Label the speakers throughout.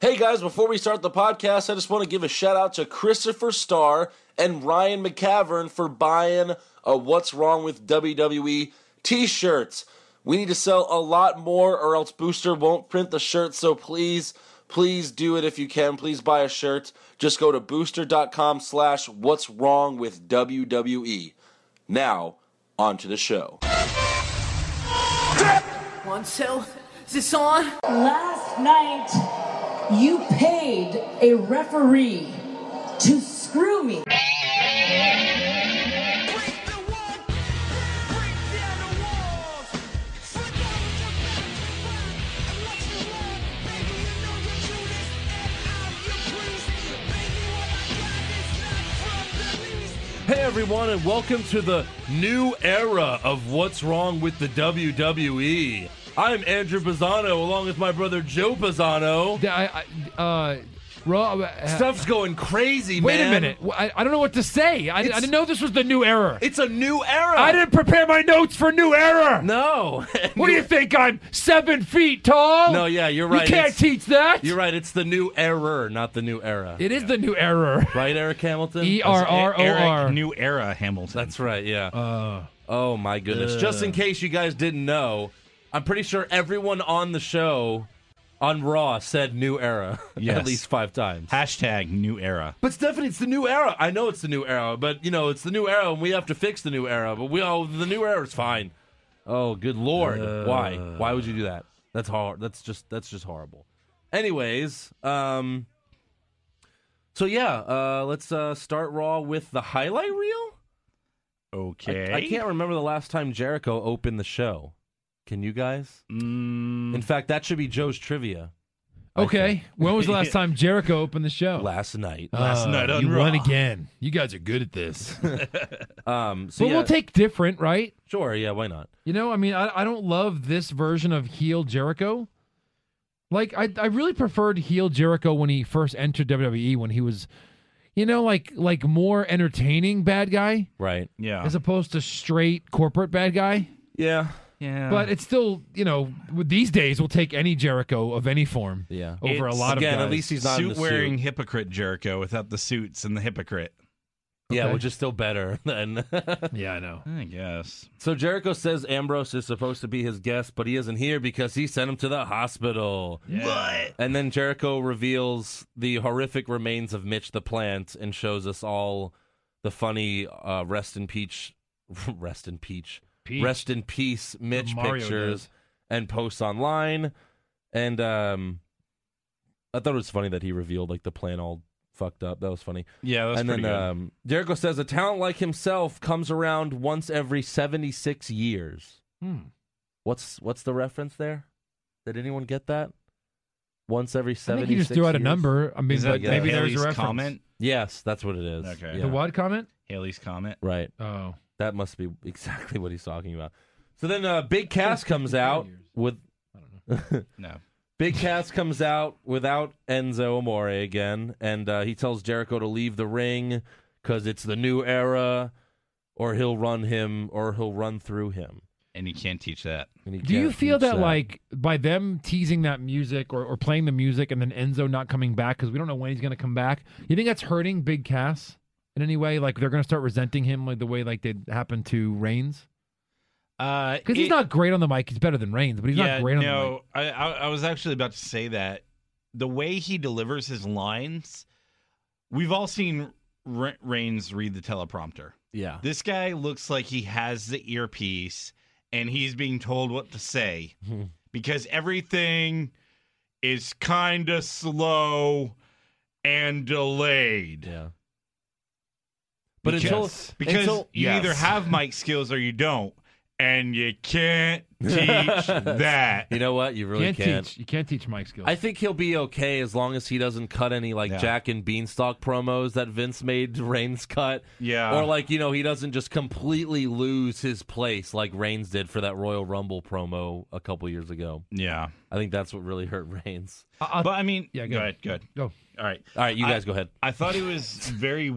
Speaker 1: Hey guys, before we start the podcast, I just want to give a shout out to Christopher Starr and Ryan McCavern for buying a What's Wrong with WWE t shirts. We need to sell a lot more, or else Booster won't print the shirts. So please, please do it if you can. Please buy a shirt. Just go to booster.com slash what's wrong with WWE. Now, on to the show.
Speaker 2: One, two, is this on?
Speaker 3: Last night, you paid a referee to screw me.
Speaker 4: Break the wall, break down the walls. Flip over your back to burn and what you want, baby. You know you do this, and I'm your priest. Baby, what I got is not from the least.
Speaker 5: Hey everyone, and welcome to the new era of What's Wrong with the WWE. I'm Andrew Pisano, along with my brother Joe Pisano.
Speaker 6: Yeah, I, I, uh, Raw. uh,
Speaker 5: Stuff's going crazy,
Speaker 6: wait
Speaker 5: man.
Speaker 6: a minute. Wh- I, I don't know what to say. I, I
Speaker 5: It's-
Speaker 6: didn't know this was the new era.
Speaker 5: It's a new era.
Speaker 6: I didn't prepare my notes for new era.
Speaker 5: No.
Speaker 6: What do you think? I'm seven feet tall.
Speaker 5: No, yeah, you're right.
Speaker 6: You can't
Speaker 5: It's-
Speaker 6: teach that.
Speaker 5: You're right. It's the new error, not the new era.
Speaker 6: It is the new era.
Speaker 5: right, Eric Hamilton?
Speaker 6: E R R O
Speaker 7: Eric,
Speaker 6: R.
Speaker 7: new era Hamilton.
Speaker 5: That's right, yeah. oh my goodness. Just in case you guys didn't know, I'm pretty sure everyone on the show on Raw said new era at
Speaker 7: Yes.
Speaker 5: least five times.
Speaker 7: hashtag new era.
Speaker 5: But Stephanie, it's the new era. I know it's the new era, but you know it's the new era, and we have to fix the new era. But we all the new era is fine. Oh, good lord!
Speaker 7: Uh.
Speaker 5: Why? Why would you do that? That's hard. That's just that's just horrible. Anyways, um, so yeah, uh, let's uh, start Raw with the highlight reel.
Speaker 7: Okay.
Speaker 5: I can't remember the last time Jericho opened the show. Can you guys?
Speaker 7: Mm,
Speaker 5: In fact, that should be Joe's trivia. I
Speaker 6: Okay.
Speaker 5: think.
Speaker 6: When was the last time Jericho opened the show?
Speaker 5: Last night.
Speaker 6: Uh,
Speaker 7: Last night on
Speaker 6: you won
Speaker 7: Raw.
Speaker 6: again. You guys are good at this. but
Speaker 5: Um, so yeah,
Speaker 6: we'll take different, right?
Speaker 5: sure. Yeah, why not?
Speaker 6: You know, I mean, I, I don't love this version of heel Jericho. Like, I I really preferred heel Jericho when he first entered WWE when he was, you know, like like more entertaining bad guy
Speaker 5: Right.
Speaker 7: yeah.
Speaker 6: as opposed to straight corporate bad guy.
Speaker 5: Yeah.
Speaker 7: yeah.
Speaker 6: But it's still, you know, with- these days we'll take any Jericho of any form.
Speaker 5: Yeah.
Speaker 6: Over a
Speaker 7: It's-
Speaker 6: lot
Speaker 5: Again,
Speaker 6: of guys.
Speaker 5: at least he's not in the
Speaker 7: suit wearing hypocrite Jericho without the suits and the hypocrite.
Speaker 5: Yeah,
Speaker 6: Okay.
Speaker 5: which is still better than.
Speaker 6: yeah, I know.
Speaker 7: I guess.
Speaker 5: so Jericho says Ambrose is supposed to be his guest, but he isn't here because he sent him to the hospital.
Speaker 7: But
Speaker 5: And then Jericho reveals the horrific remains of Mitch the Plant and shows us all the funny uh, rest in peach, rest in peach,
Speaker 6: Peach.
Speaker 5: rest in peace Mitch
Speaker 6: Mario
Speaker 5: pictures
Speaker 6: does.
Speaker 5: and posts online. And um, I thought it was funny that he revealed like the plan all fucked up. That was funny.
Speaker 7: yeah, that's
Speaker 5: and
Speaker 7: pretty
Speaker 5: then
Speaker 7: good.
Speaker 5: um, Jericho says a talent like himself comes around once every 76 years.
Speaker 6: Hmm.
Speaker 5: What's what's the reference there? Did anyone get that? Once every
Speaker 6: I
Speaker 5: 76
Speaker 6: think he just threw out a
Speaker 5: years?
Speaker 6: number. I mean,
Speaker 7: Is that
Speaker 6: but
Speaker 5: yeah.
Speaker 6: maybe
Speaker 7: Haley's
Speaker 6: there's a reference.
Speaker 7: comment?
Speaker 5: Yes, that's what it is.
Speaker 7: Okay.
Speaker 5: Yeah.
Speaker 6: The what comment?
Speaker 7: Haley's comment.
Speaker 5: Right.
Speaker 6: Oh,
Speaker 5: That must be exactly what he's talking about. So then uh, Big Cass comes out with
Speaker 7: No.
Speaker 5: Big Cass comes out without Enzo Amore again, and uh, he tells Jericho to leave the ring because it's the new era, or he'll run him, or he'll run through him.
Speaker 7: And you can't teach that.
Speaker 5: And he
Speaker 6: Do you
Speaker 5: can't
Speaker 6: feel
Speaker 5: teach
Speaker 6: that, like by them teasing that music or, or playing the music and then Enzo not coming back because we don't know when he's going to come back? You think that's hurting Big Cass in any way? Like they're going to start resenting him like the way like they happened to Reigns
Speaker 7: Uh,
Speaker 6: because he's not great on the mic. He's better than Reigns, but he's
Speaker 7: yeah,
Speaker 6: not great on the mic.
Speaker 7: no, I, I, I was actually about to say that the way he delivers his lines, we've all seen Re- Reigns read the teleprompter.
Speaker 5: yeah,
Speaker 7: This guy looks like he has the earpiece and he's being told what to say
Speaker 5: Hmm.
Speaker 7: because everything is kind of slow and delayed.
Speaker 5: yeah. But until
Speaker 7: because, because
Speaker 5: until-
Speaker 7: you
Speaker 5: yes.
Speaker 7: either have mic skills or you don't, and you can't teach that.
Speaker 5: you know what, you really
Speaker 6: can't, teach. You can't teach mic skills.
Speaker 5: I think he'll be okay as long as he doesn't cut any like
Speaker 7: Yeah.
Speaker 5: Jack and Beanstalk promos that Vince made Reigns cut.
Speaker 7: Yeah.
Speaker 5: Or like, you know, he doesn't just completely lose his place like Reigns did for that Royal Rumble promo a couple years ago.
Speaker 7: Yeah.
Speaker 5: I think that's what really hurt Reigns.
Speaker 6: I,
Speaker 7: But I mean,
Speaker 6: Yeah,
Speaker 7: yeah,
Speaker 6: go
Speaker 7: go
Speaker 6: ahead.
Speaker 7: ahead. Good.
Speaker 6: go.
Speaker 7: All right.
Speaker 5: All right, you
Speaker 7: I-
Speaker 5: guys go ahead.
Speaker 7: I thought he was very,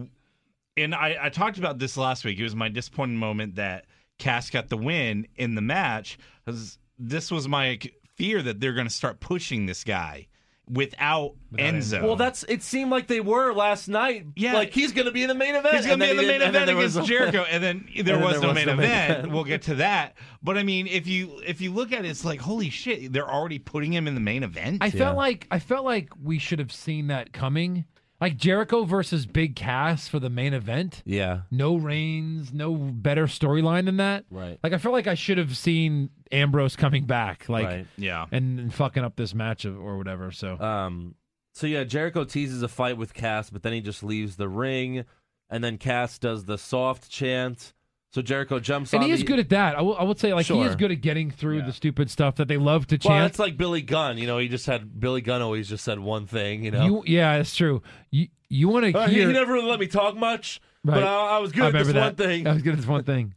Speaker 7: and I, I talked about this last week. It was my disappointing moment that Cass got the win in the match. 'cause This was my c- fear that they're going to start pushing this guy. without, Enzo.
Speaker 5: Well, that's it. Seemed like they were last night.
Speaker 7: Yeah.
Speaker 5: like he's going to be in the main event.
Speaker 7: He's going
Speaker 5: And then
Speaker 7: to be in the
Speaker 5: he
Speaker 7: main
Speaker 5: didn't- and then
Speaker 7: event
Speaker 5: there was
Speaker 7: against
Speaker 5: a-
Speaker 7: Jericho, and then there
Speaker 5: then
Speaker 7: was
Speaker 5: there
Speaker 7: no
Speaker 5: was
Speaker 7: main
Speaker 5: no main
Speaker 7: event.
Speaker 5: event.
Speaker 7: we'll get to that. But I mean, if you if you look at it, it's like holy shit, they're already putting him in the main event.
Speaker 6: I felt like I felt like we should have seen that coming. Like Jericho versus Big Cass for the main event.
Speaker 5: Yeah,
Speaker 6: No Reigns, no better storyline than that.
Speaker 5: Right.
Speaker 6: Like I feel like I should have seen Ambrose coming back, like
Speaker 5: Right.
Speaker 7: yeah.
Speaker 6: and, and fucking up this match of- or whatever. So
Speaker 5: Um, so yeah, Jericho teases a fight with Cass, but then he just leaves the ring, and then Cass does the soft chant. So Jericho jumps
Speaker 6: and
Speaker 5: on.
Speaker 6: he is
Speaker 5: the,
Speaker 6: good at that. I will, I would say like he
Speaker 5: Sure.
Speaker 6: is good at getting through the stupid stuff that they love to chant.
Speaker 5: Well, it's like Billy Gunn. You know, he just had Billy Gunn always just said one thing. You know,
Speaker 6: You, yeah, that's true. You you want to
Speaker 5: Uh, he,
Speaker 6: hear?
Speaker 5: he never really let me talk much,
Speaker 6: Right.
Speaker 5: but I, I was good
Speaker 6: I
Speaker 5: at this
Speaker 6: remember
Speaker 5: one
Speaker 6: that.
Speaker 5: thing.
Speaker 6: I was good at this one thing.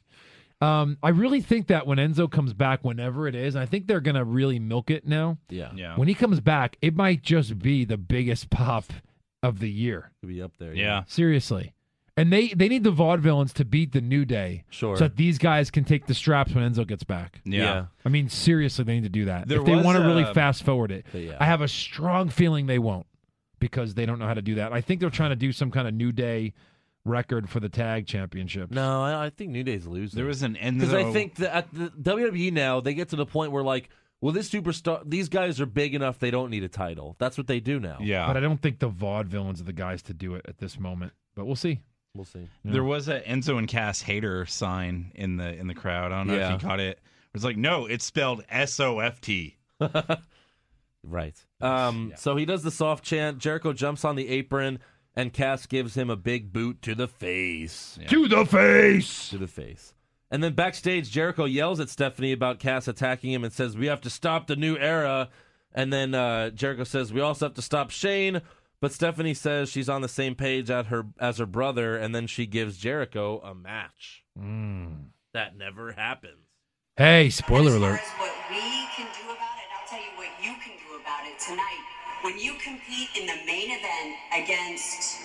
Speaker 6: Um, I really think that when Enzo comes back, whenever it is, I think they're gonna really milk it now.
Speaker 5: yeah,
Speaker 7: Yeah.
Speaker 6: When he comes back, it might just be the biggest pop of the year.
Speaker 5: to be up there.
Speaker 7: yeah.
Speaker 6: Seriously. And they they need the vaudevillains to beat the New Day,
Speaker 5: Sure.
Speaker 6: so that these guys can take the straps when Enzo gets back.
Speaker 7: Yeah.
Speaker 5: Yeah.
Speaker 6: I mean, seriously, they need to do that
Speaker 7: There
Speaker 6: if they
Speaker 7: was,
Speaker 6: want to really
Speaker 7: um,
Speaker 6: fast forward it.
Speaker 5: yeah.
Speaker 6: I have a strong feeling they won't because they don't know how to do that. I think they're trying to do some kind of New Day record for the tag championships.
Speaker 5: No, I, I think New Day's losing.
Speaker 7: There was an Enzo.
Speaker 5: because I think that at the WWE now they get to the point where like, well, this superstar, these guys are big enough; they don't need a title. That's what they do now.
Speaker 7: yeah.
Speaker 6: But I don't think the vaudevillains are the guys to do it at this moment. But we'll see.
Speaker 5: we'll see.
Speaker 7: There was a Enzo and Cass hater sign in the in the crowd. I don't know
Speaker 5: Yeah.
Speaker 7: if you caught it. It was like, no, it's spelled S O F T.
Speaker 5: Right. Um, So he does the soft chant. Jericho jumps on the apron, and Cass gives him a big boot to the face.
Speaker 6: To the face.
Speaker 5: To the face. And then backstage, Jericho yells at Stephanie about Cass attacking him and says, We have to stop the new era. And then uh, Jericho says, We also have to stop Shane. But Stephanie says she's on the same page at her as her brother, and then she gives Jericho a match. That never happens.
Speaker 6: Hey, spoiler
Speaker 8: And as
Speaker 6: alert.
Speaker 8: far as what we can do about it, I'll tell you what you can do about it tonight. When you compete in the main event against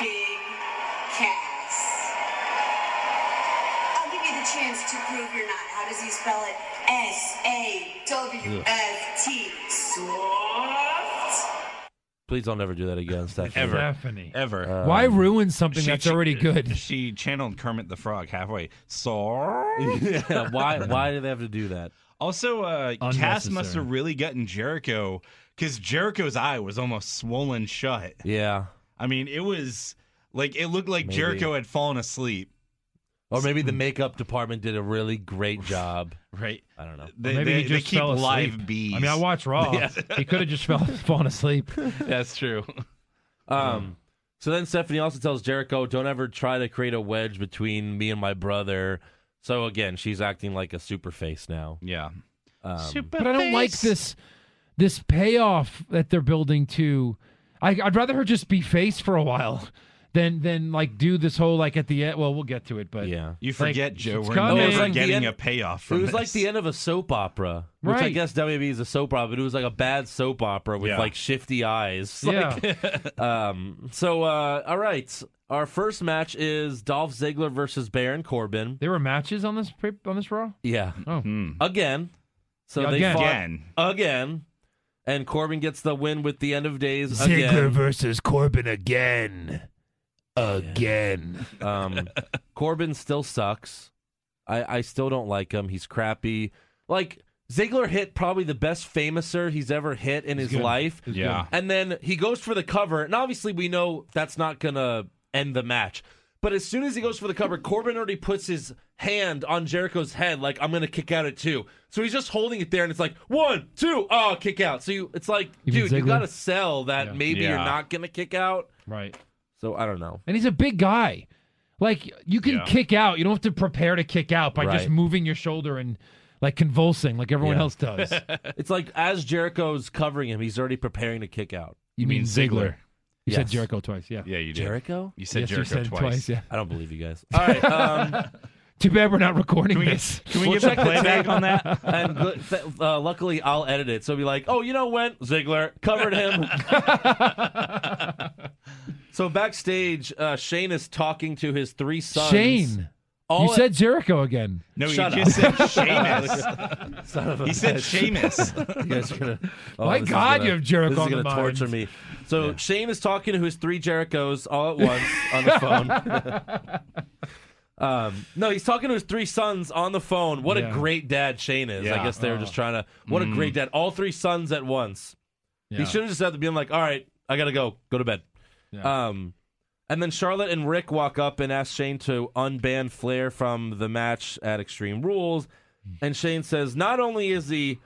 Speaker 8: Big Cass, I'll give you the chance to prove you're not. How does he spell it? S A W F T. Swift.
Speaker 5: Please don't ever do that again, Stephanie.
Speaker 7: Ever.
Speaker 6: Stephanie.
Speaker 7: Ever.
Speaker 6: Why ruin something Uh, that's
Speaker 7: she-
Speaker 6: already good?
Speaker 7: She channeled Kermit the Frog halfway. So
Speaker 5: Yeah, why, why do they have to do that?
Speaker 7: also, uh, Cass
Speaker 6: Unnecessary.
Speaker 7: must have really gotten Jericho because Jericho's eye was almost swollen shut.
Speaker 5: Yeah.
Speaker 7: I mean, it was like it looked like Jericho had fallen asleep.
Speaker 5: Or maybe the makeup department did a really great job.
Speaker 7: Right.
Speaker 5: I don't know.
Speaker 7: They,
Speaker 6: Maybe he
Speaker 7: they, they
Speaker 6: just
Speaker 7: keep
Speaker 6: fell asleep.
Speaker 7: live bees.
Speaker 6: I mean, I watch Raw. He could have just fell, fallen asleep.
Speaker 7: That's true.
Speaker 5: Um, so then Stephanie also tells Jericho, "Don't ever try to create a wedge between me and my brother." So again, she's acting like a super face now.
Speaker 7: yeah.
Speaker 5: Um,
Speaker 6: But I don't like this this payoff that they're building to. I, I'd rather her just be face for a while than than like do this whole like at the end. Well, we'll get to it, but
Speaker 5: Yeah.
Speaker 7: You
Speaker 6: Like,
Speaker 7: forget, Joe,
Speaker 6: it's
Speaker 7: we're
Speaker 6: coming.
Speaker 5: It was
Speaker 7: never
Speaker 5: like the
Speaker 7: getting
Speaker 5: end-
Speaker 7: a payoff
Speaker 5: It
Speaker 7: from
Speaker 5: was
Speaker 7: this.
Speaker 5: like the end of a soap opera, which I
Speaker 6: Right.
Speaker 5: guess WB is a soap opera, but it was like a bad soap opera with
Speaker 7: Yeah.
Speaker 5: like shifty eyes.
Speaker 6: Yeah.
Speaker 5: Like, um. So, uh, all right, our first match is Dolph Ziggler versus Baron Corbin.
Speaker 6: there were matches on this pre- on this Raw.
Speaker 5: Yeah.
Speaker 6: Oh.
Speaker 5: Again. So
Speaker 6: Yeah,
Speaker 5: they
Speaker 6: again.
Speaker 5: fought
Speaker 7: Hmm. Again.
Speaker 5: again, and Corbin gets the win with the end of days again.
Speaker 6: versus Corbin again, again.
Speaker 5: Um, Corbin still sucks. I, I still don't like him. He's crappy. Like Ziggler hit probably the best famouser he's ever hit in his life.
Speaker 7: Yeah.
Speaker 5: And then he goes for the cover, and obviously we know that's not gonna end the match. But as soon as he goes for the cover, Corbin already puts his hand on Jericho's head, like I'm gonna kick out at two. So he's just holding it there, and it's like one, two, oh, kick out. So you, it's like,
Speaker 6: Even
Speaker 5: dude, you
Speaker 6: Ziggler?
Speaker 5: gotta sell that
Speaker 6: Yeah.
Speaker 5: maybe you're
Speaker 7: Yeah.
Speaker 5: not gonna kick out.
Speaker 6: Right.
Speaker 5: So I don't know.
Speaker 6: And he's a big guy. Like you can
Speaker 7: Yeah.
Speaker 6: kick out. You don't have to prepare to kick out by
Speaker 5: Right.
Speaker 6: just moving your shoulder and like convulsing like everyone
Speaker 5: Yeah.
Speaker 6: else does.
Speaker 5: It's like as Jericho's covering him, he's already preparing to kick out.
Speaker 6: You
Speaker 7: mean Ziggler.
Speaker 6: You said
Speaker 5: Yes.
Speaker 6: Jericho twice, yeah.
Speaker 7: Yeah, you did.
Speaker 5: Jericho?
Speaker 7: You said
Speaker 6: yes,
Speaker 7: Jericho
Speaker 6: you said twice.
Speaker 7: twice.
Speaker 6: yeah.
Speaker 5: I don't believe you guys. All right. Um,
Speaker 6: Too bad we're not recording
Speaker 7: Can we
Speaker 6: this.
Speaker 7: get, can we
Speaker 5: We'll
Speaker 7: get the
Speaker 5: check the
Speaker 7: playback
Speaker 5: tape.
Speaker 7: on that?
Speaker 5: and gl- th- uh, luckily, I'll edit it. So it'll be like, oh, you know when? Ziggler covered him. so backstage, uh, Shane is talking to his three sons.
Speaker 6: Shane.
Speaker 5: All
Speaker 6: you
Speaker 5: it-
Speaker 6: said Jericho again.
Speaker 7: No,
Speaker 5: Shut
Speaker 7: you
Speaker 5: up.
Speaker 7: just said Seamus.
Speaker 5: Son of a
Speaker 7: he said
Speaker 5: bitch.
Speaker 7: Seamus.
Speaker 5: You guys are gonna, oh,
Speaker 6: My
Speaker 5: this is
Speaker 6: God,
Speaker 5: gonna-
Speaker 6: you have Jericho
Speaker 5: This
Speaker 6: on
Speaker 5: is
Speaker 6: the
Speaker 5: gonna
Speaker 6: mind.
Speaker 5: torture me. So Shane is talking to his three Jerichos all at once on the phone. um, no, he's talking to his three sons on the phone. What
Speaker 6: Yeah.
Speaker 5: a great dad Shane is. I
Speaker 7: Yeah.
Speaker 5: guess they were just trying to. What a great dad! All three sons at once.
Speaker 6: Yeah.
Speaker 5: He should have just had to be like, "All right, I gotta go. Go to bed."
Speaker 6: Yeah.
Speaker 5: Um, and then Charlotte and Rick walk up and ask Shane to unban Flair from the match at Extreme Rules. And Shane says, not only is he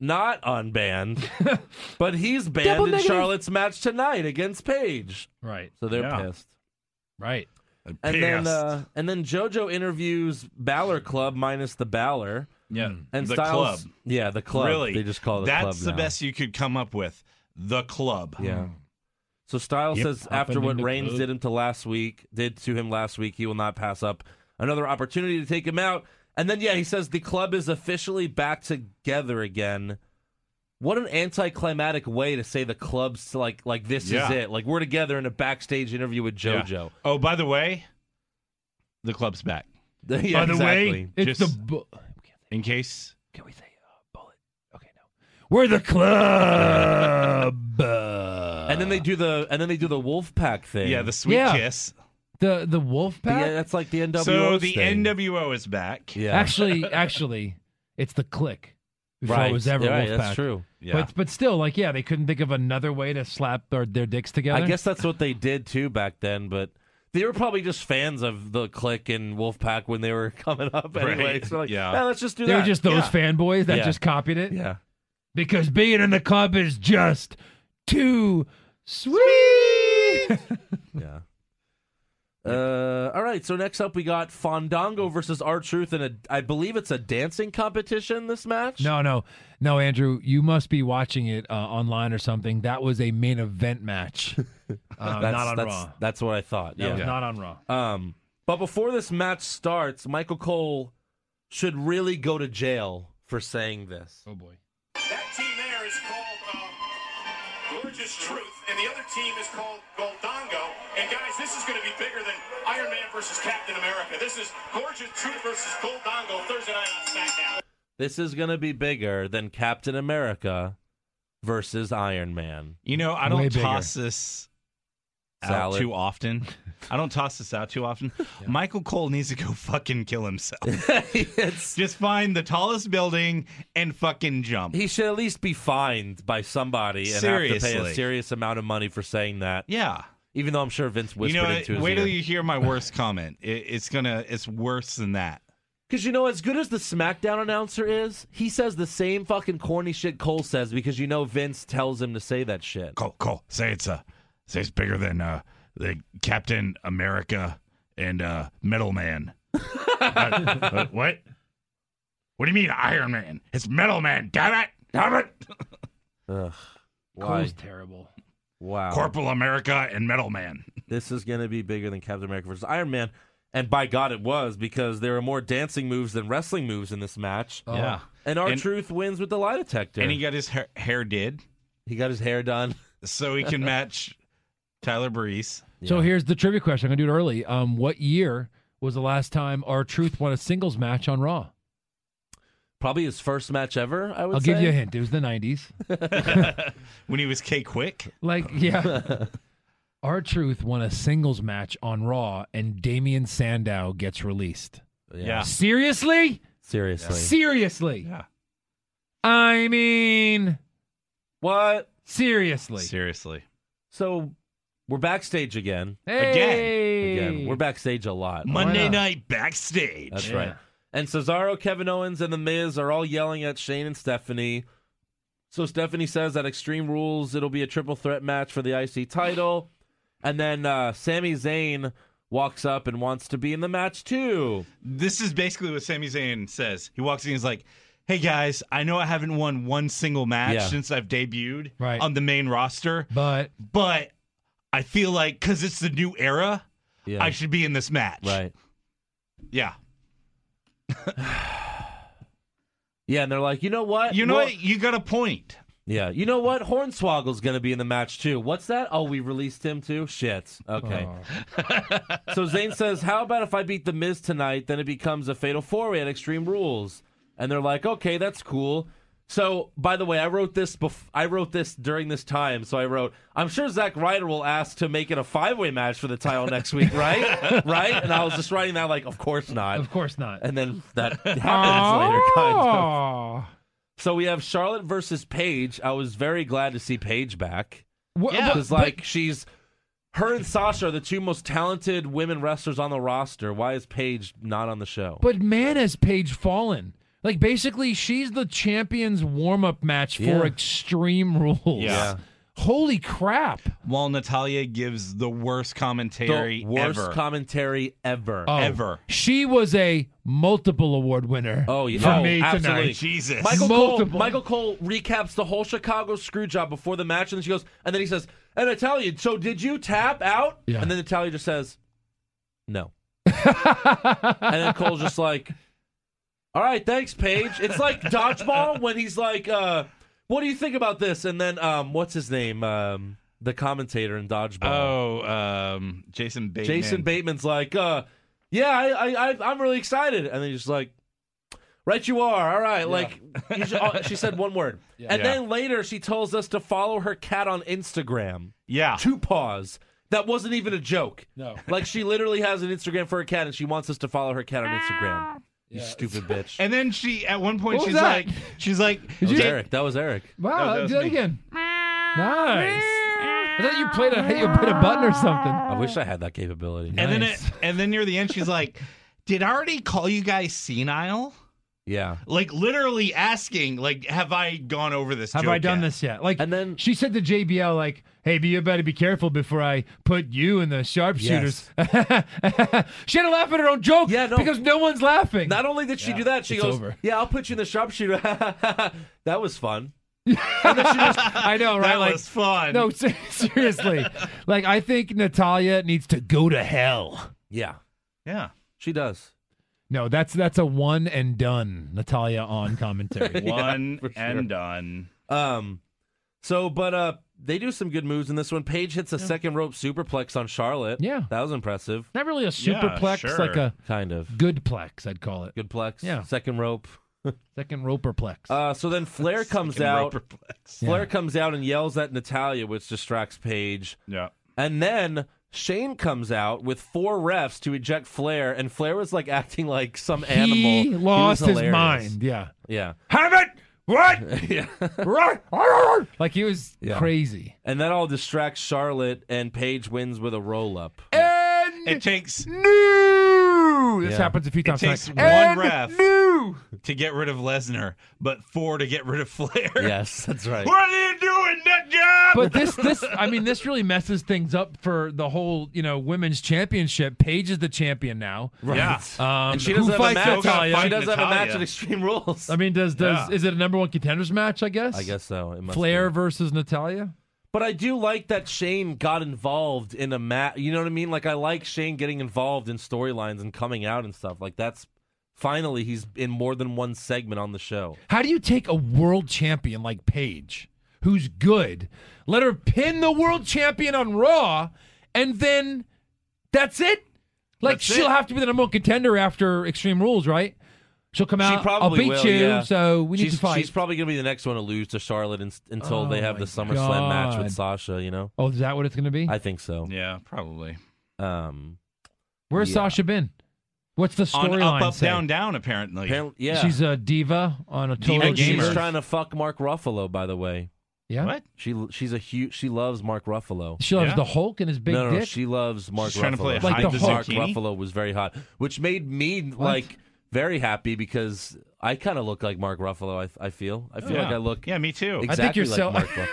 Speaker 5: not unbanned, but he's banned in Charlotte's match tonight against Paige.
Speaker 6: Right.
Speaker 5: So they're
Speaker 7: Yeah.
Speaker 5: pissed.
Speaker 6: Right.
Speaker 5: And then
Speaker 7: Pissed.
Speaker 5: uh, and then JoJo interviews Balor Club minus the Balor.
Speaker 7: yeah,
Speaker 6: Hmm.
Speaker 5: And
Speaker 7: the
Speaker 5: Styles,
Speaker 7: club.
Speaker 5: Yeah, the club.
Speaker 7: Really,
Speaker 5: They just call it the
Speaker 7: That's
Speaker 5: club.
Speaker 7: the
Speaker 5: now.
Speaker 7: best you could come up with. The club.
Speaker 5: Yeah. Mm. So Styles
Speaker 6: Yep,
Speaker 5: says
Speaker 6: up
Speaker 5: after
Speaker 6: and
Speaker 5: what
Speaker 6: into
Speaker 5: Reigns
Speaker 6: code.
Speaker 5: did him to last week, did to him last week, he will not pass up another opportunity to take him out. And then yeah, he says the club is officially back together again. What an anticlimactic way to say the club's like like this
Speaker 7: Yeah.
Speaker 5: is it. Like we're together in a backstage interview with
Speaker 7: Yeah.
Speaker 5: JoJo.
Speaker 7: Oh, by the way, the club's back.
Speaker 5: Yeah,
Speaker 7: By the
Speaker 5: exactly.
Speaker 7: way-
Speaker 6: It's
Speaker 7: Just-
Speaker 6: the. Bu-
Speaker 7: In case
Speaker 6: Can we say uh, bullet? Okay, no. We're the club.
Speaker 5: and then they do the and then they do the Wolfpack thing.
Speaker 7: Yeah, the sweet
Speaker 6: Yeah.
Speaker 7: kiss.
Speaker 6: the the wolf
Speaker 5: The- uh,
Speaker 6: pack.
Speaker 5: yeah, that's like the NWO.
Speaker 7: So the
Speaker 5: thing.
Speaker 7: NWO is back.
Speaker 5: Yeah.
Speaker 6: Actually, actually, it's the click. Before
Speaker 5: right.
Speaker 6: it was ever
Speaker 5: Yeah, right,
Speaker 6: wolf
Speaker 5: That's
Speaker 6: pack.
Speaker 5: true.
Speaker 7: Yeah.
Speaker 6: But but still, like yeah, they couldn't think of another way to slap their, their dicks together.
Speaker 5: I guess that's what they did too back then, but they were probably just fans of the Click and Wolfpack when they were coming up anyway.
Speaker 7: Right.
Speaker 5: So like,
Speaker 7: Yeah.
Speaker 5: "Eh, let's just do
Speaker 6: they
Speaker 5: that.
Speaker 6: were just those
Speaker 7: yeah.
Speaker 6: fanboys that
Speaker 5: Yeah.
Speaker 6: just copied it.
Speaker 5: yeah.
Speaker 6: Because being in the club is just too sweet.
Speaker 5: Yeah. Uh, all right. So next up, we got Fandango versus R Truth, and a, I believe it's a dancing competition. This match.
Speaker 6: no, no, no, Andrew, you must be watching it uh, online or something. That was a main event match, uh,
Speaker 5: that's,
Speaker 6: not on
Speaker 5: that's,
Speaker 6: Raw.
Speaker 5: That's what I thought.
Speaker 6: That
Speaker 5: yeah.
Speaker 6: was not on Raw.
Speaker 5: Um, but before this match starts, Michael Cole should really go to jail for saying this.
Speaker 6: Oh boy.
Speaker 9: That team there is called uh, Gorgeous Truth, and the other team is called Goldongo. And guys, this is going to be bigger than Iron Man versus Captain America. This is Gorgeous Truth versus Goldongo Thursday night on SmackDown.
Speaker 5: This is going to be bigger than Captain America versus Iron Man.
Speaker 7: You know, I
Speaker 6: Way
Speaker 7: don't
Speaker 6: bigger.
Speaker 7: toss this
Speaker 5: Salad.
Speaker 7: out too often. I don't toss this out too often. Michael Cole needs to go fucking kill himself.
Speaker 5: It's-
Speaker 7: Just find the tallest building and fucking jump.
Speaker 5: he should at least be fined by somebody and have to pay a
Speaker 7: Seriously.
Speaker 5: serious amount of money for saying that.
Speaker 7: yeah.
Speaker 5: Even though I'm sure Vince
Speaker 7: You
Speaker 5: whispered
Speaker 7: know,
Speaker 5: into his
Speaker 7: wait till
Speaker 5: ear.
Speaker 7: you hear my worst comment. It, it's gonna. It's worse than that.
Speaker 5: Because you know, as good as the SmackDown announcer is, he says the same fucking corny shit Cole says because you know Vince tells him to say that shit.
Speaker 7: Cole, Cole, say it's uh, say it's bigger than uh, the Captain America and uh, Metal Man. Uh, uh, what? What do you mean Iron Man? It's Metal Man. Damn it! Damn it!
Speaker 5: Ugh. Why?
Speaker 6: Cole's terrible.
Speaker 5: Wow.
Speaker 7: Corporal America and Metal Man.
Speaker 5: this is going to be bigger than Captain America versus Iron Man. And by God, it was because there were more dancing moves than wrestling moves in this match.
Speaker 6: Oh.
Speaker 7: Yeah.
Speaker 5: And our
Speaker 7: And-
Speaker 5: truth wins with the lie detector.
Speaker 7: And he got his hair, hair did
Speaker 5: he got his hair done.
Speaker 7: so he can match Tyler Breeze.
Speaker 6: So
Speaker 5: Yeah.
Speaker 6: here's the trivia question. I'm gonna do it early. Um, what year was the last time our Truth won a singles match on Raw?
Speaker 5: Probably his first match ever. I would.
Speaker 6: I'll
Speaker 5: say.
Speaker 6: give you a hint. It was the '90s.
Speaker 7: When he was K Quick.
Speaker 6: Like, yeah. Our Truth won a singles match on Raw, and Damian Sandow gets released.
Speaker 5: Ah.
Speaker 7: Yeah.
Speaker 6: Seriously?
Speaker 5: Seriously.
Speaker 6: Seriously?
Speaker 7: Yeah.
Speaker 6: I mean,
Speaker 5: What?
Speaker 6: seriously.
Speaker 7: Seriously.
Speaker 5: So we're backstage again.
Speaker 6: hey!
Speaker 5: Again, we're backstage a lot.
Speaker 7: Monday
Speaker 6: not?
Speaker 7: night backstage.
Speaker 5: That's
Speaker 6: Yeah.
Speaker 5: right. And Cesaro, Kevin Owens, and The Miz are all yelling at Shane and Stephanie. So Stephanie says at Extreme Rules it'll be a triple threat match for the IC title. And then uh, Sami Zayn walks up and wants to be in the match too.
Speaker 7: This is basically what Sami Zayn says. He walks in he's like, Hey guys, I know I haven't won one single match
Speaker 5: Yeah.
Speaker 7: since I've debuted
Speaker 6: Right.
Speaker 7: on the main roster,
Speaker 6: But
Speaker 7: but I feel like because it's the new era,
Speaker 5: Yeah.
Speaker 7: I should be in this match.
Speaker 5: right.
Speaker 7: Yeah.
Speaker 5: Yeah, and they're like, you know what?
Speaker 7: You know
Speaker 5: We'll-
Speaker 7: what? You got a point.
Speaker 5: Yeah, you know what? Hornswoggle's going to be in the match too. What's that? Oh, we released him too. Shit. Okay.
Speaker 6: Oh.
Speaker 5: so Zayn says, "How about if I beat the Miz tonight? Then it becomes a fatal four way at Extreme Rules." And they're like, "Okay, that's cool." So, by the way, I wrote this. Bef- I wrote this during this time. So I wrote, "I'm sure Zack Ryder will ask to make it a five way match for the title next week, right? right?" And I was just writing that like, "Of course not."
Speaker 6: Of course not.
Speaker 5: And then that happens later, kind of.
Speaker 6: Aw.
Speaker 5: So we have Charlotte versus Paige. I was very glad to see Paige back
Speaker 6: Wha- wha-
Speaker 5: because,
Speaker 6: but-
Speaker 5: like, she's her and Sasha are the two most talented women wrestlers on the roster. Why is Paige not on the show?
Speaker 6: But man, has Paige fallen? Like basically, she's the champion's warm-up match for
Speaker 5: Yeah.
Speaker 6: Extreme Rules.
Speaker 7: Yeah.
Speaker 6: Holy crap!
Speaker 7: While Natalia gives the worst commentary
Speaker 5: the worst
Speaker 7: ever.
Speaker 5: commentary ever.
Speaker 6: Oh,
Speaker 7: Ever.
Speaker 6: She was a multiple award winner.
Speaker 5: Oh yeah,
Speaker 6: For
Speaker 5: Oh,
Speaker 6: me tonight.
Speaker 5: absolutely.
Speaker 7: Jesus.
Speaker 5: Michael Cole,
Speaker 6: Multiple.
Speaker 5: Michael Cole recaps the whole Chicago screw job before the match, and then she goes, and then he says, "And Natalia, so did you tap out?"
Speaker 6: Yeah.
Speaker 5: And then Natalia just says, "No." and then Cole's just like, "All right, thanks, Paige." It's like dodgeball when he's like, uh, "What do you think about this?" And then, um, what's his name? Um, the commentator in dodgeball.
Speaker 7: Oh, um, Jason Bateman.
Speaker 5: Jason Bateman's like, uh, yeah, I, I, I, I'm really excited. And then he's just like, right, you are. All right. Like, you should- oh, she said one word. And
Speaker 7: Yeah.
Speaker 5: then later she tells us to follow her cat on Instagram.
Speaker 7: Yeah.
Speaker 5: Two paws. That wasn't even a joke. No. Like, she literally has an Instagram for her cat and she wants us to follow her cat on Instagram. You stupid bitch.
Speaker 7: And then she, at one point,
Speaker 6: What was
Speaker 7: she's
Speaker 6: that?
Speaker 7: like, she's like,
Speaker 5: That was
Speaker 7: "Jake,
Speaker 5: Eric. That was Eric.
Speaker 6: Wow,
Speaker 7: that was
Speaker 6: do that
Speaker 7: me.
Speaker 6: again. Nice. I thought you played a hit, you hit a button or something.
Speaker 5: I wish I had that capability.
Speaker 7: And then, it,
Speaker 6: Nice.
Speaker 7: and then near the end, she's like, "Did I already call you guys senile?"
Speaker 5: yeah.
Speaker 7: Like literally asking, like, "Have I gone over this?
Speaker 6: Have
Speaker 7: joke
Speaker 6: I done
Speaker 7: yet?"
Speaker 6: this yet? Like,
Speaker 5: And then-
Speaker 6: she said to JBL, like, "Hey, but you better be careful before I put you in the sharpshooters." she had to laugh at her own joke
Speaker 5: Yeah, no.
Speaker 6: because no one's laughing.
Speaker 5: Not only did she do that, she
Speaker 6: it's
Speaker 5: goes,
Speaker 6: over.
Speaker 5: "Yeah, I'll put you in the sharpshooter." that was fun. and then she just
Speaker 6: I know, right?
Speaker 7: That
Speaker 6: like,
Speaker 7: was fun.
Speaker 6: no, se- seriously. like, I think Natalia needs to go to hell.
Speaker 5: Yeah,
Speaker 7: yeah.
Speaker 5: she does.
Speaker 6: No, that's that's a one and done Natalia on commentary.
Speaker 7: One
Speaker 5: for sure.
Speaker 7: and done.
Speaker 5: Um, so but uh, they do some good moves in this one. Paige hits a second rope superplex on Charlotte.
Speaker 6: Yeah.
Speaker 5: that was impressive.
Speaker 6: Not really a
Speaker 7: Yeah,
Speaker 6: superplex,
Speaker 7: sure.
Speaker 6: like a
Speaker 5: Kind of
Speaker 6: good plex, I'd call it.
Speaker 5: good plex.
Speaker 6: Yeah.
Speaker 5: second rope.
Speaker 6: Second roperplex.
Speaker 5: Uh, so then Flair comes out. Flair comes out and yells at Natalia, which distracts Paige.
Speaker 7: Yeah.
Speaker 5: And then Shane comes out with four refs to eject Flair, and Flair was like acting like some animal.
Speaker 6: he
Speaker 5: was
Speaker 6: lost his
Speaker 5: hilarious.
Speaker 6: mind. Yeah.
Speaker 5: Yeah.
Speaker 6: Have it! What?
Speaker 5: Yeah.
Speaker 6: like he was
Speaker 5: Yeah.
Speaker 6: crazy.
Speaker 5: and that all distracts Charlotte, and Paige wins with a roll up.
Speaker 6: And
Speaker 7: It takes
Speaker 6: new! This
Speaker 5: Yeah.
Speaker 6: happens a few times.
Speaker 7: takes
Speaker 6: tonight.
Speaker 7: one
Speaker 6: And
Speaker 7: ref.
Speaker 6: New!
Speaker 7: to get rid of Lesnar, but four to get rid of Flair.
Speaker 5: Yes, that's right.
Speaker 7: What are you doing, nut job?
Speaker 6: But this, this, I mean, this really messes things up for the whole, you know, women's championship. Paige is the champion now.
Speaker 7: Yeah.
Speaker 6: Um,
Speaker 5: And she
Speaker 6: who
Speaker 5: doesn't have a
Speaker 6: fights
Speaker 5: match.
Speaker 6: Natalia?
Speaker 5: She doesn't have a match
Speaker 7: Natalia.
Speaker 5: at Extreme Rules.
Speaker 6: I mean, does does
Speaker 7: Yeah.
Speaker 6: is it a number one contenders match? I guess.
Speaker 5: I guess so. It must
Speaker 6: Flair
Speaker 5: be.
Speaker 6: versus Natalia.
Speaker 5: But I do like that Shane got involved in a match. You know what I mean? Like I like Shane getting involved in storylines and coming out and stuff. Like that's finally he's in more than one segment on the show.
Speaker 6: How do you take a world champion like Paige, who's good, let her pin the world champion on Raw, and then that's it? Like
Speaker 7: That's
Speaker 6: she'll
Speaker 7: it.
Speaker 6: have to be the number one contender after Extreme Rules, right? She'll come out.
Speaker 5: she probably
Speaker 6: I'll beat
Speaker 5: will,
Speaker 6: you.
Speaker 5: yeah.
Speaker 6: So we need
Speaker 5: she's,
Speaker 6: to fight.
Speaker 5: She's probably gonna be the next one to lose to Charlotte in, until
Speaker 6: Oh
Speaker 5: they have
Speaker 6: my
Speaker 5: the SummerSlam match with
Speaker 6: God.
Speaker 5: Sasha. You know,
Speaker 6: oh, is that what it's going to be?
Speaker 5: I think so.
Speaker 7: yeah, probably.
Speaker 5: Um,
Speaker 6: Where's
Speaker 5: yeah.
Speaker 6: Sasha been? What's the
Speaker 7: On
Speaker 6: storyline?
Speaker 7: up, up,
Speaker 6: say?
Speaker 7: down, down. Apparently,
Speaker 5: apparently, yeah.
Speaker 6: She's a diva on a total
Speaker 7: Diva
Speaker 5: and she's
Speaker 7: gamer.
Speaker 5: trying to fuck Mark Ruffalo. By the way,
Speaker 6: Yeah.
Speaker 7: what?
Speaker 5: she she's a huge. She loves Mark Ruffalo.
Speaker 6: She loves
Speaker 7: Yeah.
Speaker 6: the Hulk and his big
Speaker 5: no, no,
Speaker 6: dick.
Speaker 5: no, she loves Mark
Speaker 7: She's
Speaker 5: Ruffalo.
Speaker 7: trying to play
Speaker 6: Like
Speaker 7: hide
Speaker 6: the
Speaker 7: the
Speaker 6: Hulk.
Speaker 5: Mark
Speaker 7: zucchini.
Speaker 5: Ruffalo was very hot, which made me like very happy because I kind of look like Mark Ruffalo. I, I feel I feel
Speaker 7: yeah.
Speaker 5: like I look
Speaker 7: Yeah, me too.
Speaker 5: exactly
Speaker 6: think you're
Speaker 5: like
Speaker 6: so-
Speaker 5: Mark Ruffalo.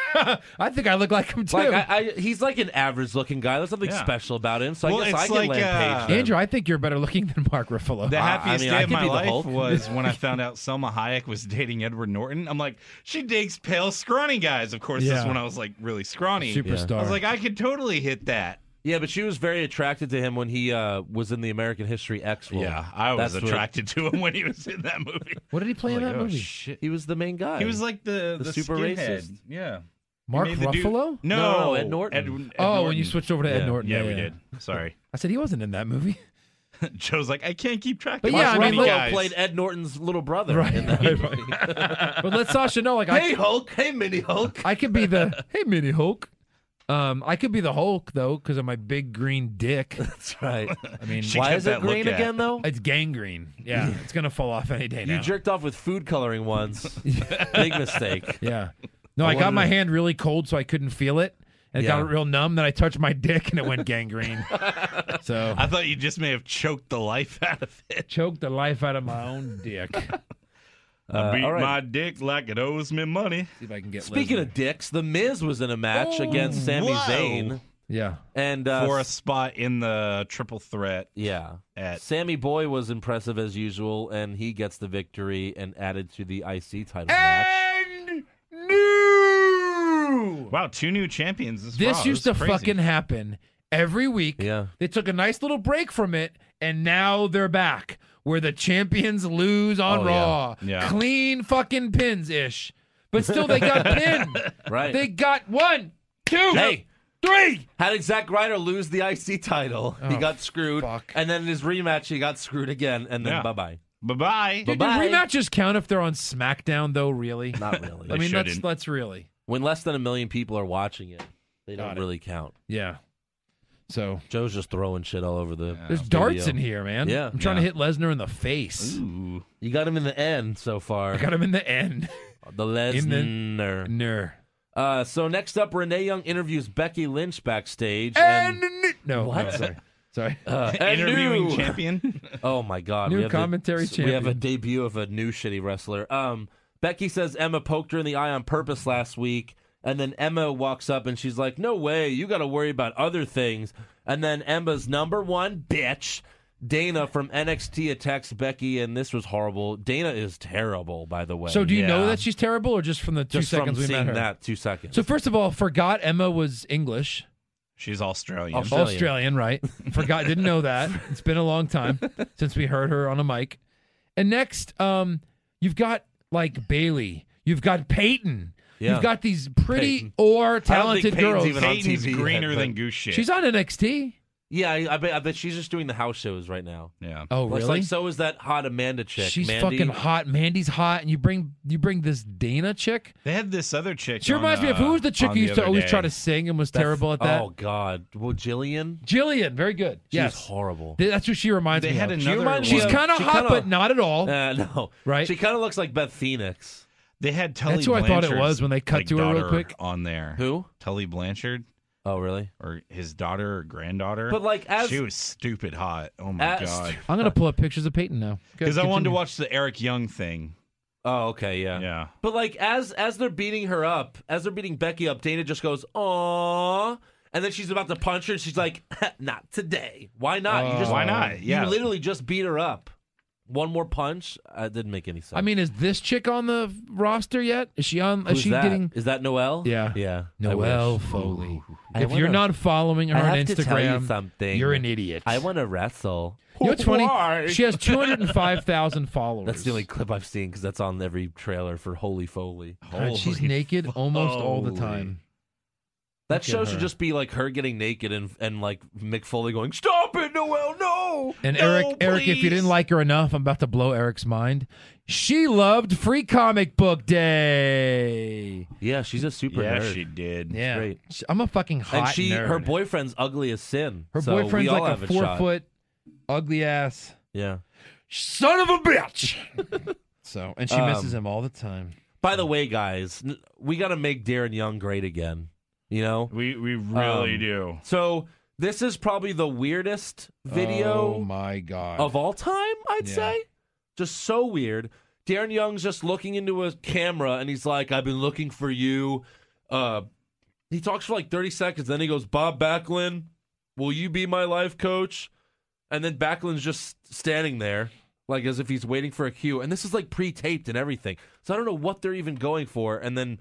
Speaker 6: I think I look like him too.
Speaker 5: like I, I, he's like an average looking guy. There's nothing
Speaker 7: Yeah.
Speaker 5: special about him. So
Speaker 7: Well,
Speaker 5: I guess
Speaker 7: it's
Speaker 5: I can
Speaker 7: like,
Speaker 5: land
Speaker 7: uh,
Speaker 5: page.
Speaker 6: Andrew, I think you're better looking than Mark Ruffalo.
Speaker 7: The
Speaker 5: I- I
Speaker 7: happiest
Speaker 5: mean, I
Speaker 7: day of
Speaker 5: could
Speaker 7: my
Speaker 5: be the
Speaker 7: life
Speaker 5: Hulk.
Speaker 7: was when I found out Selma Hayek was dating Edward Norton. I'm like, she digs pale, scrawny guys. Of course, this
Speaker 6: Yeah.
Speaker 7: is when I was like really scrawny.
Speaker 6: Superstar.
Speaker 7: I was like, I could totally hit that.
Speaker 5: Yeah, but she was very attracted to him when he uh, was in the American History X role.
Speaker 7: yeah, I was
Speaker 5: That's what-
Speaker 7: attracted to him when he was in that movie.
Speaker 6: What did he play in
Speaker 7: Like,
Speaker 6: that
Speaker 7: oh,
Speaker 6: movie?
Speaker 7: shit.
Speaker 5: He was the main guy.
Speaker 10: He was like the,
Speaker 5: The
Speaker 10: the,
Speaker 5: super
Speaker 10: skinhead.
Speaker 5: racist.
Speaker 10: Yeah.
Speaker 6: Mark
Speaker 10: made the dude-
Speaker 6: Ruffalo?
Speaker 5: No,
Speaker 7: No,
Speaker 5: no, Ed Norton.
Speaker 6: oh, when you switched over to Ed
Speaker 5: Yeah.
Speaker 6: Norton.
Speaker 7: Yeah, we did. Sorry,
Speaker 6: I said he wasn't in that movie.
Speaker 7: Joe's like I can't keep track.
Speaker 6: But
Speaker 7: of
Speaker 6: yeah,
Speaker 7: how
Speaker 6: I mean,
Speaker 7: many
Speaker 6: look-
Speaker 7: guys.
Speaker 5: played Ed Norton's little brother.
Speaker 6: Right,
Speaker 5: in that
Speaker 6: right,
Speaker 5: movie.
Speaker 6: But let Sasha know, like,
Speaker 5: hey
Speaker 6: I,
Speaker 5: Hulk, hey Mini Hulk.
Speaker 6: I could be the hey mini Hulk. Um, I could be the Hulk though because of my big green dick.
Speaker 5: That's right.
Speaker 6: I mean,
Speaker 7: She
Speaker 5: Why
Speaker 7: got
Speaker 5: is
Speaker 7: that
Speaker 5: it green
Speaker 7: look at.
Speaker 5: again though?
Speaker 6: it's gangrene. Yeah, it's gonna fall off any day now.
Speaker 5: You jerked off with food coloring once. Big mistake.
Speaker 6: yeah. No, I got my hand really cold, so I couldn't feel it, and it
Speaker 5: Yeah.
Speaker 6: got real numb. Then I touched my dick, and it went gangrene. so
Speaker 7: I thought you just may have choked the life out of it.
Speaker 6: choked the life out of my own dick. Uh,
Speaker 7: I beat
Speaker 5: all right.
Speaker 7: my dick like it owes me money.
Speaker 6: See if I can get.
Speaker 5: Speaking of dicks, The Miz was in a match against Sami
Speaker 7: whoa.
Speaker 5: Zayn
Speaker 6: yeah,
Speaker 5: and uh,
Speaker 7: for a spot in the triple threat
Speaker 5: Yeah.
Speaker 7: at
Speaker 5: Sammy Boy was impressive as usual, and he gets the victory and added to the IC
Speaker 6: Eh.
Speaker 5: title match.
Speaker 7: wow two new champions. This,
Speaker 6: this
Speaker 7: Raw.
Speaker 6: used to
Speaker 7: is crazy.
Speaker 6: fucking happen every week.
Speaker 5: Yeah.
Speaker 6: They took a nice little break from it, and now they're back where the champions lose on
Speaker 5: Oh, yeah.
Speaker 6: Raw.
Speaker 7: Yeah.
Speaker 6: Clean fucking pins ish. But still, they got pinned.
Speaker 5: Right.
Speaker 6: They got one, two, three.
Speaker 5: Hey, How did Zack Ryder lose the IC title? he
Speaker 6: Oh,
Speaker 5: got screwed.
Speaker 6: fuck.
Speaker 5: And then in his rematch, he got screwed again, and then
Speaker 7: Yeah.
Speaker 5: bye bye.
Speaker 7: bye bye.
Speaker 6: Dude, do
Speaker 5: Bye-bye.
Speaker 6: rematches count if they're on SmackDown, though, really?
Speaker 5: Not really.
Speaker 6: I mean, let's,
Speaker 7: shouldn't.
Speaker 6: let's really.
Speaker 5: when less than a million people are watching it, they
Speaker 6: Got
Speaker 5: don't
Speaker 6: it.
Speaker 5: really count.
Speaker 6: Yeah. So
Speaker 5: Joe's just throwing shit all over the.
Speaker 6: there's
Speaker 5: studio.
Speaker 6: darts in here, man.
Speaker 5: Yeah.
Speaker 6: I'm trying to hit Lesnar in the face.
Speaker 5: You got him in the end so far.
Speaker 6: I got him in the end.
Speaker 5: the Lesnar.
Speaker 6: Ner.
Speaker 5: Uh, so next up, Renee Young interviews Becky Lynch backstage.
Speaker 6: And,
Speaker 5: And,
Speaker 6: no, no,
Speaker 5: What?
Speaker 6: sorry. Sorry.
Speaker 5: uh, and
Speaker 7: Interviewing
Speaker 5: new-
Speaker 7: champion.
Speaker 5: Oh my God!
Speaker 6: New
Speaker 5: we have the-
Speaker 6: commentary
Speaker 5: s- We have a
Speaker 6: champion.
Speaker 5: debut of a new shitty wrestler. Um, Becky says Emma poked her in the eye on purpose last week, and then Emma walks up and she's like, "No way! You got to worry about other things." And then Emma's number one bitch, Dana from NXT, attacks Becky, and this was horrible. Dana is terrible, by the way.
Speaker 6: So do you know
Speaker 7: Yeah.
Speaker 6: that she's terrible, or just from the two
Speaker 5: just
Speaker 6: seconds
Speaker 5: from
Speaker 6: we
Speaker 5: seeing
Speaker 6: met her?
Speaker 5: that two seconds?
Speaker 6: So first of all, forgot Emma was English,
Speaker 7: She's Australian.
Speaker 5: Aus- Australian.
Speaker 6: Australian, right? Forgot, didn't know that. It's been a long time since we heard her on a mic. And next, um, you've got like Bailey, you've got Peyton,
Speaker 5: Yeah.
Speaker 6: you've got these pretty
Speaker 5: Peyton.
Speaker 6: or
Speaker 5: think
Speaker 6: talented
Speaker 5: Peyton's
Speaker 6: girls.
Speaker 5: even on
Speaker 7: Peyton's
Speaker 5: TV
Speaker 7: greener
Speaker 5: yet,
Speaker 7: than
Speaker 5: but-
Speaker 7: goose shit.
Speaker 6: She's on NXT.
Speaker 5: yeah, I, I bet, I bet she's just doing the house shows right now.
Speaker 7: yeah.
Speaker 6: Oh,
Speaker 5: Looks
Speaker 6: really?
Speaker 5: Like, so is that hot Amanda chick?
Speaker 6: she's
Speaker 5: Mandy.
Speaker 6: fucking hot. Mandy's hot, and you bring you bring this Dana chick.
Speaker 7: They had this other chick. uh,
Speaker 6: She reminds me of who was
Speaker 5: uh,
Speaker 6: the chick who used to always try to sing and was
Speaker 5: That's-
Speaker 6: terrible at that.
Speaker 5: Oh God! Well, Jillian.
Speaker 6: Jillian, very good.
Speaker 5: She's
Speaker 6: yes.
Speaker 5: horrible.
Speaker 6: Th- That's who she reminds
Speaker 7: They
Speaker 6: me
Speaker 7: had
Speaker 6: of.
Speaker 7: another. one.
Speaker 5: reminds me
Speaker 6: She's
Speaker 5: Yeah.
Speaker 6: kind of
Speaker 5: She
Speaker 6: hot,
Speaker 5: kinda-
Speaker 6: but not at all.
Speaker 5: Uh, no,
Speaker 6: Right?
Speaker 5: She kind of looks like Beth Phoenix.
Speaker 7: They had Tully.
Speaker 6: That's who I thought it
Speaker 7: Blanchard's,
Speaker 6: was when they cut
Speaker 7: like,
Speaker 6: to her real
Speaker 7: daughter
Speaker 6: quick.
Speaker 7: on there.
Speaker 5: Who?
Speaker 7: Tully Blanchard
Speaker 5: Oh, really?
Speaker 7: or his daughter or granddaughter?
Speaker 5: But like as
Speaker 7: she was stupid hot. Oh my
Speaker 5: as-
Speaker 7: god.
Speaker 6: I'm gonna pull up pictures of Peyton now
Speaker 7: Because I wanted to
Speaker 6: Continue.
Speaker 7: watch the Eric Young thing.
Speaker 5: oh, okay, yeah.
Speaker 7: Yeah.
Speaker 5: But like as as they're beating her up, as they're beating Becky up, Dana just goes, "Aww," and then she's about to punch her, and she's like, "Not today. Why not? you just
Speaker 7: Oh, Why not? Yeah.
Speaker 5: You literally just beat her up. One more punch. Uh, didn't make any sense.
Speaker 6: I mean, is this chick on the roster yet? Is she on?
Speaker 5: Who's
Speaker 6: is she
Speaker 5: that?
Speaker 6: getting
Speaker 5: Is that Noelle?
Speaker 6: Yeah.
Speaker 5: yeah. I
Speaker 6: Noelle
Speaker 5: wish.
Speaker 6: Foley?
Speaker 5: I
Speaker 6: if you're
Speaker 5: wanna-
Speaker 6: not following her
Speaker 5: I
Speaker 6: on
Speaker 5: have to tell you
Speaker 6: Instagram,
Speaker 5: something.
Speaker 6: you're an idiot.
Speaker 5: I want to wrestle.
Speaker 6: You know what's funny? She has 205,000 followers.
Speaker 5: That's the only clip I've seen because that's on every trailer for Holy Foley.
Speaker 6: God, she's naked almost all the time.
Speaker 5: That
Speaker 6: Look at
Speaker 5: show should
Speaker 6: her.
Speaker 5: just be like her getting naked and and like Mick Foley going, "Stop it, Noel, no."
Speaker 6: And
Speaker 5: no,
Speaker 6: Eric, Eric, if you
Speaker 5: please."
Speaker 6: didn't like her enough, I'm about to blow Eric's mind. She loved Free Comic Book Day.
Speaker 5: yeah, she's a super
Speaker 7: Yeah,
Speaker 5: nerd.
Speaker 7: she did.
Speaker 6: Yeah,
Speaker 5: Great.
Speaker 6: She- I'm a fucking hot
Speaker 5: and she,
Speaker 6: nerd.
Speaker 5: her boyfriend's ugly as sin.
Speaker 6: her
Speaker 5: so we
Speaker 6: boyfriend's
Speaker 5: all
Speaker 6: like
Speaker 5: have
Speaker 6: a
Speaker 5: a
Speaker 6: four
Speaker 5: shot.
Speaker 6: foot, ugly ass
Speaker 5: Yeah.
Speaker 6: son of a bitch. so, and she
Speaker 5: Um,
Speaker 6: misses him all the time.
Speaker 5: By the way, guys, n- we got to make Darren Young great again. You know.
Speaker 7: We we really
Speaker 5: Um,
Speaker 7: do.
Speaker 5: So this is probably the weirdest video
Speaker 6: Oh my god.
Speaker 5: of all time, I'd
Speaker 6: Yeah.
Speaker 5: say. Just so weird. Darren Young's just looking into a camera and he's like, I've been looking for you. Uh, he talks for like 30 seconds. Then he goes, Bob Backlund, will you be my life coach? And then Backlund's just standing there, like as if he's waiting for a cue. And this is like pre taped and everything. So I don't know what they're even going for. And then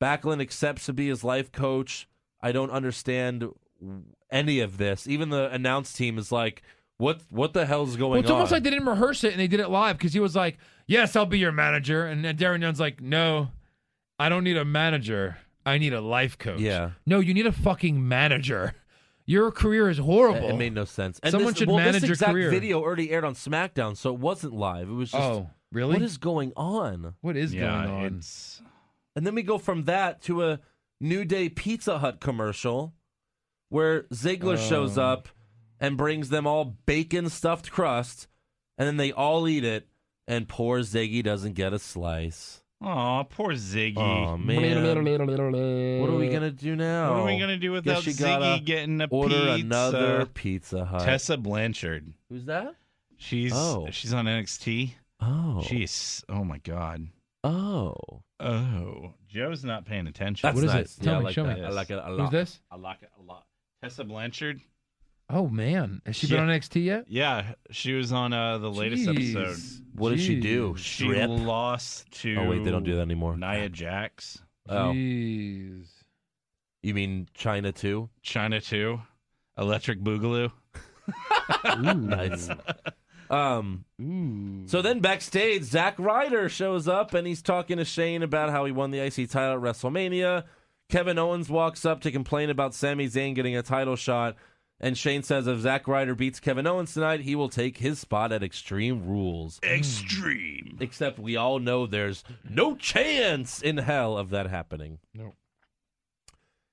Speaker 5: Backlund accepts to be his life coach. I don't understand any of this. Even the announce team is like, "What? What the hell's going
Speaker 6: Well, it's
Speaker 5: on?"
Speaker 6: almost like they didn't rehearse it and they did it live because he was like, "Yes, I'll be your manager," and then Darren Young's like, "No, I don't need a manager. I need a life coach."
Speaker 5: Yeah.
Speaker 6: No, you need a fucking manager. Your career is horrible.
Speaker 5: It made no sense. And
Speaker 6: Someone
Speaker 5: this,
Speaker 6: should
Speaker 5: well, this
Speaker 6: manage your
Speaker 5: exact
Speaker 6: career.
Speaker 5: video already aired on SmackDown, so it wasn't live. It was just,
Speaker 6: oh, really?
Speaker 5: what is going on?
Speaker 6: what is
Speaker 7: yeah,
Speaker 6: going on?
Speaker 7: it's
Speaker 5: And then we go from that to a New Day Pizza Hut commercial where Ziggler
Speaker 6: Oh.
Speaker 5: shows up and brings them all bacon stuffed crust, and then they all eat it, and poor Ziggy doesn't get a slice.
Speaker 7: aw, poor Ziggy.
Speaker 6: Um,
Speaker 5: Oh man, what are we gonna do now?
Speaker 7: what are we gonna do without
Speaker 5: Guess you gotta
Speaker 7: Ziggy getting a
Speaker 5: Order
Speaker 7: pizza?
Speaker 5: another Pizza Hut.
Speaker 7: Tessa Blanchard.
Speaker 5: Who's that?
Speaker 7: She's
Speaker 5: Oh.
Speaker 7: she's on NXT.
Speaker 5: Oh,
Speaker 7: She's oh my god.
Speaker 5: oh,
Speaker 7: Oh, Joe's not paying attention.
Speaker 5: that's
Speaker 6: What is it?
Speaker 5: nice.
Speaker 6: Tell
Speaker 5: yeah,
Speaker 6: me,
Speaker 5: I like
Speaker 6: show me.
Speaker 5: that. I like it a lot.
Speaker 6: Who's this?
Speaker 7: I like it a lot. Tessa Blanchard.
Speaker 6: Oh man, has she
Speaker 7: Yeah.
Speaker 6: been on NXT yet?
Speaker 7: Yeah, she was on uh, the latest
Speaker 6: Jeez.
Speaker 7: episode.
Speaker 5: What did she do?
Speaker 6: Jeez.
Speaker 7: She
Speaker 5: Oh, Strip?
Speaker 7: lost to.
Speaker 5: Oh wait, they don't do that anymore.
Speaker 7: Nia Jax,
Speaker 5: Oh,
Speaker 6: Jeez.
Speaker 5: you mean China too?
Speaker 7: China Two, Electric Boogaloo.
Speaker 5: nice. Um. So then backstage, Zack Ryder shows up and he's talking to Shane about how he won the IC title at WrestleMania. Kevin Owens walks up to complain about Sami Zayn getting a title shot, and Shane says if Zack Ryder beats Kevin Owens tonight, he will take his spot at Extreme Rules.
Speaker 7: Extreme.
Speaker 5: Except we all know there's no chance in hell of that happening.
Speaker 6: No.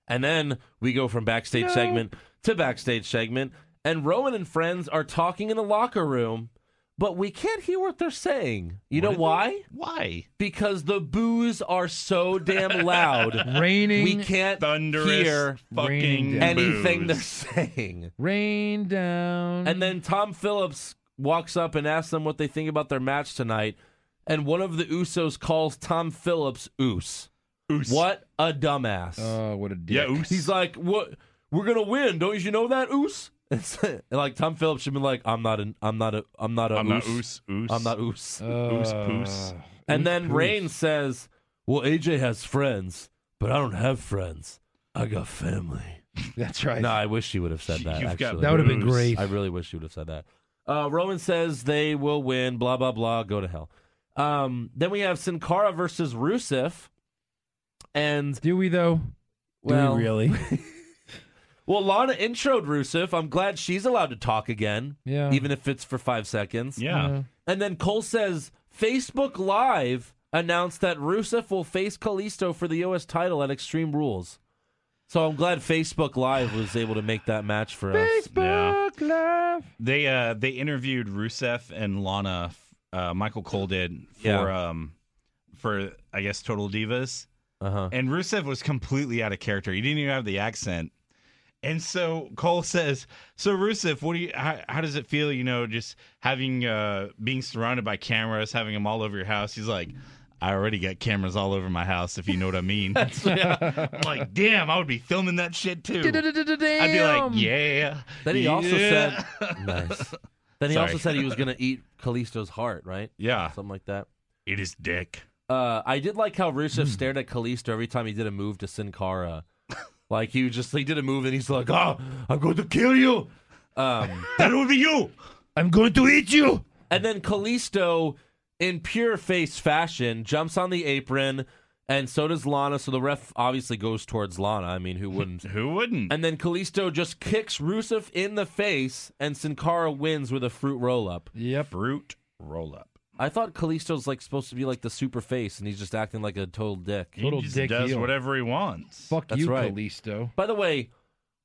Speaker 5: And then we go from backstage segment to backstage segment, and Rowan and friends are talking in the locker room, but we can't hear what they're saying. You know why?
Speaker 7: Why?
Speaker 5: Because the boos are so damn loud,
Speaker 6: Raining.
Speaker 5: Uh, we can't
Speaker 7: Thunderous
Speaker 5: hear
Speaker 7: fucking
Speaker 6: rain
Speaker 5: anything they're
Speaker 7: boos.
Speaker 5: saying.
Speaker 6: Rain down.
Speaker 5: And then
Speaker 7: Mm-hmm.
Speaker 5: Tom Phillips walks up and asks them what they think about their match tonight. And one of the Usos calls Tom Phillips Oos.
Speaker 7: Oos.
Speaker 5: What a dumbass.
Speaker 7: Uh,
Speaker 6: Oh, what a dick.
Speaker 7: Yeah, oos.
Speaker 5: He's like, "What? We're gonna win, don't you know that, Oos?" and like Tom Phillips should be like, "I'm not an, I'm not a, I'm not a, oos.
Speaker 7: I'm not oos. Oos.
Speaker 5: I'm not Oos."
Speaker 7: Oos
Speaker 6: Uh,
Speaker 7: poos.
Speaker 5: and
Speaker 6: oos
Speaker 5: then
Speaker 6: poos.
Speaker 5: Rain says, "Well, AJ has friends, but I don't have friends. I got family."
Speaker 6: That's right.
Speaker 5: No, I wish she would have said that.
Speaker 7: You've got
Speaker 5: actually,
Speaker 6: that would have been
Speaker 7: Boos.
Speaker 6: great.
Speaker 5: I really wish you would have said that. Uh, Roman says they will win, blah, blah, blah, go to hell. Um, then we have Sin Cara versus Rusev. And,
Speaker 6: Do we though?
Speaker 5: well,
Speaker 6: Do we really?
Speaker 5: well, Lana introed Rusev. I'm glad she's allowed to talk again,
Speaker 6: Yeah.
Speaker 5: even if it's for five seconds.
Speaker 7: Yeah.
Speaker 5: And then Cole says Facebook Live announced that Rusev will face Kalisto for the U.S. title at Extreme Rules. So I'm glad Facebook Live was able to make that match for us.
Speaker 7: Yeah.
Speaker 6: Fuck life.
Speaker 7: They uh they interviewed Rusev and Lana. Uh, Michael Cole did for
Speaker 5: Yeah.
Speaker 7: um for I guess Total Divas.
Speaker 5: Uh-huh.
Speaker 7: And Rusev was completely out of character. He didn't even have the accent. And so Cole says, "So Rusev, what do you? How, how does it feel? You know, just having uh being surrounded by cameras, having them all over your house." He's like, "I already got cameras all over my house, if you know what I mean." I'm like, damn, I would be filming that shit too. I'd be like, yeah.
Speaker 5: Then he also
Speaker 7: yeah."
Speaker 5: said, "Nice." Then he
Speaker 7: Sorry.
Speaker 5: also said he was going to eat Kalisto's heart, right?
Speaker 7: "Yeah,
Speaker 5: Something like that.
Speaker 7: it is dick."
Speaker 5: Uh, I did like how
Speaker 7: Hmm.
Speaker 5: Rusev stared at Kalisto every time he did a move to Sin Cara. Like he just he did a move and he's like, "Oh, I'm going to kill you." Um,
Speaker 7: That would be you.
Speaker 6: I'm going to eat you.
Speaker 5: and then Kalisto, in pure face fashion, jumps on the apron, and so does Lana. So the ref obviously goes towards Lana. I mean, who wouldn't?
Speaker 7: Who wouldn't?
Speaker 5: And then Kalisto just kicks Rusev in the face, and Sin Cara wins with a fruit roll up.
Speaker 6: Yep.
Speaker 7: Fruit roll up.
Speaker 5: I thought Kalisto's like supposed to be like the super face, and he's just acting like a total dick.
Speaker 6: Little
Speaker 7: he just
Speaker 6: dick
Speaker 7: does
Speaker 6: heel.
Speaker 7: whatever he wants.
Speaker 6: Fuck
Speaker 5: That's
Speaker 6: you,
Speaker 5: right.
Speaker 6: Kalisto. Oh
Speaker 5: By the way,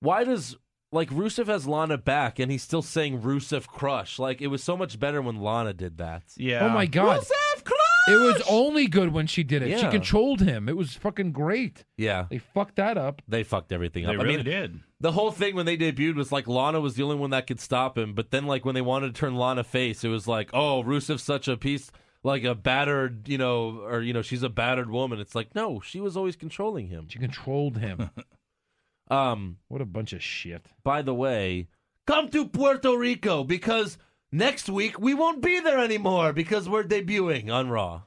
Speaker 5: why does like Rusev has Lana back, and he's still saying Rusev crush? Like it was so much better when Lana did that.
Speaker 7: Yeah.
Speaker 6: Oh my god.
Speaker 5: Rusev crush.
Speaker 6: It was only good when she did it. She
Speaker 5: Yeah.
Speaker 6: controlled him. It was fucking great.
Speaker 5: yeah.
Speaker 6: They fucked that up.
Speaker 5: They fucked everything
Speaker 7: They
Speaker 5: up.
Speaker 7: really
Speaker 5: I mean,
Speaker 7: did.
Speaker 5: the whole thing when they debuted was like Lana was the only one that could stop him, but then like when they wanted to turn Lana face, it was like, oh, Rusev's such a piece, like a battered, you know, or you know, she's a battered woman. It's like, no, she was always controlling him.
Speaker 6: She controlled him.
Speaker 5: Um,
Speaker 6: what a bunch of shit.
Speaker 5: by the way, come to Puerto Rico because next week we won't be there anymore because we're debuting on Raw.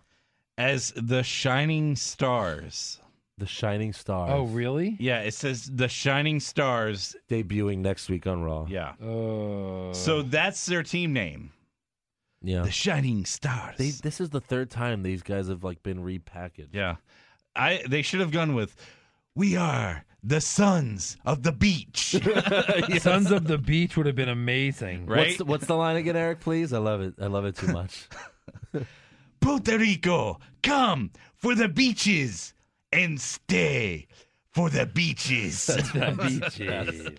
Speaker 7: As the shining stars,
Speaker 5: The Shining Stars.
Speaker 6: Oh, really?
Speaker 7: Yeah, it says the Shining Stars.
Speaker 5: Debuting next week on Raw.
Speaker 7: Yeah.
Speaker 6: Uh,
Speaker 7: So that's their team name,
Speaker 5: Yeah.
Speaker 7: the Shining Stars.
Speaker 5: They, this is the third time these guys have like been repackaged.
Speaker 7: yeah, I they should have gone with, we are the sons of the beach.
Speaker 6: Sons of the Beach would have been amazing.
Speaker 7: Right.
Speaker 5: What's the, what's the line again, Eric? Please, I love it. I love it too much.
Speaker 7: Puerto Rico, come for the beaches and stay for the beaches.
Speaker 6: The beaches.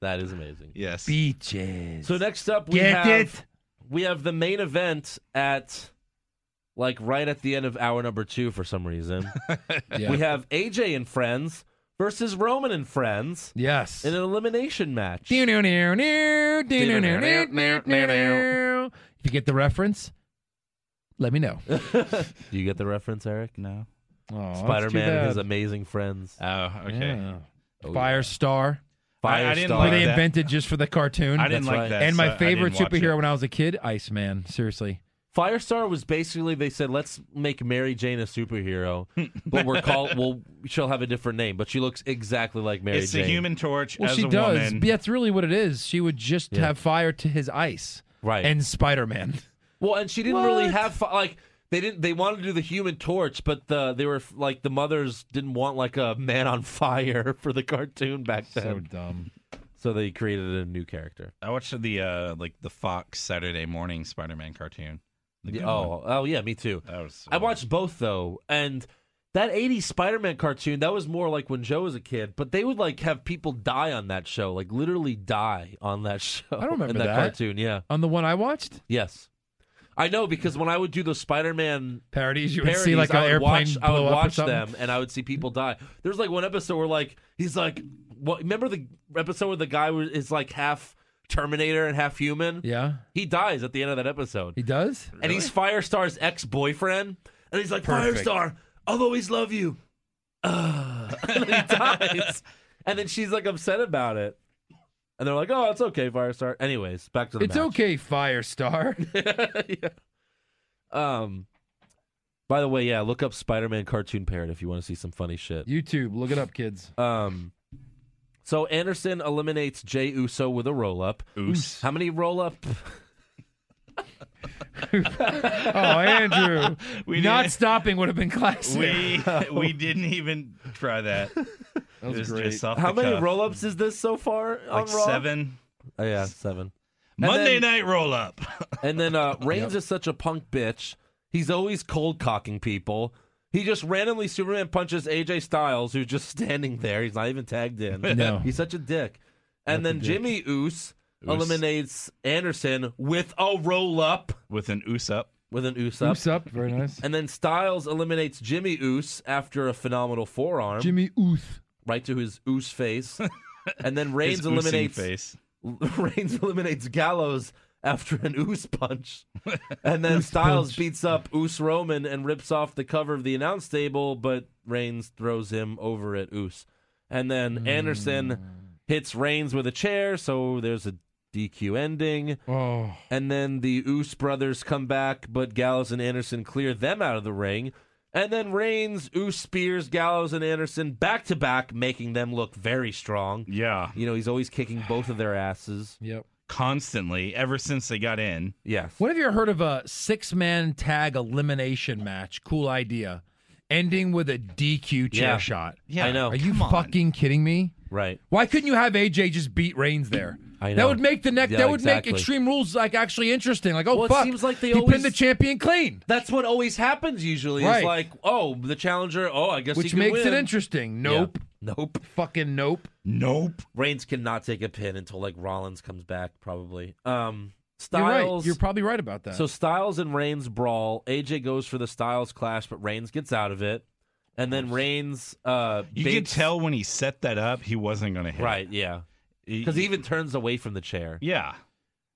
Speaker 5: that is amazing.
Speaker 7: yes.
Speaker 6: Beaches.
Speaker 5: So next up, we
Speaker 6: Get
Speaker 5: have
Speaker 6: it?
Speaker 5: we have the main event at like right at the end of hour number two for some reason.
Speaker 6: Yeah.
Speaker 5: We have AJ and friends versus Roman and friends
Speaker 6: yes.
Speaker 5: in an elimination match.
Speaker 6: If you get the reference, let me know. Oh,
Speaker 5: Do you get the reference, Eric?
Speaker 7: No.
Speaker 6: that's too
Speaker 5: Spider Man and his
Speaker 6: bad.
Speaker 5: amazing friends.
Speaker 7: Oh, okay.
Speaker 6: Yeah. Firestar,
Speaker 7: I- I didn't
Speaker 5: Firestar.
Speaker 6: who
Speaker 7: like
Speaker 6: they
Speaker 7: that.
Speaker 6: invented just for the cartoon.
Speaker 7: I didn't
Speaker 5: That's
Speaker 7: like
Speaker 5: right.
Speaker 7: that.
Speaker 6: and
Speaker 7: so
Speaker 6: my
Speaker 7: I
Speaker 6: favorite
Speaker 7: didn't watch it.
Speaker 6: superhero when I was a kid, Iceman. Seriously.
Speaker 5: Firestar was basically they said let's make Mary Jane a superhero, but we're called well she'll have a different name, but she looks exactly like Mary
Speaker 7: It's
Speaker 5: Jane.
Speaker 7: the Human Torch
Speaker 6: Well,
Speaker 7: as
Speaker 6: she
Speaker 7: a
Speaker 6: does.
Speaker 7: woman.
Speaker 6: Yeah, that's really what it is. She would just
Speaker 5: Yeah.
Speaker 6: have fire to his ice.
Speaker 5: Right.
Speaker 6: And Spider Man.
Speaker 5: Well, and she didn't really
Speaker 6: What?
Speaker 5: have fi- like they didn't they wanted to do the Human Torch, but the they were like the mothers didn't want like a man on fire for the cartoon back then, so,
Speaker 6: dumb.
Speaker 5: they created a new character.
Speaker 7: I watched the uh like the Fox Saturday morning Spider-Man cartoon. The good one.
Speaker 5: oh, oh yeah, me too.
Speaker 7: that was.
Speaker 5: I watched both though, and that '80s Spider-Man cartoon that was more like when Joe was a kid. But they would like have people die on that show, like literally die on that show.
Speaker 6: I don't remember
Speaker 5: in that,
Speaker 6: that.
Speaker 5: cartoon. Yeah,
Speaker 6: On the one I watched,
Speaker 5: yes, I know because when I would do the Spider-Man
Speaker 6: parodies, you would
Speaker 5: parodies,
Speaker 6: see like an
Speaker 5: I would
Speaker 6: airplane
Speaker 5: watch, I
Speaker 6: blow
Speaker 5: would
Speaker 6: up or
Speaker 5: watch
Speaker 6: something.
Speaker 5: them, and I would see people die. There's like one episode where like he's like, what, remember the episode where the guy was, is like half Terminator and half human?
Speaker 6: Yeah.
Speaker 5: he dies at the end of that episode
Speaker 6: He does?
Speaker 5: and he's Firestar's ex boyfriend, and he's like,
Speaker 6: Perfect.
Speaker 5: Firestar, I'll always love you. Uh, and then he dies, and then she's like upset about it, and they're like, "Oh, it's okay, Firestar." Anyways, back to the
Speaker 6: It's
Speaker 5: match.
Speaker 6: okay, Firestar.
Speaker 5: okay. Um. By the way, yeah, look up Spider-Man cartoon parrot if you want to see some funny shit.
Speaker 6: YouTube, look it up, kids.
Speaker 5: Um. So Anderson eliminates Jay Uso with a roll-up.
Speaker 7: Oos.
Speaker 5: How many roll-up?
Speaker 6: Oh, Andrew.
Speaker 7: We
Speaker 6: Not
Speaker 7: didn't-
Speaker 6: stopping would have been classic.
Speaker 7: We we didn't even try that. that was it was
Speaker 6: great.
Speaker 7: just off
Speaker 5: How
Speaker 7: the
Speaker 5: many
Speaker 7: cuff.
Speaker 5: roll-ups is this so far on
Speaker 7: Like
Speaker 5: Raw?
Speaker 7: seven.
Speaker 5: Oh, yeah, seven.
Speaker 7: Monday
Speaker 5: then-
Speaker 7: night roll up.
Speaker 5: And then uh, Reigns is such a punk bitch. He's always cold cocking people. He just randomly Superman punches AJ Styles, who's just standing there. He's not even tagged in.
Speaker 6: No.
Speaker 5: He's such a dick. And then Jimmy Oos eliminates Anderson with a roll up,
Speaker 7: with an oos up.
Speaker 5: with an Oos up.
Speaker 6: Oops up. Very nice.
Speaker 5: And then Styles eliminates Jimmy Oos after a phenomenal forearm,
Speaker 6: Jimmy Ooth.
Speaker 5: right to his Oos face. and then Reigns
Speaker 7: His oosing
Speaker 5: eliminates
Speaker 7: face.
Speaker 5: Reigns eliminates Gallows after an Oos punch. And then Styles beats up Oos Roman and rips off the cover of the announce table, but Reigns throws him over at Oos. And then Anderson hits Reigns with a chair, so there's a DQ ending.
Speaker 6: Oh.
Speaker 5: And then the Oos brothers come back, but Gallows and Anderson clear them out of the ring. And then Reigns, Oos spears Gallows and Anderson back to back, making them look very strong.
Speaker 7: Yeah.
Speaker 5: You know, he's always kicking both of their asses.
Speaker 6: Yep.
Speaker 7: Constantly, ever since they got in.
Speaker 5: Yes.
Speaker 6: What have you heard of a six man tag elimination match? Cool idea. Ending with a DQ chair
Speaker 5: Yeah.
Speaker 6: shot.
Speaker 5: Yeah, Oh, I know.
Speaker 6: Are you
Speaker 7: come on.
Speaker 6: fucking kidding me?
Speaker 5: Right.
Speaker 6: Why couldn't you have AJ just beat Reigns there?
Speaker 5: I
Speaker 6: That
Speaker 5: know.
Speaker 6: would make the neck.
Speaker 5: Yeah,
Speaker 6: that would
Speaker 5: exactly.
Speaker 6: make Extreme Rules like actually interesting. Like, oh
Speaker 5: Well, it
Speaker 6: fuck,
Speaker 5: seems like they
Speaker 6: he
Speaker 5: always-
Speaker 6: pinned the champion clean,
Speaker 5: That's what always happens usually. It's
Speaker 6: Right.
Speaker 5: like, oh, the challenger, oh, I guess he
Speaker 6: which
Speaker 5: can
Speaker 6: makes it
Speaker 5: win.
Speaker 6: interesting.
Speaker 5: Yeah.
Speaker 6: Nope,
Speaker 5: Nope.
Speaker 6: fucking nope.
Speaker 7: Nope.
Speaker 5: Reigns cannot take a pin until like Rollins comes back, probably. Um
Speaker 6: You're
Speaker 5: Styles.
Speaker 6: right. You're probably right about that.
Speaker 5: so Styles and Reigns brawl. AJ goes for the Styles clash, but Reigns gets out of it. And then Reigns uh
Speaker 7: You
Speaker 5: baits-
Speaker 7: could tell when he set that up, he wasn't going to hit.
Speaker 5: Right, yeah. Because he even turns away from the chair.
Speaker 7: Yeah.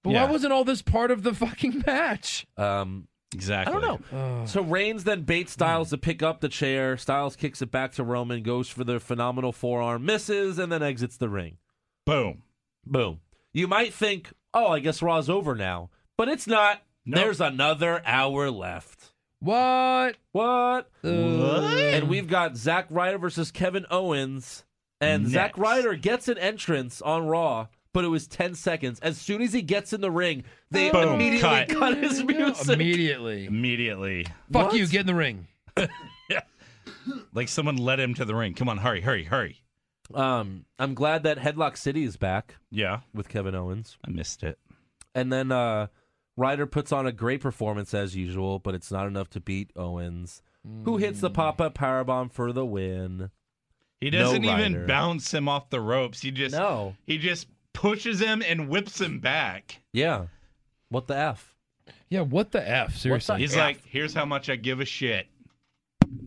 Speaker 6: but
Speaker 7: yeah.
Speaker 6: why wasn't all this part of the fucking match?
Speaker 5: Um I
Speaker 7: Exactly.
Speaker 5: don't know.
Speaker 6: Oh.
Speaker 5: So Reigns then baits Styles to pick up the chair. Styles kicks it back to Roman, goes for the phenomenal forearm, misses, and then exits the ring.
Speaker 7: Boom.
Speaker 5: Boom. You might think, oh, I guess Raw's over now, but it's not.
Speaker 7: Nope.
Speaker 5: There's another hour left.
Speaker 6: What?
Speaker 5: What?
Speaker 7: Mm. What?
Speaker 5: And we've got Zack Ryder versus Kevin Owens. And
Speaker 7: Next.
Speaker 5: Zack Ryder gets an entrance on Raw, but it was 10 seconds. As soon as he gets in the ring, they
Speaker 7: Boom,
Speaker 5: immediately
Speaker 7: cut.
Speaker 5: cut, his music.
Speaker 6: Immediately.
Speaker 7: Immediately.
Speaker 6: Fuck
Speaker 5: What?
Speaker 6: you. Get in the ring.
Speaker 7: Like someone led him to the ring. Come on, hurry, hurry, hurry.
Speaker 5: Um, I'm glad that Headlock City is back
Speaker 7: Yeah.
Speaker 5: with Kevin Owens.
Speaker 7: I missed it.
Speaker 5: And then uh, Ryder puts on a great performance as usual, but it's not enough to beat Owens, who hits the pop up powerbomb for the win.
Speaker 7: He
Speaker 5: No
Speaker 7: doesn't even
Speaker 5: rider.
Speaker 7: bounce him off the ropes. He just
Speaker 5: No.
Speaker 7: he just pushes him and whips him back.
Speaker 5: Yeah. What the F?
Speaker 6: Yeah. What the f? Seriously.
Speaker 7: He's like, here's how much I give a shit.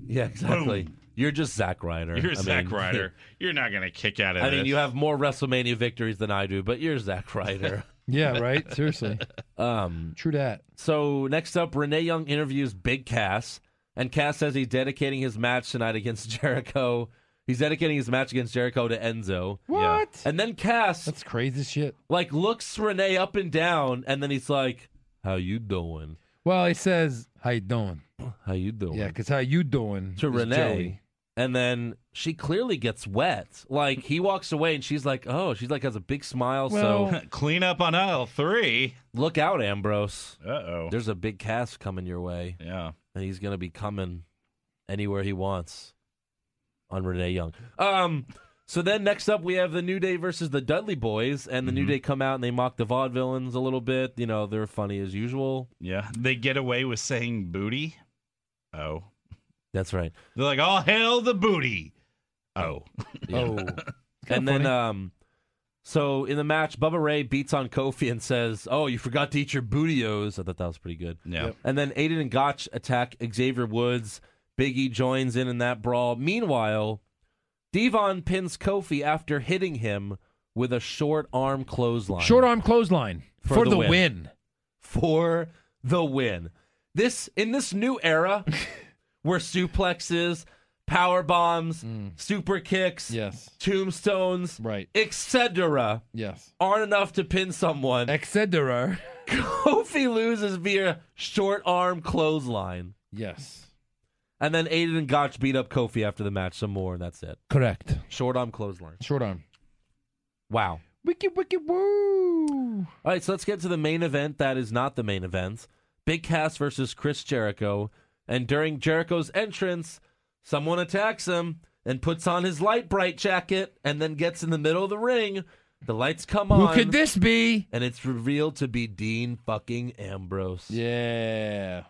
Speaker 5: Yeah, exactly. You're just Zack Ryder.
Speaker 7: You're
Speaker 5: I
Speaker 7: Zack
Speaker 5: mean-
Speaker 7: Ryder. You're not gonna kick out of
Speaker 5: I
Speaker 7: this.
Speaker 5: mean, you have more WrestleMania victories than I do, but you're Zack Ryder.
Speaker 6: yeah. Right. Seriously.
Speaker 5: um,
Speaker 6: True that.
Speaker 5: so next up, Renee Young interviews Big Cass, and Cass says he's dedicating his match tonight against Jericho. He's dedicating his match against Jericho to Enzo.
Speaker 6: What?
Speaker 5: And then Cass
Speaker 6: That's crazy shit.
Speaker 5: like looks Renee up and down, and then he's like, "How you doing?
Speaker 6: Well, he says, "How you doing?"
Speaker 5: How you doing?"
Speaker 6: Yeah, because how you doing?
Speaker 5: to
Speaker 6: is
Speaker 5: Renee.
Speaker 6: Joey.
Speaker 5: And then she clearly gets wet. Like he walks away, and she's like, "Oh, she's like has a big smile." so
Speaker 6: Well-
Speaker 7: clean up on aisle three.
Speaker 5: Look out, Ambrose.
Speaker 7: Uh oh.
Speaker 5: There's a big cast coming your way,
Speaker 7: Yeah.
Speaker 5: and he's going to be coming anywhere he wants on Renee Young. Um, so then next up, we have the New Day versus the Dudley Boys, and the
Speaker 6: Mm-hmm.
Speaker 5: New Day come out and they mock the vaudevillains a little bit. You know, they're funny as usual.
Speaker 7: Yeah. They get away with saying booty. Oh.
Speaker 5: That's right.
Speaker 7: They're like, all hail the booty. Oh.
Speaker 6: Oh,
Speaker 5: and then, um, so in the match, Bubba Ray beats on Kofi and says, "Oh, you forgot to eat your bootios." I thought that was pretty good.
Speaker 7: Yeah.
Speaker 5: And then Aiden and Gotch attack Xavier Woods. Biggie joins in in that brawl. Meanwhile, Devon pins Kofi after hitting him with a short arm clothesline.
Speaker 6: short arm clothesline for, the, win.
Speaker 5: for the win. This in this new era where suplexes, power bombs, super kicks,
Speaker 6: Yes,
Speaker 5: tombstones,
Speaker 6: Right.
Speaker 5: etc.
Speaker 6: yes,
Speaker 5: aren't enough to pin someone.
Speaker 6: etc.
Speaker 5: Kofi loses via short arm clothesline.
Speaker 6: Yes,
Speaker 5: And then Aiden and Gotch beat up Kofi after the match some more, and that's it.
Speaker 6: correct.
Speaker 5: Short arm clothesline.
Speaker 6: Short arm.
Speaker 5: Wow.
Speaker 6: Wiki wiki woo.
Speaker 5: All right, so let's get to the main event that is not the main event Big Cass versus Chris Jericho. And during Jericho's entrance, someone attacks him and puts on his light bright jacket and then gets in the middle of the ring. The lights come on.
Speaker 6: Who could this be?
Speaker 5: And it's revealed to be Dean fucking Ambrose.
Speaker 6: Yeah,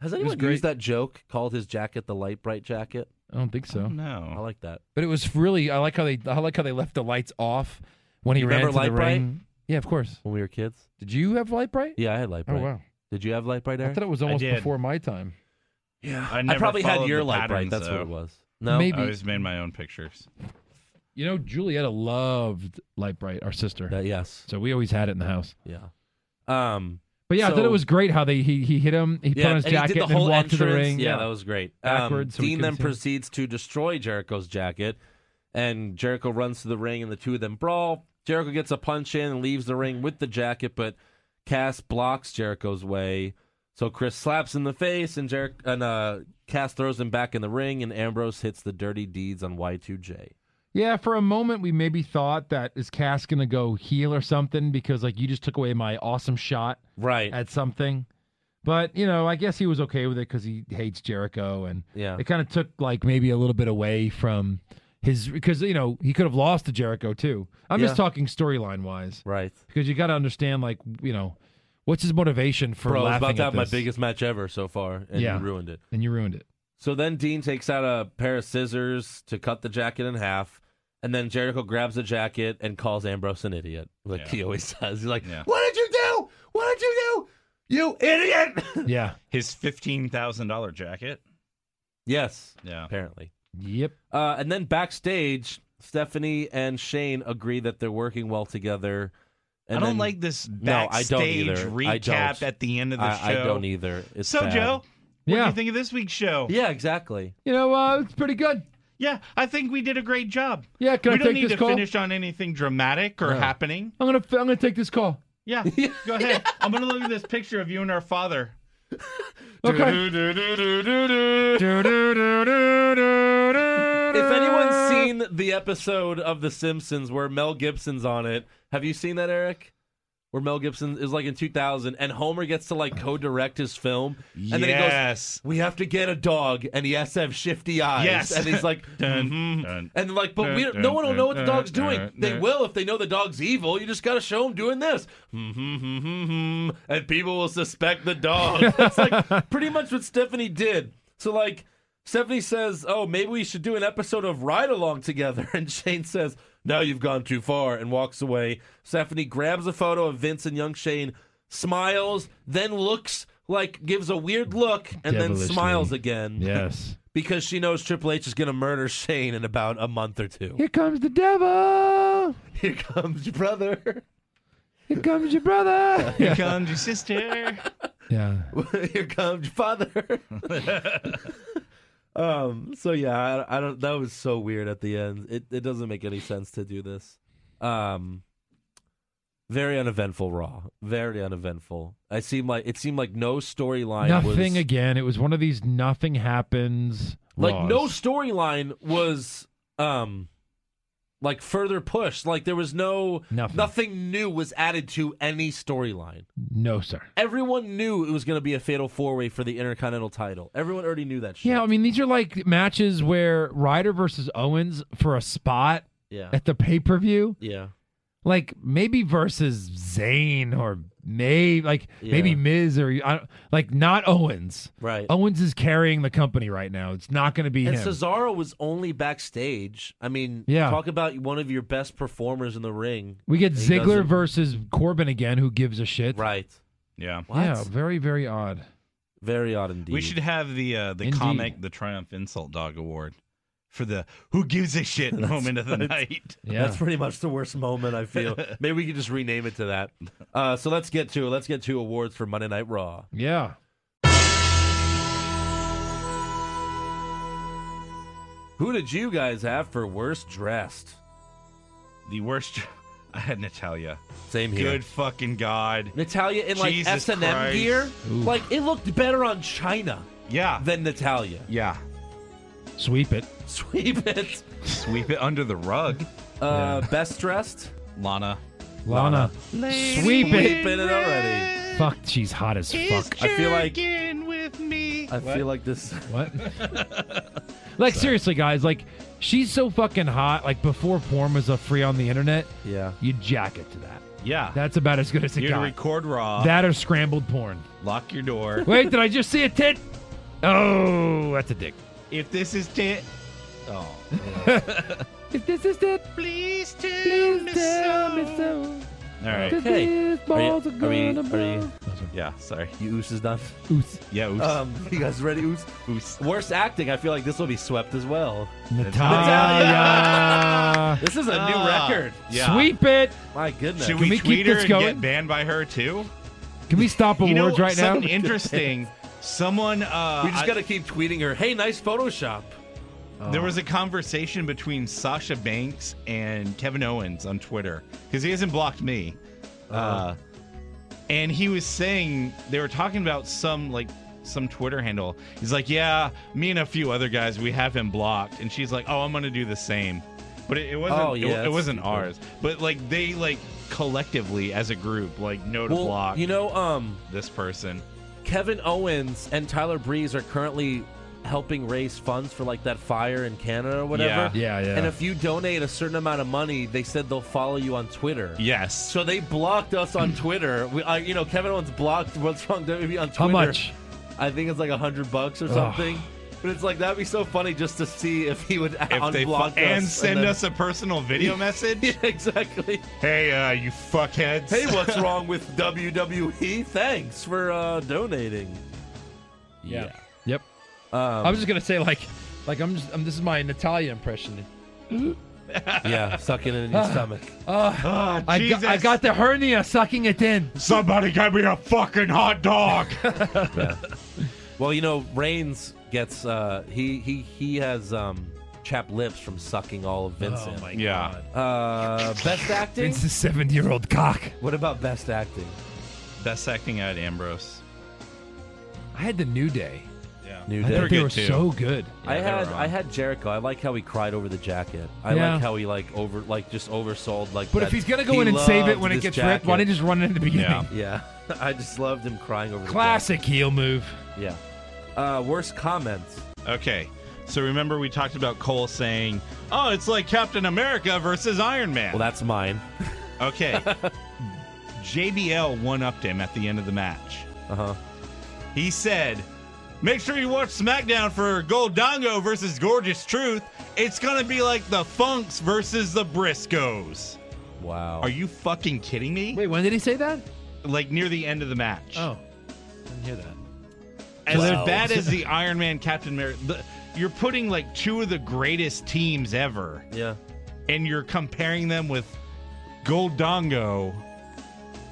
Speaker 5: Has anyone
Speaker 6: great.
Speaker 5: used that joke called his jacket the light bright jacket?
Speaker 6: I don't think so.
Speaker 5: I
Speaker 7: No.
Speaker 5: like that.
Speaker 6: But it was really. I like how they. I like how they left the lights off when he
Speaker 5: You
Speaker 6: ran
Speaker 5: remember
Speaker 6: to the
Speaker 5: Light Bright?
Speaker 6: ring. Yeah, of course.
Speaker 5: When we were kids?
Speaker 6: Did you have light bright?
Speaker 5: Yeah, I had light
Speaker 6: Oh
Speaker 5: bright.
Speaker 6: wow.
Speaker 5: Did you have light bright,
Speaker 6: I
Speaker 5: Eric?
Speaker 6: thought it was almost
Speaker 7: did.
Speaker 6: before my time.
Speaker 5: Yeah,
Speaker 7: I never
Speaker 5: probably had
Speaker 7: followed
Speaker 5: your
Speaker 7: the
Speaker 5: light bright.
Speaker 7: patterns,
Speaker 5: That's what
Speaker 7: though.
Speaker 5: it was. No,
Speaker 6: Maybe.
Speaker 7: I always made my own pictures.
Speaker 6: You know, Julietta loved light bright, our sister.
Speaker 5: Uh, yes,
Speaker 6: so we always had it in the house.
Speaker 5: yeah. Um,
Speaker 6: But yeah, I
Speaker 5: So-
Speaker 6: thought it was great how they he he hit him, he put
Speaker 5: yeah,
Speaker 6: on his
Speaker 5: and he
Speaker 6: jacket
Speaker 5: did the
Speaker 6: and
Speaker 5: whole
Speaker 6: walked
Speaker 5: entrance.
Speaker 6: to the ring.
Speaker 5: Yeah, that was great. Um,
Speaker 6: Backwards, so we
Speaker 5: Dean
Speaker 6: couldn't
Speaker 5: then
Speaker 6: see him.
Speaker 5: proceeds to destroy Jericho's jacket, and Jericho runs to the ring, and the two of them brawl. Jericho gets a punch in and leaves the ring with the jacket, but Cass blocks Jericho's way. So Chris slaps him in the face, and Jericho and uh, Cass throws him back in the ring, and Ambrose hits the dirty deeds on Y2J.
Speaker 6: Yeah, for a moment we maybe thought that is Cass gonna go heel or something because like you just took away my awesome shot
Speaker 5: Right.
Speaker 6: at something. But you know, I guess he was okay with it because he hates Jericho, and
Speaker 5: Yeah.
Speaker 6: it kind of took like maybe a little bit away from his because you know he could have lost to Jericho too. I'm
Speaker 5: Yeah.
Speaker 6: just talking storyline wise
Speaker 5: right.
Speaker 6: because you got to understand like you know what's his motivation for
Speaker 5: Bro, I was
Speaker 6: laughing
Speaker 5: about to
Speaker 6: at
Speaker 5: have my
Speaker 6: this?
Speaker 5: biggest match ever so far, and
Speaker 6: Yeah.
Speaker 5: you ruined it.
Speaker 6: and you ruined it.
Speaker 5: So then Dean takes out a pair of scissors to cut the jacket in half, and then Jericho grabs the jacket and calls Ambrose an idiot, like
Speaker 7: Yeah.
Speaker 5: he always does. He's like,
Speaker 7: Yeah.
Speaker 5: "What did you do? What did you do? You idiot!"
Speaker 6: Yeah.
Speaker 7: His fifteen thousand dollar jacket.
Speaker 5: yes,
Speaker 7: Yeah.
Speaker 5: apparently.
Speaker 6: Yep.
Speaker 5: Uh, and then backstage, Stephanie and Shane agree that they're working well together. And
Speaker 7: I don't
Speaker 5: then-
Speaker 7: like this
Speaker 5: No, I
Speaker 7: backstage
Speaker 5: don't either. I
Speaker 7: recap
Speaker 5: don't.
Speaker 7: at the end of the
Speaker 5: I, I
Speaker 7: show.
Speaker 5: don't either. It's
Speaker 7: so
Speaker 5: bad.
Speaker 7: Joe, what do
Speaker 6: Yeah.
Speaker 7: you think of this week's show?
Speaker 5: Yeah, exactly.
Speaker 6: You know, uh, it's pretty good.
Speaker 7: Yeah, I think we did a great job.
Speaker 6: Yeah, can
Speaker 7: we
Speaker 6: I
Speaker 7: don't
Speaker 6: take
Speaker 7: need
Speaker 6: this
Speaker 7: to
Speaker 6: call?
Speaker 7: finish on anything dramatic or happening.
Speaker 6: I'm gonna I'm gonna take this call.
Speaker 7: Yeah, go ahead. I'm gonna look at this picture of you and our father.
Speaker 6: Okay.
Speaker 5: If anyone's seen the episode of The Simpsons where Mel Gibson's on it, have you seen that, Eric? Where Mel Gibson is like in 2000 and Homer gets to like co direct his film. And then he goes,
Speaker 7: Yes.
Speaker 5: We have to get a dog. And he has to have shifty eyes.
Speaker 7: Yes.
Speaker 5: And he's like,
Speaker 7: Dun,
Speaker 5: "Mhm."
Speaker 7: dun,
Speaker 5: And like, but we,
Speaker 7: dun,
Speaker 5: no one will
Speaker 7: dun,
Speaker 5: know what the
Speaker 7: dun,
Speaker 5: dog's
Speaker 7: dun,
Speaker 5: doing. They
Speaker 7: dun.
Speaker 5: will if they know the dog's evil. You just got to show him doing this. Hmm, Mm-hmm, and people will suspect the dog. That's like pretty much what Stephanie did. So, like, Stephanie says, Oh, maybe we should do an episode of Ride Along together. And Shane says, No, you've gone too far, and walks away. Stephanie grabs a photo of Vince and young Shane, smiles, then looks like gives a weird look, and then
Speaker 6: Devilishly.
Speaker 5: smiles again
Speaker 6: Yes.
Speaker 5: because she knows Triple H is going to murder Shane in about a month or two.
Speaker 6: Here comes the devil.
Speaker 5: Here comes your brother.
Speaker 6: Here comes your brother.
Speaker 7: Here comes your sister.
Speaker 6: Yeah.
Speaker 5: Here comes your father. um. So yeah, I, I don't. That was so weird at the end. It it doesn't make any sense to do this. Um. Very uneventful Raw. Very uneventful. I seem like it seemed like no storyline. was,
Speaker 6: Nothing again. It was one of these nothing happens.
Speaker 5: like no
Speaker 6: Raws.
Speaker 5: storyline was um like further pushed like there was no
Speaker 6: Nothing.
Speaker 5: new was added to any storyline
Speaker 6: no, sir.
Speaker 5: everyone knew it was going to be a fatal four way for the intercontinental title everyone already knew that shit.
Speaker 6: Yeah, I mean these are like matches where Ryder versus Owens for a spot
Speaker 5: yeah
Speaker 6: at the pay per view,
Speaker 5: yeah
Speaker 6: like maybe versus Zayn or May, like maybe
Speaker 5: Yeah.
Speaker 6: Miz or I don't, like not Owens.
Speaker 5: right
Speaker 6: Owens is carrying the company right now. It's not going to be
Speaker 5: and
Speaker 6: him.
Speaker 5: cesaro was only backstage i mean
Speaker 6: Yeah.
Speaker 5: talk about one of your best performers in the ring
Speaker 6: we get
Speaker 5: He
Speaker 6: Ziggler
Speaker 5: doesn't-
Speaker 6: versus Corbin again. Who gives a shit?
Speaker 5: right
Speaker 7: Yeah.
Speaker 5: what
Speaker 6: Yeah, very very odd.
Speaker 5: very odd indeed
Speaker 7: We should have the uh, the
Speaker 6: Indeed.
Speaker 7: comic the Triumph Insult Dog Award for the who gives a shit moment of the night.
Speaker 6: Yeah,
Speaker 5: That's pretty much the worst moment I feel. Maybe we could just rename it to that. Uh, so let's get to let's get to awards for Monday Night Raw.
Speaker 6: yeah.
Speaker 5: Who did you guys have for worst dressed?
Speaker 7: The worst. I had Natalia.
Speaker 5: Same here.
Speaker 7: Good fucking god.
Speaker 5: Natalia in like
Speaker 7: Jesus
Speaker 5: S and M
Speaker 7: Christ.
Speaker 5: gear.
Speaker 6: Oof.
Speaker 5: Like it looked better on China
Speaker 7: Yeah.
Speaker 5: than Natalia.
Speaker 7: yeah.
Speaker 6: Sweep it.
Speaker 5: Sweep it.
Speaker 7: Sweep it under the rug,
Speaker 5: Uh, Best dressed.
Speaker 7: Lana.
Speaker 6: Lana, sweep
Speaker 5: Sweep
Speaker 6: it.
Speaker 5: it already.
Speaker 6: Fuck, she's hot as fuck.
Speaker 5: I feel like
Speaker 7: with me.
Speaker 5: I feel like this.
Speaker 6: What? like seriously, guys, like she's so fucking hot. Like before porn was a free on the internet,
Speaker 5: Yeah.
Speaker 6: you jack it to that.
Speaker 7: Yeah.
Speaker 6: That's about as good as it
Speaker 7: You're to
Speaker 6: got.
Speaker 7: record raw.
Speaker 6: that or scrambled porn.
Speaker 7: lock your door.
Speaker 6: Wait, did I just see a tit? Oh, that's a dick.
Speaker 7: if this is it,
Speaker 6: If this is it,
Speaker 7: please tell me
Speaker 6: tell me
Speaker 7: so.
Speaker 6: so.
Speaker 7: All right.
Speaker 6: 'Cause
Speaker 5: Hey,
Speaker 6: these
Speaker 5: Are you,
Speaker 6: balls are
Speaker 5: are we,
Speaker 6: gonna
Speaker 5: are you,
Speaker 7: Yeah. Sorry.
Speaker 5: you Oos is done.
Speaker 6: blow. Oops.
Speaker 7: Yeah. Oops.
Speaker 5: Um, you guys ready? Oos.
Speaker 7: oops.
Speaker 5: Worst acting. I feel like this will be swept as well.
Speaker 6: Natalia.
Speaker 5: This is a new
Speaker 7: Ah.
Speaker 5: record.
Speaker 7: Yeah.
Speaker 6: Sweep it.
Speaker 5: My goodness.
Speaker 7: Should
Speaker 6: Can
Speaker 7: we,
Speaker 6: we keep
Speaker 7: tweet her
Speaker 6: this
Speaker 7: and
Speaker 6: going?
Speaker 7: get banned by her too?
Speaker 6: Can we stop awards
Speaker 7: you know,
Speaker 6: right now?
Speaker 7: something interesting. Someone, uh,
Speaker 5: We just
Speaker 7: I-
Speaker 5: gotta keep tweeting her. Hey, nice Photoshop.
Speaker 7: there
Speaker 5: Oh.
Speaker 7: was a conversation between Sasha Banks and Kevin Owens on Twitter because he hasn't blocked me.
Speaker 5: Uh-huh.
Speaker 7: Uh, and he was saying they were talking about some like some Twitter handle. He's like, "Yeah, me and a few other guys, we have him blocked." And she's like, "Oh, I'm gonna do the same." But it, it wasn't.
Speaker 5: Oh,
Speaker 7: it-
Speaker 5: yeah,
Speaker 7: it,
Speaker 5: that's
Speaker 7: wasn't
Speaker 5: stupid.
Speaker 7: ours. But like they like collectively as a group, like no to block
Speaker 5: you know, um,
Speaker 7: this person.
Speaker 5: Kevin Owens and Tyler Breeze are currently helping raise funds for like that fire in Canada or whatever.
Speaker 6: Yeah, yeah.
Speaker 5: And if you donate a certain amount of money, they said they'll follow you on Twitter.
Speaker 7: Yes.
Speaker 5: So they blocked us on Twitter. We, I, you know, Kevin Owens blocked What's Wrong WWE on Twitter.
Speaker 6: How much?
Speaker 5: I think it's like a hundred bucks or something. But it's like that'd be so funny just to see if he would
Speaker 7: if
Speaker 5: unblock
Speaker 7: they fu-
Speaker 5: us
Speaker 7: and send
Speaker 5: then-
Speaker 7: us a personal video
Speaker 5: Yeah,
Speaker 7: message.
Speaker 5: exactly.
Speaker 7: hey, uh, you fuckheads.
Speaker 5: Hey, what's wrong with WWE? Thanks for uh, donating.
Speaker 6: Yeah. Um, Yep. I was just gonna say like, like I'm just I'm, this is my Natalia impression.
Speaker 5: Yeah, sucking it in your stomach.
Speaker 7: Ah,
Speaker 6: I got,
Speaker 7: Jesus.
Speaker 6: I got the hernia sucking it in.
Speaker 7: Somebody get me a fucking hot dog.
Speaker 5: Well, you know, Reigns gets uh, he he he has um, chapped lips from sucking all of
Speaker 6: Oh
Speaker 5: Vincent.
Speaker 7: yeah.
Speaker 5: Uh, best acting.
Speaker 6: It's a 70 year old cock.
Speaker 5: What about best acting?
Speaker 7: Best acting at Ambrose.
Speaker 6: I had the New Day.
Speaker 5: New
Speaker 6: I
Speaker 5: Day.
Speaker 6: thought they were so good.
Speaker 5: I had I had Jericho. I like how he cried over the jacket. I
Speaker 6: Yeah.
Speaker 5: like how he like over like just oversold like.
Speaker 6: But
Speaker 5: that
Speaker 6: if he's gonna
Speaker 5: he
Speaker 6: go in and save it
Speaker 5: loved
Speaker 6: when it
Speaker 5: this
Speaker 6: gets
Speaker 5: jacket.
Speaker 6: ripped, why didn't he just run it in the beginning?
Speaker 7: Yeah.
Speaker 5: Yeah, I just loved him crying over
Speaker 6: Classic heel move.
Speaker 5: the jacket. Yeah. Uh, worst comments.
Speaker 7: Okay. So remember we talked about Cole saying, "Oh, it's like Captain America versus Iron Man."
Speaker 5: Well, that's mine.
Speaker 7: okay. JBL one upped him at the end of the match.
Speaker 5: Uh
Speaker 6: Uh-huh.
Speaker 5: huh.
Speaker 7: He said, "Make sure you watch SmackDown for Goldango versus Gorgeous Truth. It's gonna be like the Funks versus the Briscoes."
Speaker 5: Wow.
Speaker 7: Are you fucking kidding me?
Speaker 6: Wait, when did he say that?
Speaker 7: Like near the end of the match.
Speaker 6: Oh, didn't hear that.
Speaker 7: As
Speaker 5: Wow.
Speaker 7: bad as the Iron Man Captain America, the, you're putting like two of the greatest teams ever,
Speaker 5: yeah.
Speaker 7: and you're comparing them with Goldongo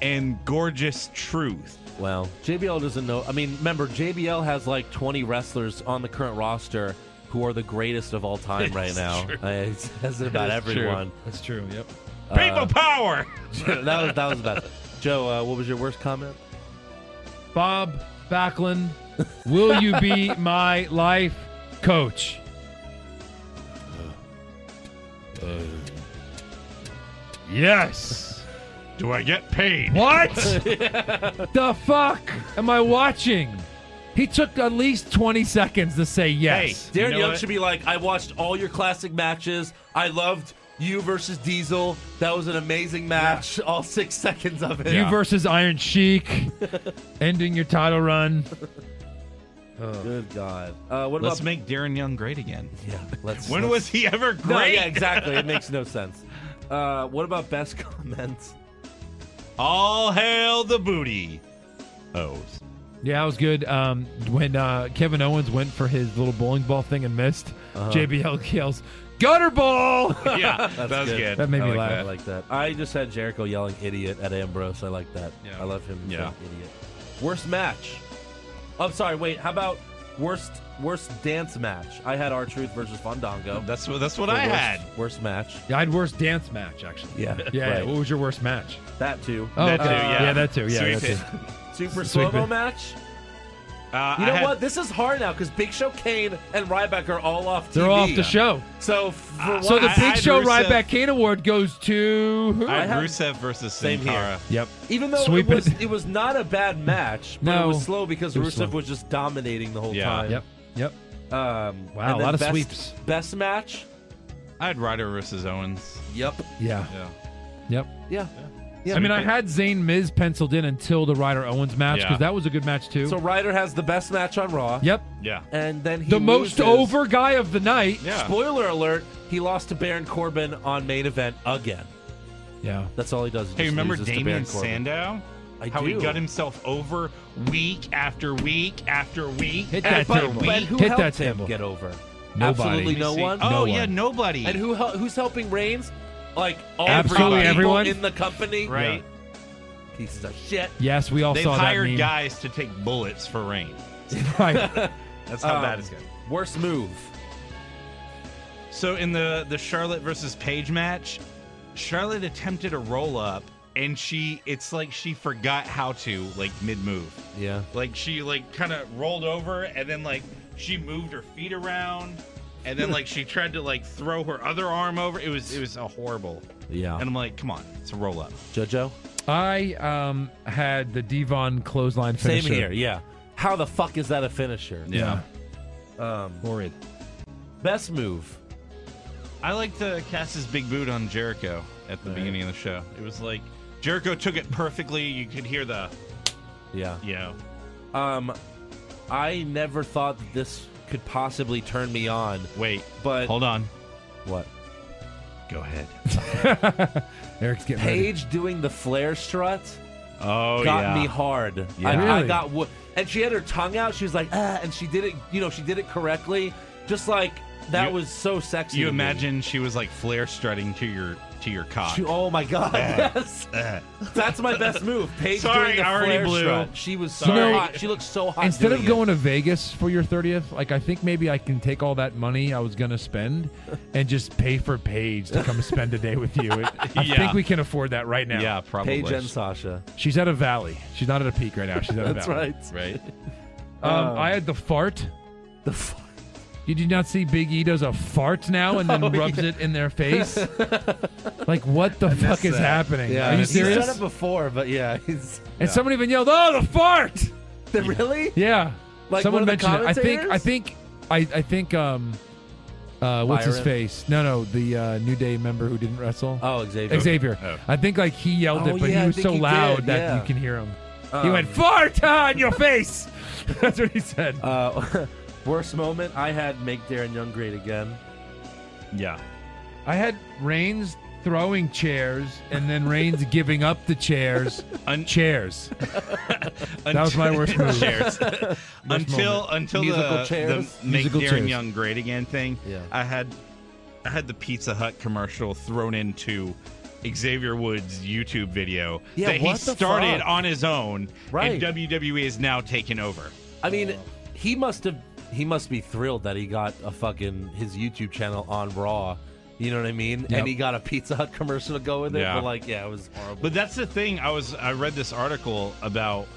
Speaker 7: and Gorgeous Truth.
Speaker 5: Well, JBL doesn't know. I mean, remember JBL has like 20 wrestlers on the current roster who are the greatest of all time right now. I, it says it about
Speaker 7: That's true.
Speaker 5: everyone.
Speaker 6: That's true. Yep.
Speaker 5: Uh,
Speaker 7: People power.
Speaker 5: that was that was about it. Joe, uh, what was your worst comment?
Speaker 6: Bob Backlund, will you be my life coach? yes.
Speaker 7: Do I get paid?
Speaker 6: What the fuck am I watching? He took at least 20 seconds to say yes.
Speaker 5: Darren
Speaker 7: know
Speaker 5: Young
Speaker 7: what?
Speaker 5: should be like, I watched all your classic matches. I loved you versus Diesel. That was an amazing match. All six seconds of it.
Speaker 6: You versus Iron Sheik, ending your title run.
Speaker 5: Good God. Uh, what
Speaker 7: Let's
Speaker 5: about?
Speaker 7: make Darren Young great again.
Speaker 5: yeah, let's.
Speaker 7: When
Speaker 5: let's-
Speaker 7: was he ever great?
Speaker 5: No, yeah, exactly. It makes no sense. Uh, what about best comments?
Speaker 7: All hail the booty. Oh,
Speaker 6: Yeah, that was good. Um, when uh, Kevin Owens went for his little bowling ball thing and missed,
Speaker 7: Uh-huh.
Speaker 6: JBL yells, "Gutter ball!"
Speaker 7: yeah, that was
Speaker 5: good.
Speaker 7: good.
Speaker 6: That made
Speaker 7: I
Speaker 6: me
Speaker 7: like
Speaker 6: laugh.
Speaker 5: I like that. I just had Jericho yelling "idiot" at Ambrose. I like that.
Speaker 7: Yeah.
Speaker 5: I love him.
Speaker 7: Yeah.
Speaker 5: yelling Idiot. Worst match. Oh, I'm sorry. Wait. How about worst worst dance match? I had our truth versus Fandango.
Speaker 7: that. That's what. That's what
Speaker 5: The
Speaker 7: I
Speaker 5: worst,
Speaker 7: had.
Speaker 5: Worst match.
Speaker 6: Yeah, I had worst dance match actually.
Speaker 5: Yeah.
Speaker 6: Yeah,
Speaker 5: right.
Speaker 6: what was your worst match?
Speaker 5: That too.
Speaker 6: Oh,
Speaker 7: That
Speaker 6: okay.
Speaker 7: too, yeah.
Speaker 6: yeah, that too. Yeah,
Speaker 7: Sweet
Speaker 6: that
Speaker 7: pit.
Speaker 6: too.
Speaker 5: Super
Speaker 6: Sweet
Speaker 5: slow mo
Speaker 6: bit.
Speaker 5: match.
Speaker 7: Uh,
Speaker 5: You
Speaker 7: I
Speaker 5: know
Speaker 7: had-
Speaker 5: what? This is hard now because Big Show, Kane, and Ryback are all off. TV.
Speaker 6: They're off the show. Ah,
Speaker 5: So for
Speaker 6: So
Speaker 5: one,
Speaker 6: the
Speaker 7: I-
Speaker 6: Big
Speaker 7: I-
Speaker 6: Show
Speaker 7: Rusev-
Speaker 6: Ryback Kane Award goes to who?
Speaker 7: I had
Speaker 5: had-
Speaker 7: Rusev versus
Speaker 5: Same
Speaker 7: Sin
Speaker 5: here.
Speaker 7: Cara.
Speaker 6: yep.
Speaker 5: even though
Speaker 6: Sweep
Speaker 5: it was
Speaker 6: it.
Speaker 5: it. was not a bad match, but it
Speaker 6: No.
Speaker 5: was slow because
Speaker 6: It was
Speaker 5: Rusev
Speaker 6: slow.
Speaker 5: was just dominating the whole
Speaker 7: Yeah.
Speaker 5: time.
Speaker 6: Yep. Yep.
Speaker 5: Um,
Speaker 6: Wow,
Speaker 5: and
Speaker 6: a
Speaker 5: then
Speaker 6: lot of
Speaker 5: best-
Speaker 6: sweeps.
Speaker 5: Best match.
Speaker 7: I had Ryder versus Owens.
Speaker 5: Yep.
Speaker 6: Yeah.
Speaker 7: Yeah.
Speaker 6: Yep.
Speaker 5: Yeah.
Speaker 6: I mean, I had Zayn Miz penciled in until the Ryder Owens match because
Speaker 7: Yeah.
Speaker 6: that was a good match too.
Speaker 5: So Ryder has the best match on Raw.
Speaker 6: yep.
Speaker 7: Yeah.
Speaker 5: And then he
Speaker 6: The
Speaker 5: loses.
Speaker 6: most over guy of the night.
Speaker 7: Yeah.
Speaker 5: Spoiler alert: He lost to Baron Corbin on main event again.
Speaker 6: Yeah.
Speaker 5: That's all he does. is
Speaker 7: Hey,
Speaker 5: just
Speaker 7: remember
Speaker 5: loses to
Speaker 7: Damien
Speaker 5: Baron Corbin.
Speaker 7: Sandow?
Speaker 5: I
Speaker 7: How he
Speaker 5: do.
Speaker 7: got himself over week after week after week
Speaker 6: Hit
Speaker 7: after
Speaker 6: that
Speaker 5: But,
Speaker 6: table.
Speaker 5: but who
Speaker 6: Hit
Speaker 5: helped
Speaker 6: that
Speaker 5: him
Speaker 6: table.
Speaker 5: get over?
Speaker 6: Nobody.
Speaker 5: Absolutely no
Speaker 7: See-
Speaker 5: one.
Speaker 7: Oh
Speaker 6: No
Speaker 7: yeah,
Speaker 6: one.
Speaker 7: nobody.
Speaker 5: And who hel- who's helping Reigns? Like all
Speaker 6: Absolutely
Speaker 5: people
Speaker 6: everyone.
Speaker 5: in the company,
Speaker 7: Right.
Speaker 5: Yeah. Pieces of shit.
Speaker 6: Yes, we all
Speaker 7: They've
Speaker 6: saw that
Speaker 7: hired
Speaker 6: meme.
Speaker 7: guys to take bullets for rain.
Speaker 6: Right.
Speaker 7: That's how
Speaker 5: Um,
Speaker 7: bad it's getting.
Speaker 5: Worst move.
Speaker 7: So in the the Charlotte versus Paige match, Charlotte attempted a roll up, and she it's like she forgot how to like mid move.
Speaker 5: Yeah.
Speaker 7: Like she like kind of rolled over, and then like she moved her feet around, and then like she tried to like throw her other arm over. It was it was a horrible.
Speaker 5: Yeah.
Speaker 7: And I'm like, come on, it's a roll up.
Speaker 5: JoJo.
Speaker 6: I um had the Devon clothesline finisher.
Speaker 5: Same here. Yeah. How the fuck is that a finisher?
Speaker 6: Yeah.
Speaker 5: Um,
Speaker 6: Horrid.
Speaker 5: best move.
Speaker 7: I liked uh, Cass's big boot on Jericho at the beginning of the show. It was like Jericho took it perfectly. You could hear the,
Speaker 5: Yeah.
Speaker 7: you know,
Speaker 5: Um, I never thought that this could possibly turn me on,
Speaker 7: wait,
Speaker 5: but
Speaker 7: hold on,
Speaker 5: what?
Speaker 7: go ahead.
Speaker 6: Eric's getting ready.
Speaker 5: Paige doing the flare strut
Speaker 7: Oh
Speaker 5: got
Speaker 7: yeah,
Speaker 5: me hard.
Speaker 7: Yeah.
Speaker 5: I, I
Speaker 6: Really?
Speaker 5: got wo- and she had her tongue out. She was like, ah, and she did it. You know, she did it correctly. Just like that
Speaker 7: You-
Speaker 5: was so sexy.
Speaker 7: you
Speaker 5: to me.
Speaker 7: imagine she was like flare strutting to your to your cock.
Speaker 5: She- oh my god! Yes, that's my best move. Paige
Speaker 7: Eh. Sorry,
Speaker 5: doing the
Speaker 7: I already
Speaker 5: flare
Speaker 7: blew.
Speaker 5: strut. She was so
Speaker 6: You know,
Speaker 5: hot. She looked so hot.
Speaker 6: Instead of
Speaker 5: doing it.
Speaker 6: going to Vegas for your 30th, like I think maybe I can take all that money I was going to spend and just pay for Paige to come spend a day with you. It- I
Speaker 7: Yeah.
Speaker 6: think we can afford that right now.
Speaker 7: yeah, probably.
Speaker 5: Paige and Sasha.
Speaker 6: She's at a valley. She's not at a peak right now. She's at a
Speaker 5: That's
Speaker 6: valley.
Speaker 5: right.
Speaker 7: right.
Speaker 6: Um, I had the fart.
Speaker 5: Oh. The f-
Speaker 6: Did you not see Big E does a fart now and then
Speaker 5: Oh,
Speaker 6: rubs it in their face? like, what the fuck is
Speaker 5: that.
Speaker 6: happening?
Speaker 5: yeah,
Speaker 6: Are you
Speaker 5: he's
Speaker 6: serious?
Speaker 5: done it before, but yeah, he's
Speaker 6: And someone even yelled, "Oh, the fart!"
Speaker 5: really.
Speaker 6: Yeah,
Speaker 5: Like
Speaker 6: someone
Speaker 5: one of the
Speaker 6: mentioned it. I think. I
Speaker 5: commentators?
Speaker 6: think. I, I think. Um, uh, what's his
Speaker 5: Byron?
Speaker 6: face? No, no, the uh, New Day member who didn't wrestle.
Speaker 5: Oh, Xavier.
Speaker 6: Xavier.
Speaker 7: Oh.
Speaker 6: I think like he yelled
Speaker 5: Oh,
Speaker 6: it, but
Speaker 5: yeah, I
Speaker 6: he was
Speaker 5: think
Speaker 6: so
Speaker 5: he did,
Speaker 6: loud that
Speaker 5: yeah. Um.
Speaker 6: you can hear him. he went fart ah, in your face. That's what he said.
Speaker 5: Uh, worst moment I had make Darren Young great again.
Speaker 7: Yeah.
Speaker 6: I had Reigns throwing chairs and then Reigns giving up the chairs.
Speaker 7: Un-
Speaker 6: chairs. That was my worst move.
Speaker 7: Chairs. until
Speaker 6: moment.
Speaker 7: until
Speaker 5: Musical
Speaker 7: the,
Speaker 5: chairs?
Speaker 7: the make
Speaker 6: Musical
Speaker 7: Darren
Speaker 6: chairs.
Speaker 7: Young great again thing.
Speaker 5: Yeah.
Speaker 7: I had I had the Pizza Hut commercial thrown into Xavier Woods' YouTube video
Speaker 5: Yeah,
Speaker 7: that he
Speaker 5: what the
Speaker 7: started
Speaker 5: fuck?
Speaker 7: on his own,
Speaker 5: Right.
Speaker 7: and WWE is now taken over.
Speaker 5: I mean, he must have. He must be thrilled that he got a fucking his YouTube channel on Raw. You know what I mean?
Speaker 6: Yep.
Speaker 5: And he got a Pizza Hut commercial to go with it.
Speaker 7: Yeah.
Speaker 5: But like, yeah, it was horrible.
Speaker 7: But that's the thing. I was I read this article about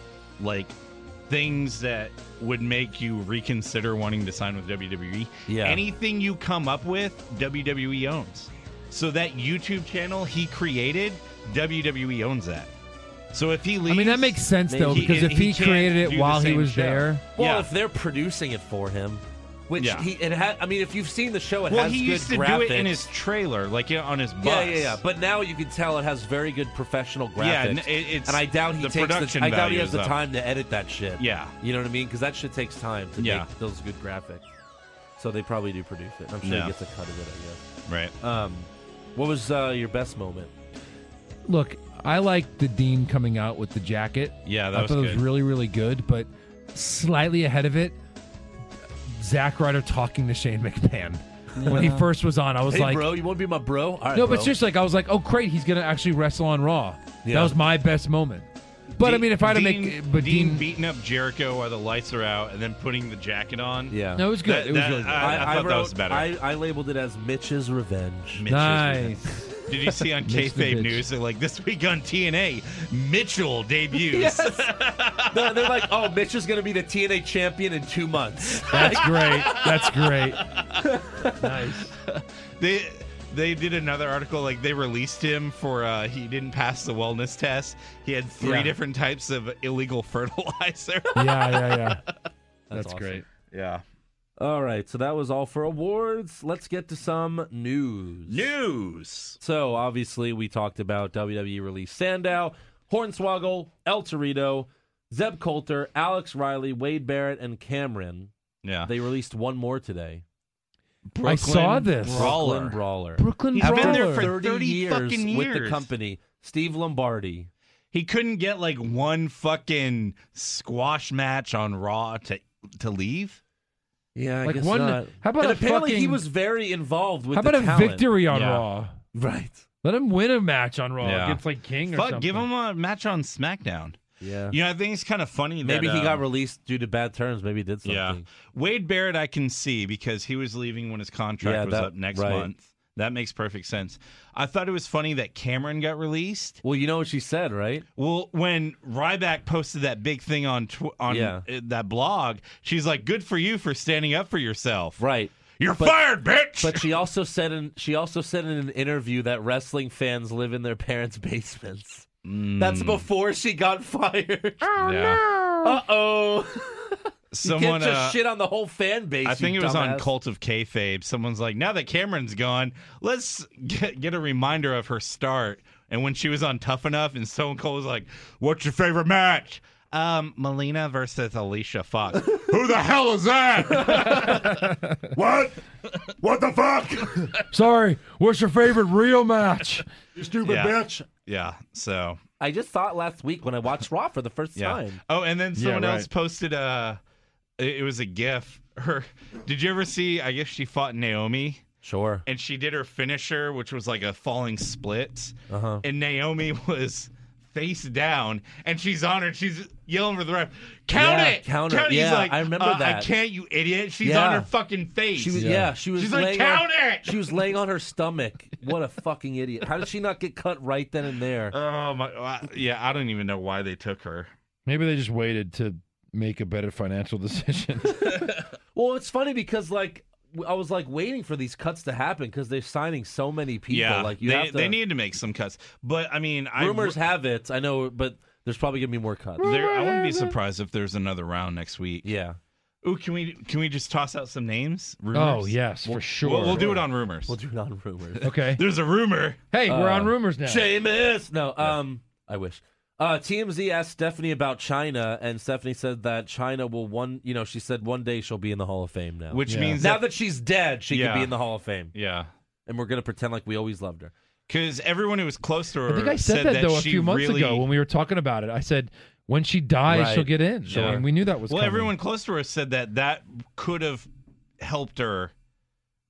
Speaker 7: like things that would make you reconsider wanting to sign with WWE.
Speaker 5: Yeah.
Speaker 7: Anything you come up with, WWE owns. So that YouTube channel he created, WWE owns that. So if he leaves,
Speaker 6: I mean, that makes sense though
Speaker 7: He-
Speaker 6: because if
Speaker 7: he
Speaker 6: he
Speaker 7: can't
Speaker 6: created
Speaker 7: do
Speaker 6: it
Speaker 7: the
Speaker 6: while he
Speaker 7: same
Speaker 6: was
Speaker 7: show.
Speaker 6: there,
Speaker 5: well,
Speaker 7: yeah.
Speaker 5: if they're producing it for him, which
Speaker 7: Yeah.
Speaker 5: he it ha- I mean, if you've seen the show, it
Speaker 7: Well,
Speaker 5: has
Speaker 7: he
Speaker 5: good
Speaker 7: used to
Speaker 5: graphics.
Speaker 7: do it in his trailer, like you know, on his bus.
Speaker 5: yeah, yeah, yeah. But now you can tell it has very good professional graphics.
Speaker 7: Yeah, n- it- it's-
Speaker 5: and I doubt he
Speaker 7: the
Speaker 5: takes.
Speaker 7: production
Speaker 5: The, I doubt he
Speaker 7: value
Speaker 5: has
Speaker 7: is
Speaker 5: the
Speaker 7: up.
Speaker 5: time to edit that shit.
Speaker 7: Yeah.
Speaker 5: you know what I mean? Because that shit takes time to
Speaker 7: Yeah.
Speaker 5: make those good graphics. So they probably do produce it. I'm sure
Speaker 7: Yeah.
Speaker 5: he gets a cut of it. I guess.
Speaker 7: right.
Speaker 5: Um, what was uh, your best moment?
Speaker 6: look, I like the Dean coming out with the jacket.
Speaker 7: Yeah, that
Speaker 6: I
Speaker 7: was
Speaker 6: thought it
Speaker 7: good.
Speaker 6: was really, really good, but slightly ahead of it, Zack Ryder talking to Shane McMahon when he first was on. I was
Speaker 5: Hey,
Speaker 6: like,
Speaker 5: bro, you want to be my bro? All right,
Speaker 6: no,
Speaker 5: bro.
Speaker 6: but just like I was like, oh great, he's gonna actually wrestle on Raw. That
Speaker 5: Yeah.
Speaker 6: was my best moment. But I
Speaker 7: Dean-
Speaker 6: mean, if I had to
Speaker 7: Dean-
Speaker 6: make, but
Speaker 7: Dean,
Speaker 6: Dean,
Speaker 7: beating up Jericho while the lights are out, and then putting the jacket on.
Speaker 5: yeah.
Speaker 6: no, it was good.
Speaker 7: That-
Speaker 6: it was
Speaker 7: that-
Speaker 6: really good.
Speaker 7: I- I thought that was better.
Speaker 5: I, I labeled it as Mitch's revenge.
Speaker 7: Mitch's
Speaker 6: nice.
Speaker 7: Did you see on
Speaker 6: Mitch the
Speaker 7: kayfabe
Speaker 6: bitch.
Speaker 7: news? They're like, this week on TNA, Mitchell debuts.
Speaker 5: No, they're like, oh, Mitch is going to be the TNA champion in two months.
Speaker 6: That's great. That's great. nice.
Speaker 7: They they did another article like they released him for uh, he didn't pass the wellness test. He had three
Speaker 6: Yeah.
Speaker 7: different types of illegal fertilizer.
Speaker 6: Yeah, yeah, yeah. That's,
Speaker 5: awesome.
Speaker 6: great.
Speaker 7: yeah.
Speaker 5: All right, so that was all for awards. Let's get to some news.
Speaker 7: News.
Speaker 5: So obviously, we talked about WWE release Sandow, Hornswoggle, El Torito, Zeb Coulter, Alex Riley, Wade Barrett, and Cameron.
Speaker 7: Yeah.
Speaker 5: They released one more today.
Speaker 6: I saw this.
Speaker 5: Brooklyn
Speaker 7: Brawler.
Speaker 5: Brawler.
Speaker 6: Brooklyn
Speaker 7: He's been there
Speaker 6: Brawler.
Speaker 7: for 30
Speaker 5: years
Speaker 7: fucking
Speaker 5: with the
Speaker 7: years.
Speaker 5: company. Steve Lombardi.
Speaker 7: He couldn't get like one fucking squash match on Raw to to leave.
Speaker 5: Yeah, I
Speaker 6: Like guess one- not. how about
Speaker 5: and
Speaker 6: a
Speaker 5: apparently he
Speaker 6: fucking-
Speaker 5: was very involved with
Speaker 6: How
Speaker 5: the
Speaker 6: about a
Speaker 5: talent.
Speaker 6: victory on
Speaker 7: Yeah.
Speaker 6: Raw?
Speaker 5: Right.
Speaker 6: Let him win a match on Raw
Speaker 7: Yeah.
Speaker 6: against like King or
Speaker 7: Fuck,
Speaker 6: something.
Speaker 7: give him a match on SmackDown.
Speaker 5: Yeah.
Speaker 7: You know, I think it's kind of funny.
Speaker 5: Maybe
Speaker 7: that,
Speaker 5: he
Speaker 7: um,
Speaker 5: got released due to bad terms. Maybe he did something.
Speaker 7: Yeah. Wade Barrett, I can see because he was leaving when his contract
Speaker 5: Yeah,
Speaker 7: was
Speaker 5: that-
Speaker 7: up next
Speaker 5: right.
Speaker 7: month. That makes perfect sense. I thought it was funny that Cameron got released.
Speaker 5: Well, you know what she said, right?
Speaker 7: Well, when Ryback posted that big thing on tw- on
Speaker 5: Yeah.
Speaker 7: uh, that blog, she's like, "Good for you for standing up for yourself."
Speaker 5: Right.
Speaker 7: You're
Speaker 5: But-
Speaker 7: fired, bitch.
Speaker 5: But she also said in she also said in an interview that wrestling fans live in their parents' basements.
Speaker 7: Hmm.
Speaker 5: That's before she got fired.
Speaker 7: Oh. yeah.
Speaker 5: Uh oh. Can't
Speaker 7: Someone
Speaker 5: just
Speaker 7: uh,
Speaker 5: shit on the whole fan base.
Speaker 7: I think
Speaker 5: you
Speaker 7: it was on
Speaker 5: dumbass.
Speaker 7: Cult of Kayfabe. Someone's like, now that Cameron's gone, let's get, get a reminder of her start. And when she was on Tough Enough, and Stone Cold was like, "What's your favorite match?" Um, Melina versus Alicia Fox. Who the hell is that? what? What the fuck?
Speaker 6: Sorry, what's your favorite real match? you stupid
Speaker 7: Yeah. Yeah. So
Speaker 5: I just thought last week when I watched Raw for the first
Speaker 7: yeah.
Speaker 5: time.
Speaker 7: Oh, and then someone else
Speaker 6: right.
Speaker 7: posted a. It it was a GIF. Her. Did you ever see? I guess she fought Naomi.
Speaker 5: Sure.
Speaker 7: and she did her finisher, which was like a falling split.
Speaker 5: Uh-huh.
Speaker 7: And Naomi was face down, and she's on her. and She's yelling for the ref, "Count
Speaker 5: Yeah,
Speaker 7: it,
Speaker 5: count it.
Speaker 7: it!" He's
Speaker 5: Yeah,
Speaker 7: like,
Speaker 5: I remember
Speaker 7: "Uh, I
Speaker 5: that."
Speaker 7: can't, you idiot. She's
Speaker 5: Yeah.
Speaker 7: on her fucking face.
Speaker 5: She was yeah. she was
Speaker 7: She's like,
Speaker 5: laying
Speaker 7: "Count
Speaker 5: on,
Speaker 7: it!"
Speaker 5: She was laying on her stomach. What a fucking idiot. How did she not get cut right then and there?
Speaker 7: oh my, uh, yeah. I don't even know why they took her.
Speaker 6: Maybe they just waited to make a better financial decision.
Speaker 5: Well, it's funny because like w- I was like waiting for these cuts to happen because they're signing so many people.
Speaker 7: yeah,
Speaker 5: like you
Speaker 7: they,
Speaker 5: have to.
Speaker 7: they need to make some cuts. But I mean,
Speaker 5: rumors
Speaker 7: I,
Speaker 5: have it. I know, but there's probably gonna be more cuts.
Speaker 7: there, I wouldn't be surprised if there's another round next week.
Speaker 5: Yeah,
Speaker 7: Ooh, can we can we just toss out some names? Rumors?
Speaker 6: oh yes, for sure.
Speaker 7: We'll, we'll do it on rumors.
Speaker 5: we'll do it on rumors.
Speaker 6: Okay.
Speaker 7: There's a rumor.
Speaker 6: Hey, we're on rumors now.
Speaker 5: Seamus. No, um, I wish. Uh, TMZ asked Stephanie about China, and Stephanie said that China will one. You know, she said one day she'll be in the Hall of Fame now.
Speaker 7: Which
Speaker 6: Yeah.
Speaker 7: means
Speaker 5: now
Speaker 7: that,
Speaker 5: that she's dead, she
Speaker 7: Yeah.
Speaker 5: could be in the Hall of Fame,
Speaker 7: yeah,
Speaker 5: and we're gonna pretend like we always loved her.
Speaker 7: because everyone who was close to
Speaker 6: I
Speaker 7: her
Speaker 6: think I said, that, though a
Speaker 7: she
Speaker 6: few months
Speaker 7: really,
Speaker 6: ago when we were talking about it. I said when she dies,
Speaker 5: Right.
Speaker 6: she'll get in. So
Speaker 7: Sure.
Speaker 6: and we knew that was
Speaker 7: Well,
Speaker 6: coming.
Speaker 7: everyone close to her said that that could have helped her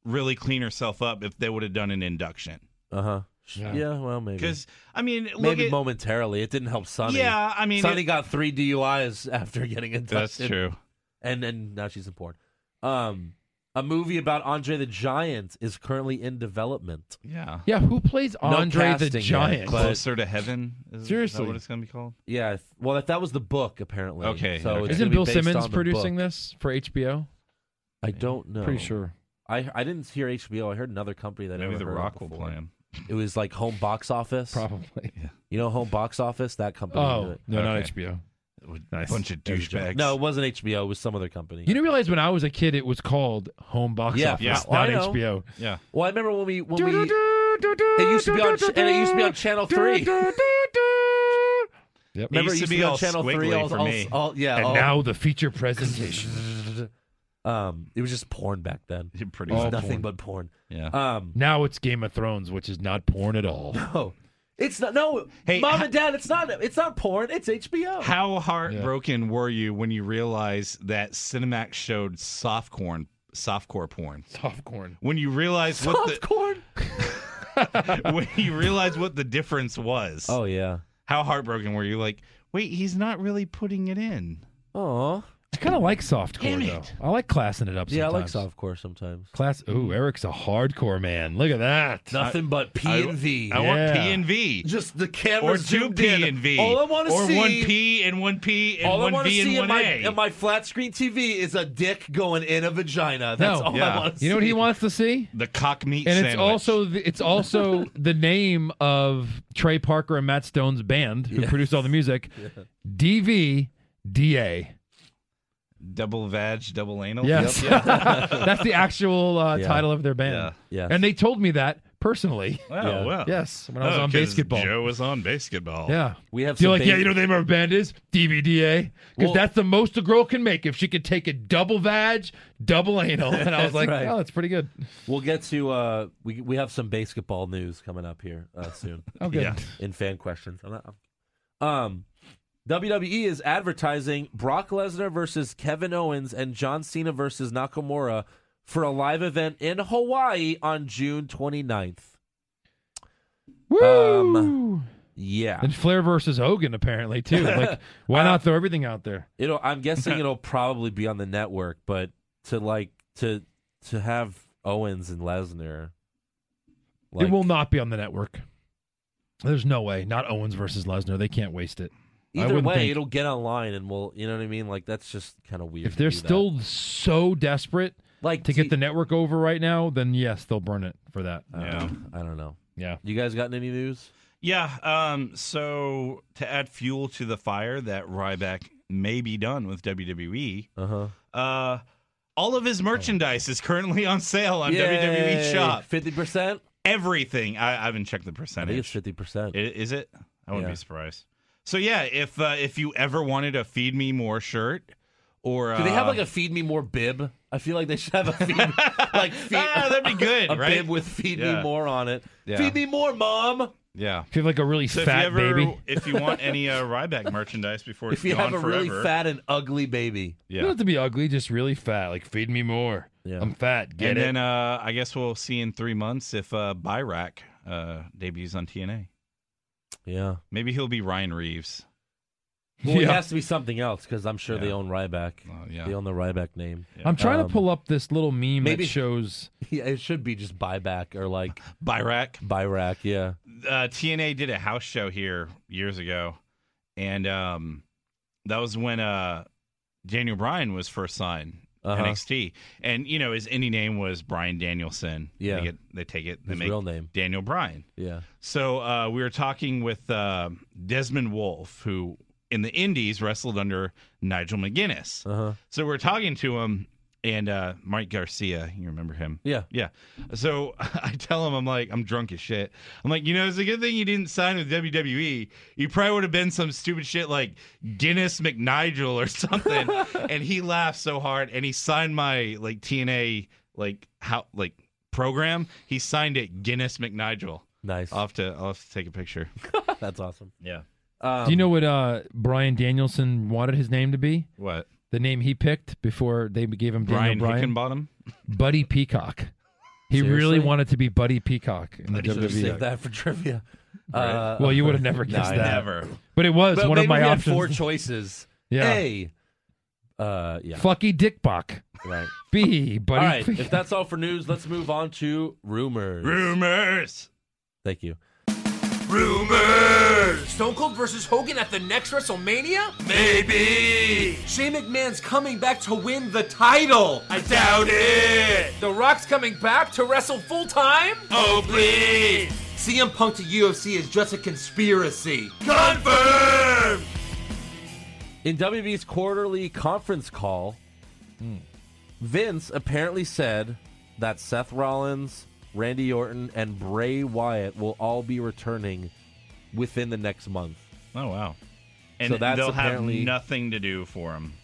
Speaker 7: really clean herself up if they would have done an induction.
Speaker 5: Uh huh.
Speaker 6: Yeah.
Speaker 5: Yeah. well, maybe.
Speaker 7: Because I mean, Uh-huh. look
Speaker 5: maybe
Speaker 7: at,
Speaker 5: momentarily. It didn't help Sonny.
Speaker 7: yeah, I mean,
Speaker 5: Sonny
Speaker 7: it-
Speaker 5: got three DUIs after getting inducted.
Speaker 7: that's true.
Speaker 5: And and now she's in porn. Um, a movie about Andre the Giant is currently in development.
Speaker 7: Yeah,
Speaker 6: Yeah, who plays Andre the
Speaker 5: casting yet,
Speaker 6: Giant?
Speaker 5: but-
Speaker 7: closer to heaven. Is that
Speaker 6: Seriously.
Speaker 7: what it's gonna be called?
Speaker 5: Yeah. if- well, if that was the book, apparently.
Speaker 7: Okay,
Speaker 5: So
Speaker 7: okay.
Speaker 5: it's
Speaker 6: Isn't
Speaker 5: gonna be
Speaker 6: Bill
Speaker 5: based
Speaker 6: Simmons
Speaker 5: on the
Speaker 6: producing
Speaker 5: book.
Speaker 6: this for HBO?
Speaker 5: I don't know.
Speaker 6: Pretty sure.
Speaker 5: I I didn't hear HBO. I heard another company that I
Speaker 7: Maybe
Speaker 5: never
Speaker 7: The
Speaker 5: heard of
Speaker 7: Rock will
Speaker 5: before.
Speaker 7: play him.
Speaker 5: It was like Home Box Office.
Speaker 6: Probably.
Speaker 5: You know, Home Box Office. That company. did
Speaker 6: Oh
Speaker 5: it.
Speaker 6: no, not
Speaker 7: Okay.
Speaker 6: HBO.
Speaker 7: Nice. Bunch of douchebags.
Speaker 5: No, it wasn't HBO. It was some other company.
Speaker 6: You didn't realize when I was a kid, it was called Home Box
Speaker 5: Yeah,
Speaker 6: Office,
Speaker 7: yeah.
Speaker 5: Well, I
Speaker 6: not
Speaker 5: know.
Speaker 6: HBO.
Speaker 7: yeah.
Speaker 5: well, I remember when we when we it used to be on ch- and it used to be on Channel Three.
Speaker 6: Yep.
Speaker 5: Remember,
Speaker 7: used
Speaker 5: it
Speaker 7: to
Speaker 5: used
Speaker 7: be
Speaker 5: on
Speaker 7: all
Speaker 5: Channel Three.
Speaker 7: squiggly
Speaker 5: All,
Speaker 7: for
Speaker 5: all,
Speaker 7: me.
Speaker 5: all- yeah,
Speaker 6: And
Speaker 5: all-
Speaker 6: now the feature presentation.
Speaker 5: um, it was just porn back then.
Speaker 7: You're pretty.
Speaker 5: It was
Speaker 6: All
Speaker 5: nothing but
Speaker 6: porn.
Speaker 5: porn.
Speaker 7: yeah.
Speaker 5: Um,
Speaker 6: now it's Game of Thrones, which is not porn at all.
Speaker 5: oh, it's not. No,
Speaker 7: Hey,
Speaker 5: mom
Speaker 7: ha-
Speaker 5: and dad, it's not. It's not porn. It's HBO.
Speaker 7: How heartbroken were you when you realized that Cinemax showed softcore softcore porn?
Speaker 6: Softcorn.
Speaker 7: When you realized what
Speaker 5: Popcorn.
Speaker 7: the when you realized what the difference was.
Speaker 5: Oh yeah.
Speaker 7: How heartbroken were you like, "Wait, he's not really putting it in."
Speaker 5: Oh
Speaker 6: I kind of like softcore
Speaker 7: Damn
Speaker 6: though.
Speaker 7: it.
Speaker 6: I like classing it up. Sometimes.
Speaker 5: yeah, I like softcore sometimes.
Speaker 6: Class. Ooh, Eric's a hardcore man. Look at that.
Speaker 5: Nothing but P
Speaker 7: I-
Speaker 5: and V.
Speaker 7: I want
Speaker 6: Yeah.
Speaker 7: P and V.
Speaker 5: Just the
Speaker 7: Or
Speaker 5: camera
Speaker 7: two
Speaker 5: zoomed
Speaker 7: P
Speaker 5: in.
Speaker 7: and V.
Speaker 5: All I want to
Speaker 7: Or
Speaker 5: see.
Speaker 7: one P and one P and
Speaker 5: all I
Speaker 7: one
Speaker 5: want to
Speaker 7: V
Speaker 5: see
Speaker 7: and
Speaker 5: in
Speaker 7: one
Speaker 5: my,
Speaker 7: A.
Speaker 5: in my flat screen TV is a dick going in a vagina. That's
Speaker 6: No.
Speaker 5: all
Speaker 7: Yeah.
Speaker 5: I want to see.
Speaker 6: You know what he wants to see?
Speaker 7: the cock meat
Speaker 6: And
Speaker 7: sandwich.
Speaker 6: it's also the, it's also the name of Trey Parker and Matt Stone's band who produced all the music. DV DA.
Speaker 7: double vag, double anal.
Speaker 6: Yes.
Speaker 7: Oh, Yep, yeah.
Speaker 6: That's the actual uh,
Speaker 5: Yeah.
Speaker 6: title of their band.
Speaker 7: Yeah.
Speaker 5: Yes.
Speaker 6: And they told me that personally.
Speaker 7: Wow,
Speaker 5: Yeah.
Speaker 7: wow.
Speaker 6: Yes, when I was
Speaker 7: Oh,
Speaker 6: on
Speaker 7: 'cause
Speaker 6: basketball.
Speaker 7: Joe was on basketball.
Speaker 6: Yeah.
Speaker 5: We have
Speaker 6: You're
Speaker 5: some
Speaker 6: like, yeah,
Speaker 5: big-
Speaker 6: you know what the name of our band is? DVDA. Because
Speaker 5: Well-
Speaker 6: that's the most a girl can make if she could take a double vag, double anal. And I was
Speaker 5: That's
Speaker 6: like,
Speaker 5: right.
Speaker 6: oh, that's pretty good.
Speaker 5: We'll get to uh, we we have some basketball news coming up here uh, soon
Speaker 6: Oh, good.
Speaker 7: Yeah.
Speaker 5: in fan questions. I'm not- Um, WWE is advertising Brock Lesnar versus Kevin Owens and John Cena versus Nakamura for a live event in Hawaii on June 29th.
Speaker 6: Woo!
Speaker 7: Um,
Speaker 5: Yeah,
Speaker 6: and Flair versus Hogan, apparently, too. Like, why not throw everything out there?
Speaker 5: it'll. I'm guessing it'll probably be on the network, but to like to to have Owens and Lesnar,
Speaker 6: it will not be on the network. There's no way. Not Owens versus Lesnar. They can't waste it. I
Speaker 5: Either
Speaker 6: wouldn't
Speaker 5: way,
Speaker 6: think-
Speaker 5: it'll get online, and we'll. You know what I mean? Like that's just kind of weird.
Speaker 6: If
Speaker 5: to
Speaker 6: they're
Speaker 5: do that.
Speaker 6: still so desperate
Speaker 5: like
Speaker 6: to
Speaker 5: do-
Speaker 6: get the network over right now, then yes, they'll burn it for that.
Speaker 5: I don't
Speaker 7: Yeah.
Speaker 5: know. I don't know.
Speaker 6: Yeah.
Speaker 5: You guys gotten any news?
Speaker 7: Yeah. Um, so to add fuel to the fire that Ryback may be done with E, WWE,
Speaker 5: Uh huh.
Speaker 7: uh, all of his merchandise is currently on sale on WWE Shop.
Speaker 5: Fifty percent.
Speaker 7: Everything. I, I haven't checked the
Speaker 5: I think it's
Speaker 7: percentage.
Speaker 5: fifty percent.
Speaker 7: I- Is it? I wouldn't
Speaker 5: Yeah.
Speaker 7: be surprised. So yeah, if uh, if you ever wanted a feed me more shirt, or
Speaker 5: Do they have
Speaker 7: uh,
Speaker 5: like a feed me more bib? I feel like they should have a feed like feed,
Speaker 7: Ah, that'd be good,
Speaker 5: a
Speaker 7: right?
Speaker 5: bib with feed
Speaker 7: Yeah.
Speaker 5: me more on it.
Speaker 7: Yeah.
Speaker 5: Feed me more, mom.
Speaker 7: yeah.
Speaker 6: If you have like a really
Speaker 7: So
Speaker 6: fat
Speaker 7: if you ever
Speaker 6: baby,
Speaker 7: if you want any uh, Ryback merchandise before it's
Speaker 5: If you
Speaker 7: gone
Speaker 5: have a
Speaker 7: forever,
Speaker 5: really fat and ugly baby,
Speaker 6: you don't
Speaker 7: yeah.
Speaker 6: have to be ugly, just really fat. Like, feed me more.
Speaker 5: Yeah.
Speaker 6: I'm fat. Get
Speaker 7: and
Speaker 6: it.
Speaker 7: then uh, I guess we'll see in three months if uh, Byrack uh, debuts on TNA.
Speaker 5: yeah.
Speaker 7: Maybe he'll be Ryan Reeves.
Speaker 5: Well, it
Speaker 6: Yeah.
Speaker 5: has to be something else because I'm sure they
Speaker 7: Yeah.
Speaker 5: own Ryback.
Speaker 7: Oh, yeah.
Speaker 5: They own the Ryback name.
Speaker 6: I'm trying
Speaker 5: Um,
Speaker 6: to pull up this little meme
Speaker 5: maybe-
Speaker 6: that shows.
Speaker 5: Yeah, it should be just buyback or like
Speaker 7: Byrack.
Speaker 5: Byrack. Yeah.
Speaker 7: Uh, TNA did a house show here years ago, and um, that was when uh, Daniel Bryan was first signed
Speaker 5: Uh-huh.
Speaker 7: NXT, and you know his indie name was Brian Danielson.
Speaker 5: Yeah.
Speaker 7: they, get- they take it. They
Speaker 5: His
Speaker 7: make
Speaker 5: real name.
Speaker 7: Daniel Bryan.
Speaker 5: Yeah.
Speaker 7: So uh, we were talking with uh, Desmond Wolf, who in the Indies wrestled under Nigel McGuinness.
Speaker 5: Uh-huh.
Speaker 7: So we're talking to him and uh, Mike Garcia. You remember him?
Speaker 5: Yeah.
Speaker 7: Yeah. So I tell him, I'm like, I'm drunk as shit. I'm like, you know, it's a good thing you didn't sign with WWE. You probably would have been some stupid shit like Guinness McNigel or something. and he laughed so hard and he signed my like TNA like how like program. He signed it Guinness McNigel.
Speaker 5: Nice.
Speaker 7: I'll have to I'll have to take a picture.
Speaker 5: That's awesome.
Speaker 7: Yeah.
Speaker 6: Do you know what uh, Brian Danielson wanted his name to be?
Speaker 7: What?
Speaker 6: The name he picked before they gave him Daniel Bryan,
Speaker 7: Brian, Hickenbottom?
Speaker 6: Buddy Peacock. He really
Speaker 5: Seriously?
Speaker 6: wanted to be Buddy Peacock in the E.
Speaker 5: Should have saved
Speaker 6: WWE.
Speaker 5: that for trivia. Uh,
Speaker 6: Well, you would have never
Speaker 5: no,
Speaker 6: guessed
Speaker 5: I
Speaker 6: that.
Speaker 7: Never.
Speaker 6: But it was
Speaker 5: But
Speaker 6: one of
Speaker 5: maybe
Speaker 6: my
Speaker 5: we had
Speaker 6: options.
Speaker 5: four choices.
Speaker 6: Yeah.
Speaker 5: A. Uh, yeah.
Speaker 6: Fucky Dick Buck.
Speaker 5: Right.
Speaker 6: B. Buddy
Speaker 5: All right.
Speaker 6: Peacock.
Speaker 5: If that's all for news, let's move on to rumors.
Speaker 7: Rumors.
Speaker 5: Thank you.
Speaker 11: Stone Cold versus Hogan at the next WrestleMania?
Speaker 12: Maybe.
Speaker 11: Shane McMahon's coming back to win the title.
Speaker 12: I doubt it.
Speaker 11: The Rock's coming back to wrestle full time?
Speaker 12: Oh, please.
Speaker 11: CM Punk to UFC is just a conspiracy.
Speaker 12: Confirm.
Speaker 5: In WB's quarterly conference call,
Speaker 6: Hmm.
Speaker 5: Vince apparently said that Seth Rollins, Randy Orton, and Bray Wyatt will all be returning within the next month.
Speaker 7: Oh wow. And
Speaker 5: that's
Speaker 7: they'll
Speaker 5: apparently-
Speaker 7: have nothing to do for him.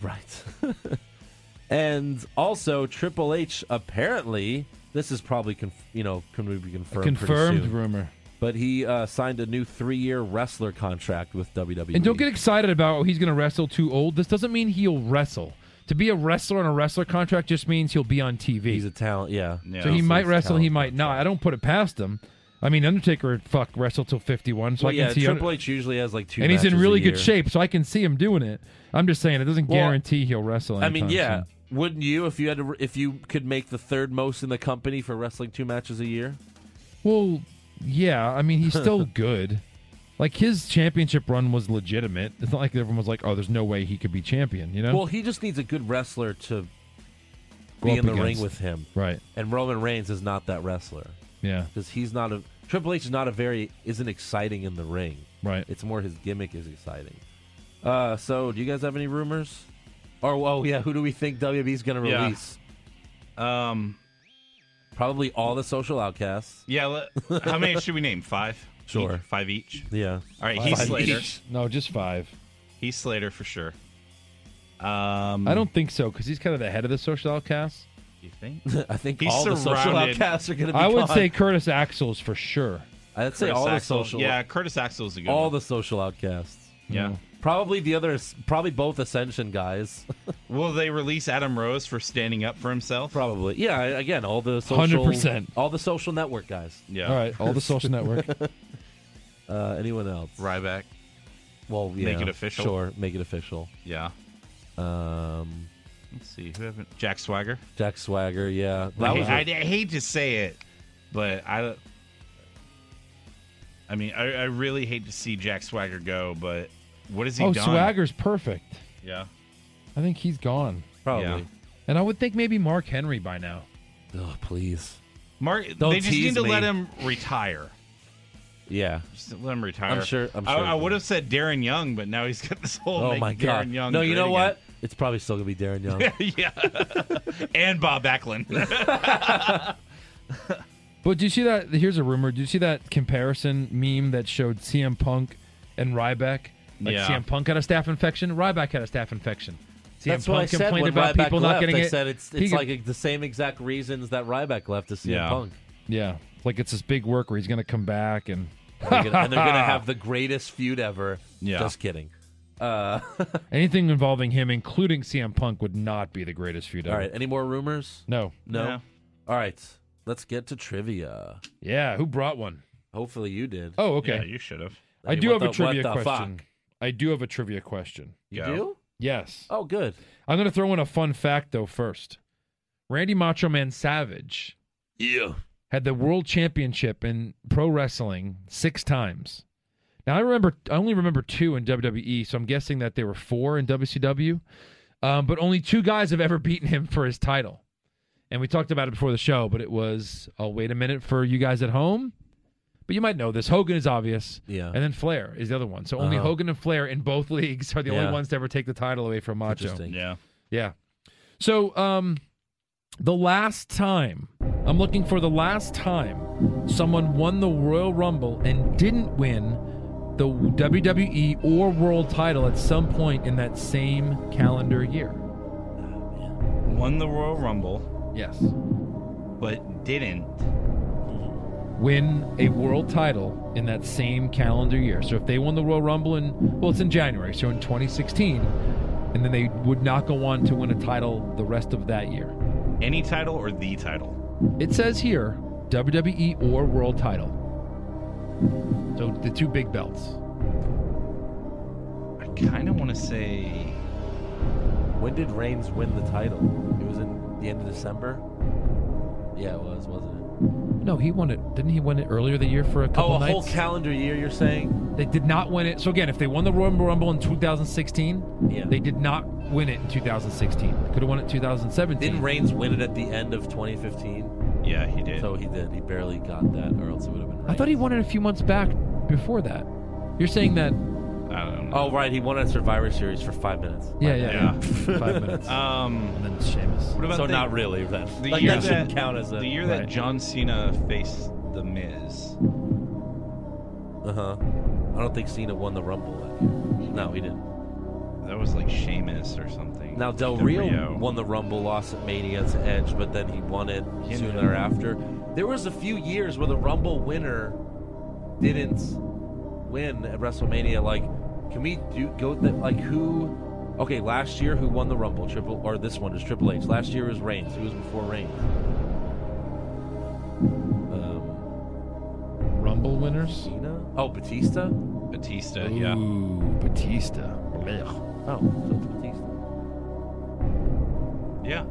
Speaker 5: Right. and also, Triple H apparently, this is probably conf- you know can be confirmed. pretty
Speaker 6: Confirmed
Speaker 5: soon,
Speaker 6: rumor.
Speaker 5: but he uh, signed a new three-year wrestler contract with E. WWE.
Speaker 6: And don't get excited about oh, he's going to wrestle too old. This doesn't mean he'll wrestle. To be a wrestler on a wrestler contract just means he'll be on TV.
Speaker 5: He's a talent. Yeah.
Speaker 7: Yeah.
Speaker 6: so he might
Speaker 5: he's
Speaker 6: wrestle, he
Speaker 5: talented,
Speaker 6: might not. I don't put it past him. I mean, Undertaker fuck wrestled till fifty one, so
Speaker 5: Well,
Speaker 6: I
Speaker 5: yeah,
Speaker 6: can see.
Speaker 5: Triple H usually has like two.
Speaker 6: and he's in
Speaker 5: matches a
Speaker 6: really good
Speaker 5: year.
Speaker 6: shape, so I can see him doing it. I'm just saying it doesn't
Speaker 5: Well,
Speaker 6: guarantee he'll wrestle.
Speaker 5: I mean,
Speaker 6: anytime
Speaker 5: yeah.
Speaker 6: soon.
Speaker 5: Wouldn't you if you had to, if you could make the third most in the company for wrestling two matches a year?
Speaker 6: Well, yeah. I mean, he's still good. Like his championship run was legitimate. It's not like everyone was like, "Oh, there's no way he could be champion," you know?
Speaker 5: Well, he just needs a good wrestler to
Speaker 6: Go
Speaker 5: be
Speaker 6: up
Speaker 5: in the ring
Speaker 6: against.
Speaker 5: with him,
Speaker 6: right?
Speaker 5: and Roman Reigns is not that wrestler
Speaker 6: Yeah,
Speaker 5: because he's not a Triple H is not a very isn't exciting in the ring.
Speaker 6: right.
Speaker 5: It's more his gimmick is exciting. Uh, so do you guys have any rumors? Or oh yeah, who do we think WWE's going to
Speaker 7: Yeah.
Speaker 5: release?
Speaker 7: Um
Speaker 5: Probably all the social outcasts.
Speaker 7: yeah, let- how many should we name? Five?
Speaker 5: Sure.
Speaker 7: Each- five each.
Speaker 5: Yeah.
Speaker 7: All right, he's
Speaker 6: Five
Speaker 7: Slater.
Speaker 6: No, just five.
Speaker 7: He's Slater for sure.
Speaker 5: Hmm.
Speaker 7: Um
Speaker 6: I don't think so because he's kind of the head of the social outcasts.
Speaker 7: you think?
Speaker 5: I think
Speaker 7: He's
Speaker 5: all the social
Speaker 7: surrounded.
Speaker 5: outcasts are going to be
Speaker 6: I would
Speaker 5: gone.
Speaker 6: say Curtis Axel's for sure.
Speaker 5: I'd say
Speaker 7: Curtis
Speaker 5: all the
Speaker 7: Axel.
Speaker 5: social
Speaker 7: Yeah, Curtis Axel's a good
Speaker 5: all
Speaker 7: one.
Speaker 5: the social outcasts.
Speaker 7: yeah.
Speaker 5: Probably the other probably both ascension guys.
Speaker 7: Will they release Adam Rose for standing up for himself?
Speaker 5: probably. Yeah, again, all the social
Speaker 6: 100%.
Speaker 5: all the social network guys.
Speaker 7: Yeah.
Speaker 6: All right, all the social network.
Speaker 5: Uh, anyone else?
Speaker 7: Ryback.
Speaker 5: Well, yeah.
Speaker 7: Make it official.
Speaker 5: Sure, make it official.
Speaker 7: Yeah.
Speaker 5: Um
Speaker 7: Let's see. Who haven't Jack Swagger?
Speaker 5: Jack Swagger, yeah. That
Speaker 7: I,
Speaker 5: was a-
Speaker 7: I, I hate to say it, but I I mean, I, I really hate to see Jack Swagger go, but what has he
Speaker 6: oh,
Speaker 7: done?
Speaker 6: Swagger's perfect.
Speaker 7: Yeah.
Speaker 6: I think he's gone.
Speaker 5: probably.
Speaker 7: Yeah.
Speaker 6: And I would think maybe Mark Henry by now.
Speaker 5: Oh, please.
Speaker 7: Mark
Speaker 5: Don't
Speaker 7: they just
Speaker 5: tease
Speaker 7: need to
Speaker 5: me.
Speaker 7: let him retire.
Speaker 5: Yeah.
Speaker 7: Just let him retire.
Speaker 5: I'm sure- I'm
Speaker 7: I-
Speaker 5: sure
Speaker 7: I,
Speaker 5: he
Speaker 7: would
Speaker 5: will.
Speaker 7: have said Darren Young, but now he's got this whole.
Speaker 5: Oh
Speaker 7: make
Speaker 5: my
Speaker 7: Darren
Speaker 5: god.
Speaker 7: Young.
Speaker 5: no, you
Speaker 7: great
Speaker 5: know what?
Speaker 7: again.
Speaker 5: It's probably still gonna be Darren Young.
Speaker 7: yeah. and Bob Backlund.
Speaker 6: But do you see that? Here's a rumor. Did you see that comparison meme that showed CM Punk and Ryback? Like
Speaker 7: Yeah.
Speaker 6: CM Punk had a staph infection. Ryback had a staph infection. CM
Speaker 5: That's
Speaker 6: Punk
Speaker 5: what I said
Speaker 6: complained
Speaker 5: when
Speaker 6: about
Speaker 5: Ryback
Speaker 6: people
Speaker 5: left.
Speaker 6: not getting
Speaker 5: I
Speaker 6: it.
Speaker 5: said it's,
Speaker 6: He
Speaker 5: it's
Speaker 6: could-
Speaker 5: like the same exact reasons that Ryback left to CM
Speaker 7: Yeah.
Speaker 5: Punk.
Speaker 6: yeah, like it's this big work where he's gonna come back and
Speaker 5: They're gonna- and they're going to have the greatest feud ever.
Speaker 7: Yeah.
Speaker 5: Just kidding.
Speaker 6: anything involving him, including CM Punk, would not be the greatest feud ever.
Speaker 5: All right. Any more rumors?
Speaker 6: No.
Speaker 5: No.
Speaker 7: No.
Speaker 5: All right. Let's get to trivia.
Speaker 6: Yeah, who brought one?
Speaker 5: Hopefully you did.
Speaker 6: Oh,
Speaker 7: yeah,
Speaker 6: okay.
Speaker 7: you should have.
Speaker 6: I
Speaker 5: mean,
Speaker 6: do
Speaker 5: what
Speaker 6: have
Speaker 5: the-
Speaker 6: a
Speaker 5: what
Speaker 6: trivia
Speaker 5: the
Speaker 6: question.
Speaker 5: fuck?
Speaker 6: I do have a trivia question.
Speaker 5: You
Speaker 7: Go.
Speaker 5: do?
Speaker 6: Yes.
Speaker 5: Oh, good.
Speaker 6: I'm going to throw in a fun fact, though, first. Randy Macho Man Savage
Speaker 5: Yeah.
Speaker 6: had the world championship in pro wrestling six times. Now I remember, I only remember two in WWE, so I'm guessing that there were four in WCW. Um, but only two guys have ever beaten him for his title, and we talked about it before the show. But it was, oh wait a minute, for you guys at home, but you might know this. Hogan is obvious,
Speaker 5: Yeah.
Speaker 6: and then Flair is the other one. So only
Speaker 5: Uh-huh.
Speaker 6: Hogan and Flair in both leagues are the
Speaker 5: Yeah.
Speaker 6: only ones to ever take the title away from Macho.
Speaker 5: Interesting.
Speaker 13: Yeah.
Speaker 6: Yeah. So, um, the last time I'm looking for the last time someone won the Royal Rumble and didn't win the WWE or World title at some point in that same calendar year.
Speaker 7: Won the Royal Rumble,
Speaker 6: Yes.
Speaker 7: but didn't.
Speaker 6: Win a world title in that same calendar year. So if they won the Royal Rumble in, well, it's in January, so in 2016, and then they would not go on to win a title the rest of that year.
Speaker 7: Any title or the title?
Speaker 6: It says here WWE or World title. So the two big belts.
Speaker 7: I kind of want to say.
Speaker 5: When did Reigns win the title? It was in the end of December. Yeah, it was, wasn't it?
Speaker 6: No, he won it. Didn't he win it earlier the year for a couple
Speaker 5: Oh, a
Speaker 6: nights?
Speaker 5: whole calendar year. You're saying?
Speaker 6: they did not win it. So again, if they won the Royal Rumble in 2016,
Speaker 5: Yeah.
Speaker 6: they did not win it in 2016. They could have won it in 2017.
Speaker 5: Didn't Reigns win it at the end of 2015?
Speaker 7: Yeah, he did.
Speaker 5: So he did. He barely got that, or else it would have been. Reigns.
Speaker 6: I thought he won it a few months back before that. You're saying that?
Speaker 7: I don't know.
Speaker 5: Oh right, he won at Survivor Series for five minutes.
Speaker 6: Yeah, yeah, yeah. Five minutes.
Speaker 7: Um.
Speaker 6: and then Sheamus.
Speaker 7: What about
Speaker 5: oh. so
Speaker 7: the,
Speaker 5: not really then.
Speaker 7: the
Speaker 5: like,
Speaker 7: year
Speaker 5: that shouldn't
Speaker 7: that-
Speaker 5: count as a
Speaker 7: the year
Speaker 6: Right.
Speaker 7: that John Cena faced the Miz?
Speaker 5: Uh huh. I don't think Cena won the Rumble that year. No, he didn't.
Speaker 7: That was like Sheamus or something.
Speaker 5: Now Del
Speaker 7: Del
Speaker 5: Rio,
Speaker 7: Rio.
Speaker 5: won the Rumble, lost at Mania to Edge, but then he won it
Speaker 7: Him
Speaker 5: soon
Speaker 7: and-
Speaker 5: thereafter. There was a few years where the Rumble winner didn't win at WrestleMania. Like, can we do go that? Like, who? Okay, last year who won the Rumble? Triple or this one is Triple H. Last year was Reigns. Who was before Reigns? Um,
Speaker 6: Rumble winners?
Speaker 5: Cena? Oh, Batista.
Speaker 7: Batista. Yeah.
Speaker 6: Ooh, Batista.
Speaker 5: Oh, so it's Batista.
Speaker 7: Yeah.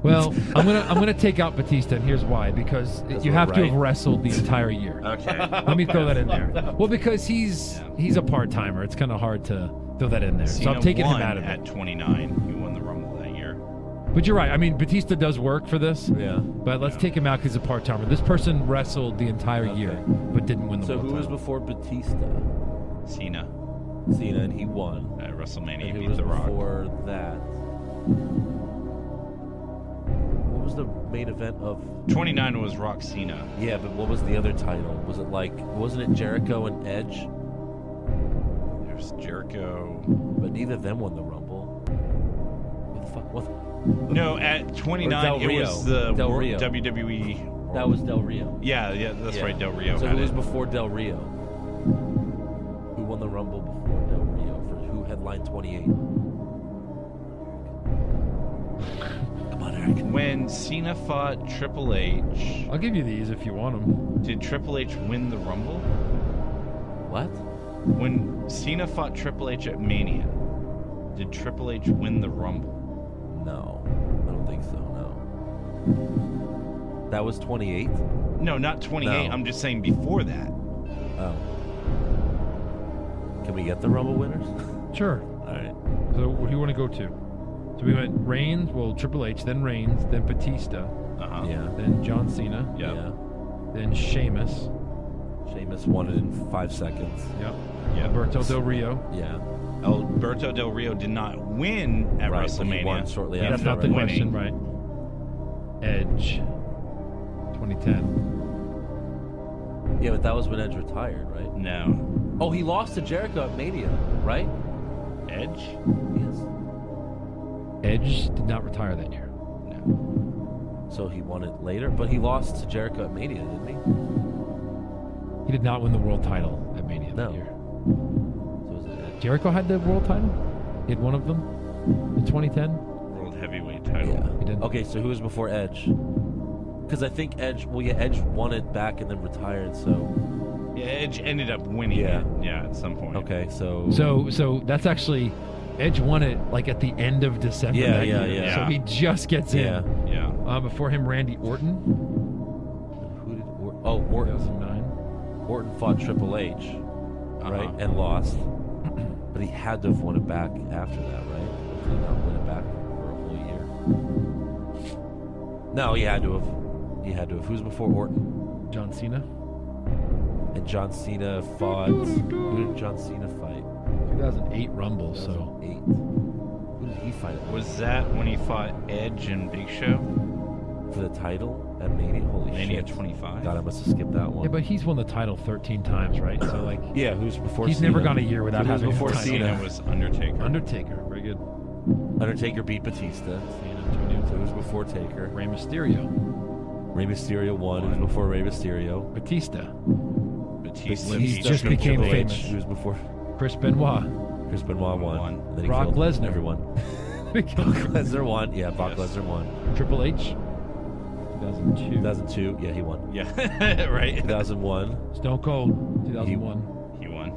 Speaker 6: Well, I'm gonna I'm gonna take out Batista, and here's why: because
Speaker 5: we're
Speaker 6: you have to
Speaker 5: right.
Speaker 6: have wrestled the entire year.
Speaker 7: Okay.
Speaker 6: Let me throw that in there. Well, because he's he's a part timer, it's kind of hard to throw that in there. so I'm
Speaker 7: Cena
Speaker 6: taking him
Speaker 7: won
Speaker 6: out of
Speaker 7: at
Speaker 6: it.
Speaker 7: 29. He won the Rumble that year.
Speaker 6: But you're right. I mean, Batista does work for this.
Speaker 5: Yeah.
Speaker 6: But let's take him out because he's a part timer. This person wrestled the entire year, but didn't win the
Speaker 5: So
Speaker 6: world
Speaker 5: who was
Speaker 6: title.
Speaker 5: before Batista?
Speaker 7: Cena
Speaker 5: Cena, and he won.
Speaker 7: at WrestleMania
Speaker 5: And who
Speaker 7: beat
Speaker 5: was
Speaker 7: The Rock.
Speaker 5: before that? What was the main event of?
Speaker 7: 29 was Rock Cena.
Speaker 5: Yeah, but what was the other title? Was it like wasn't it Jericho and Edge?
Speaker 7: There's Jericho.
Speaker 5: But neither of them won the Rumble. What the fuck? What?
Speaker 7: No, at 29
Speaker 5: Del
Speaker 7: it
Speaker 5: Rio.
Speaker 7: was the
Speaker 5: Del
Speaker 7: wor-
Speaker 5: Rio.
Speaker 7: WWE.
Speaker 5: That was Del Rio.
Speaker 7: Yeah, yeah, that's
Speaker 5: Yeah.
Speaker 7: right. Del Rio
Speaker 5: So
Speaker 7: had
Speaker 5: who was
Speaker 7: it.
Speaker 5: before Del Rio? Who won the Rumble before Del Rio? For who headlined 28? Come on, Eric.
Speaker 7: When Cena fought Triple H,
Speaker 6: I'll give you these if you want them.
Speaker 7: did Triple H win the Rumble?
Speaker 5: What?
Speaker 7: When Cena fought Triple H at Mania, did Triple H win the Rumble?
Speaker 5: No, I don't think so. No. That was 28.
Speaker 7: No, not 28.
Speaker 5: No.
Speaker 7: I'm just saying before that.
Speaker 5: Oh. Can we get the Rumble winners?
Speaker 6: Sure.
Speaker 5: All right.
Speaker 6: So who do you want to go to? So we went Reigns, well Triple H, then Reigns, then Batista,
Speaker 7: Uh-huh.
Speaker 5: Yeah.
Speaker 6: then John Cena,
Speaker 7: Yep.
Speaker 5: Yeah.
Speaker 6: then Sheamus.
Speaker 5: Sheamus won it in five seconds.
Speaker 6: Yep.
Speaker 7: Yeah.
Speaker 6: Alberto Del Rio.
Speaker 5: Yeah.
Speaker 7: Alberto Del Rio did not win at
Speaker 5: Right, but he
Speaker 7: WrestleMania.
Speaker 5: won shortly
Speaker 7: He
Speaker 5: after,
Speaker 6: That's
Speaker 7: ended
Speaker 6: not
Speaker 7: up
Speaker 6: the
Speaker 5: right?
Speaker 7: winning.
Speaker 6: question, right? Edge, 2010.
Speaker 5: Yeah, but that was when Edge retired, right?
Speaker 7: No.
Speaker 5: Oh, he lost to Jericho at Mania, right?
Speaker 7: Edge?
Speaker 5: Yes.
Speaker 6: Edge did not retire that year.
Speaker 7: No.
Speaker 5: So he won it later, but he lost to Jericho at Mania, didn't he?
Speaker 6: He did not win the world title at Mania that
Speaker 5: No.
Speaker 6: year.
Speaker 5: So was it Edge?
Speaker 6: Jericho had the world title. He had one of them in 2010.
Speaker 7: World heavyweight title.
Speaker 5: Yeah.
Speaker 6: He didn't.
Speaker 5: Okay, so who was before Edge? Because I think Edge, well, yeah, Edge won it back and then retired, so.
Speaker 7: Yeah, Edge ended up winning
Speaker 5: Yeah.
Speaker 7: it. Yeah, at some point.
Speaker 5: Okay, so.
Speaker 6: So so that's actually Edge won it like at the end of December.
Speaker 5: Yeah,
Speaker 6: that
Speaker 5: yeah,
Speaker 6: year.
Speaker 5: yeah.
Speaker 6: So he just gets
Speaker 5: Yeah.
Speaker 6: in.
Speaker 7: Yeah.
Speaker 6: Uh, before him, Randy Orton,
Speaker 5: Who did. Or, oh, Orton.
Speaker 6: 2009.
Speaker 5: Orton fought Triple H. right? And lost. but he had to have won it back after that, right? Did he not win it back for a whole year? No, he had to have. He had to have. Who's before Orton?
Speaker 6: John Cena.
Speaker 5: And John Cena fought. Who did John Cena fight?
Speaker 6: 2008 Rumble. So
Speaker 5: Eight. Who did he fight
Speaker 10: Was that when he fought Edge and Big Show?
Speaker 5: for the title at Mania? Holy
Speaker 10: Mania
Speaker 5: shit!
Speaker 10: 25?
Speaker 5: God, I must have skipped that one.
Speaker 6: yeah, but he's won the title 13 times, right? So like
Speaker 5: Yeah, who's before?
Speaker 6: he's
Speaker 5: Cena?
Speaker 6: never gone a year without
Speaker 5: Who's
Speaker 6: having
Speaker 5: before
Speaker 6: a title.
Speaker 10: Cena was Undertaker.
Speaker 6: Undertaker. Very good.
Speaker 5: Undertaker beat Batista.
Speaker 6: San Antonio.
Speaker 5: So who's before Taker?
Speaker 6: Rey Mysterio.
Speaker 5: Rey Mysterio won. Who's before Rey Mysterio?
Speaker 6: Batista.
Speaker 10: Batista,
Speaker 6: He's
Speaker 10: beat
Speaker 6: just
Speaker 10: Triple
Speaker 6: became
Speaker 10: H.
Speaker 6: famous.
Speaker 5: Who's before?
Speaker 6: Chris Benoit.
Speaker 5: Chris Benoit won.
Speaker 10: Won.
Speaker 5: And then he
Speaker 6: Brock
Speaker 5: killed
Speaker 6: Lesnar.
Speaker 5: Everyone.
Speaker 6: Triple
Speaker 5: Lesnar won. Yeah, Brock
Speaker 10: Yes.
Speaker 5: Lesnar won.
Speaker 6: H. 2002.
Speaker 5: 2002. Yeah, he won.
Speaker 10: Yeah, right.
Speaker 5: 2001.
Speaker 6: Stone Cold. 2001.
Speaker 10: He won.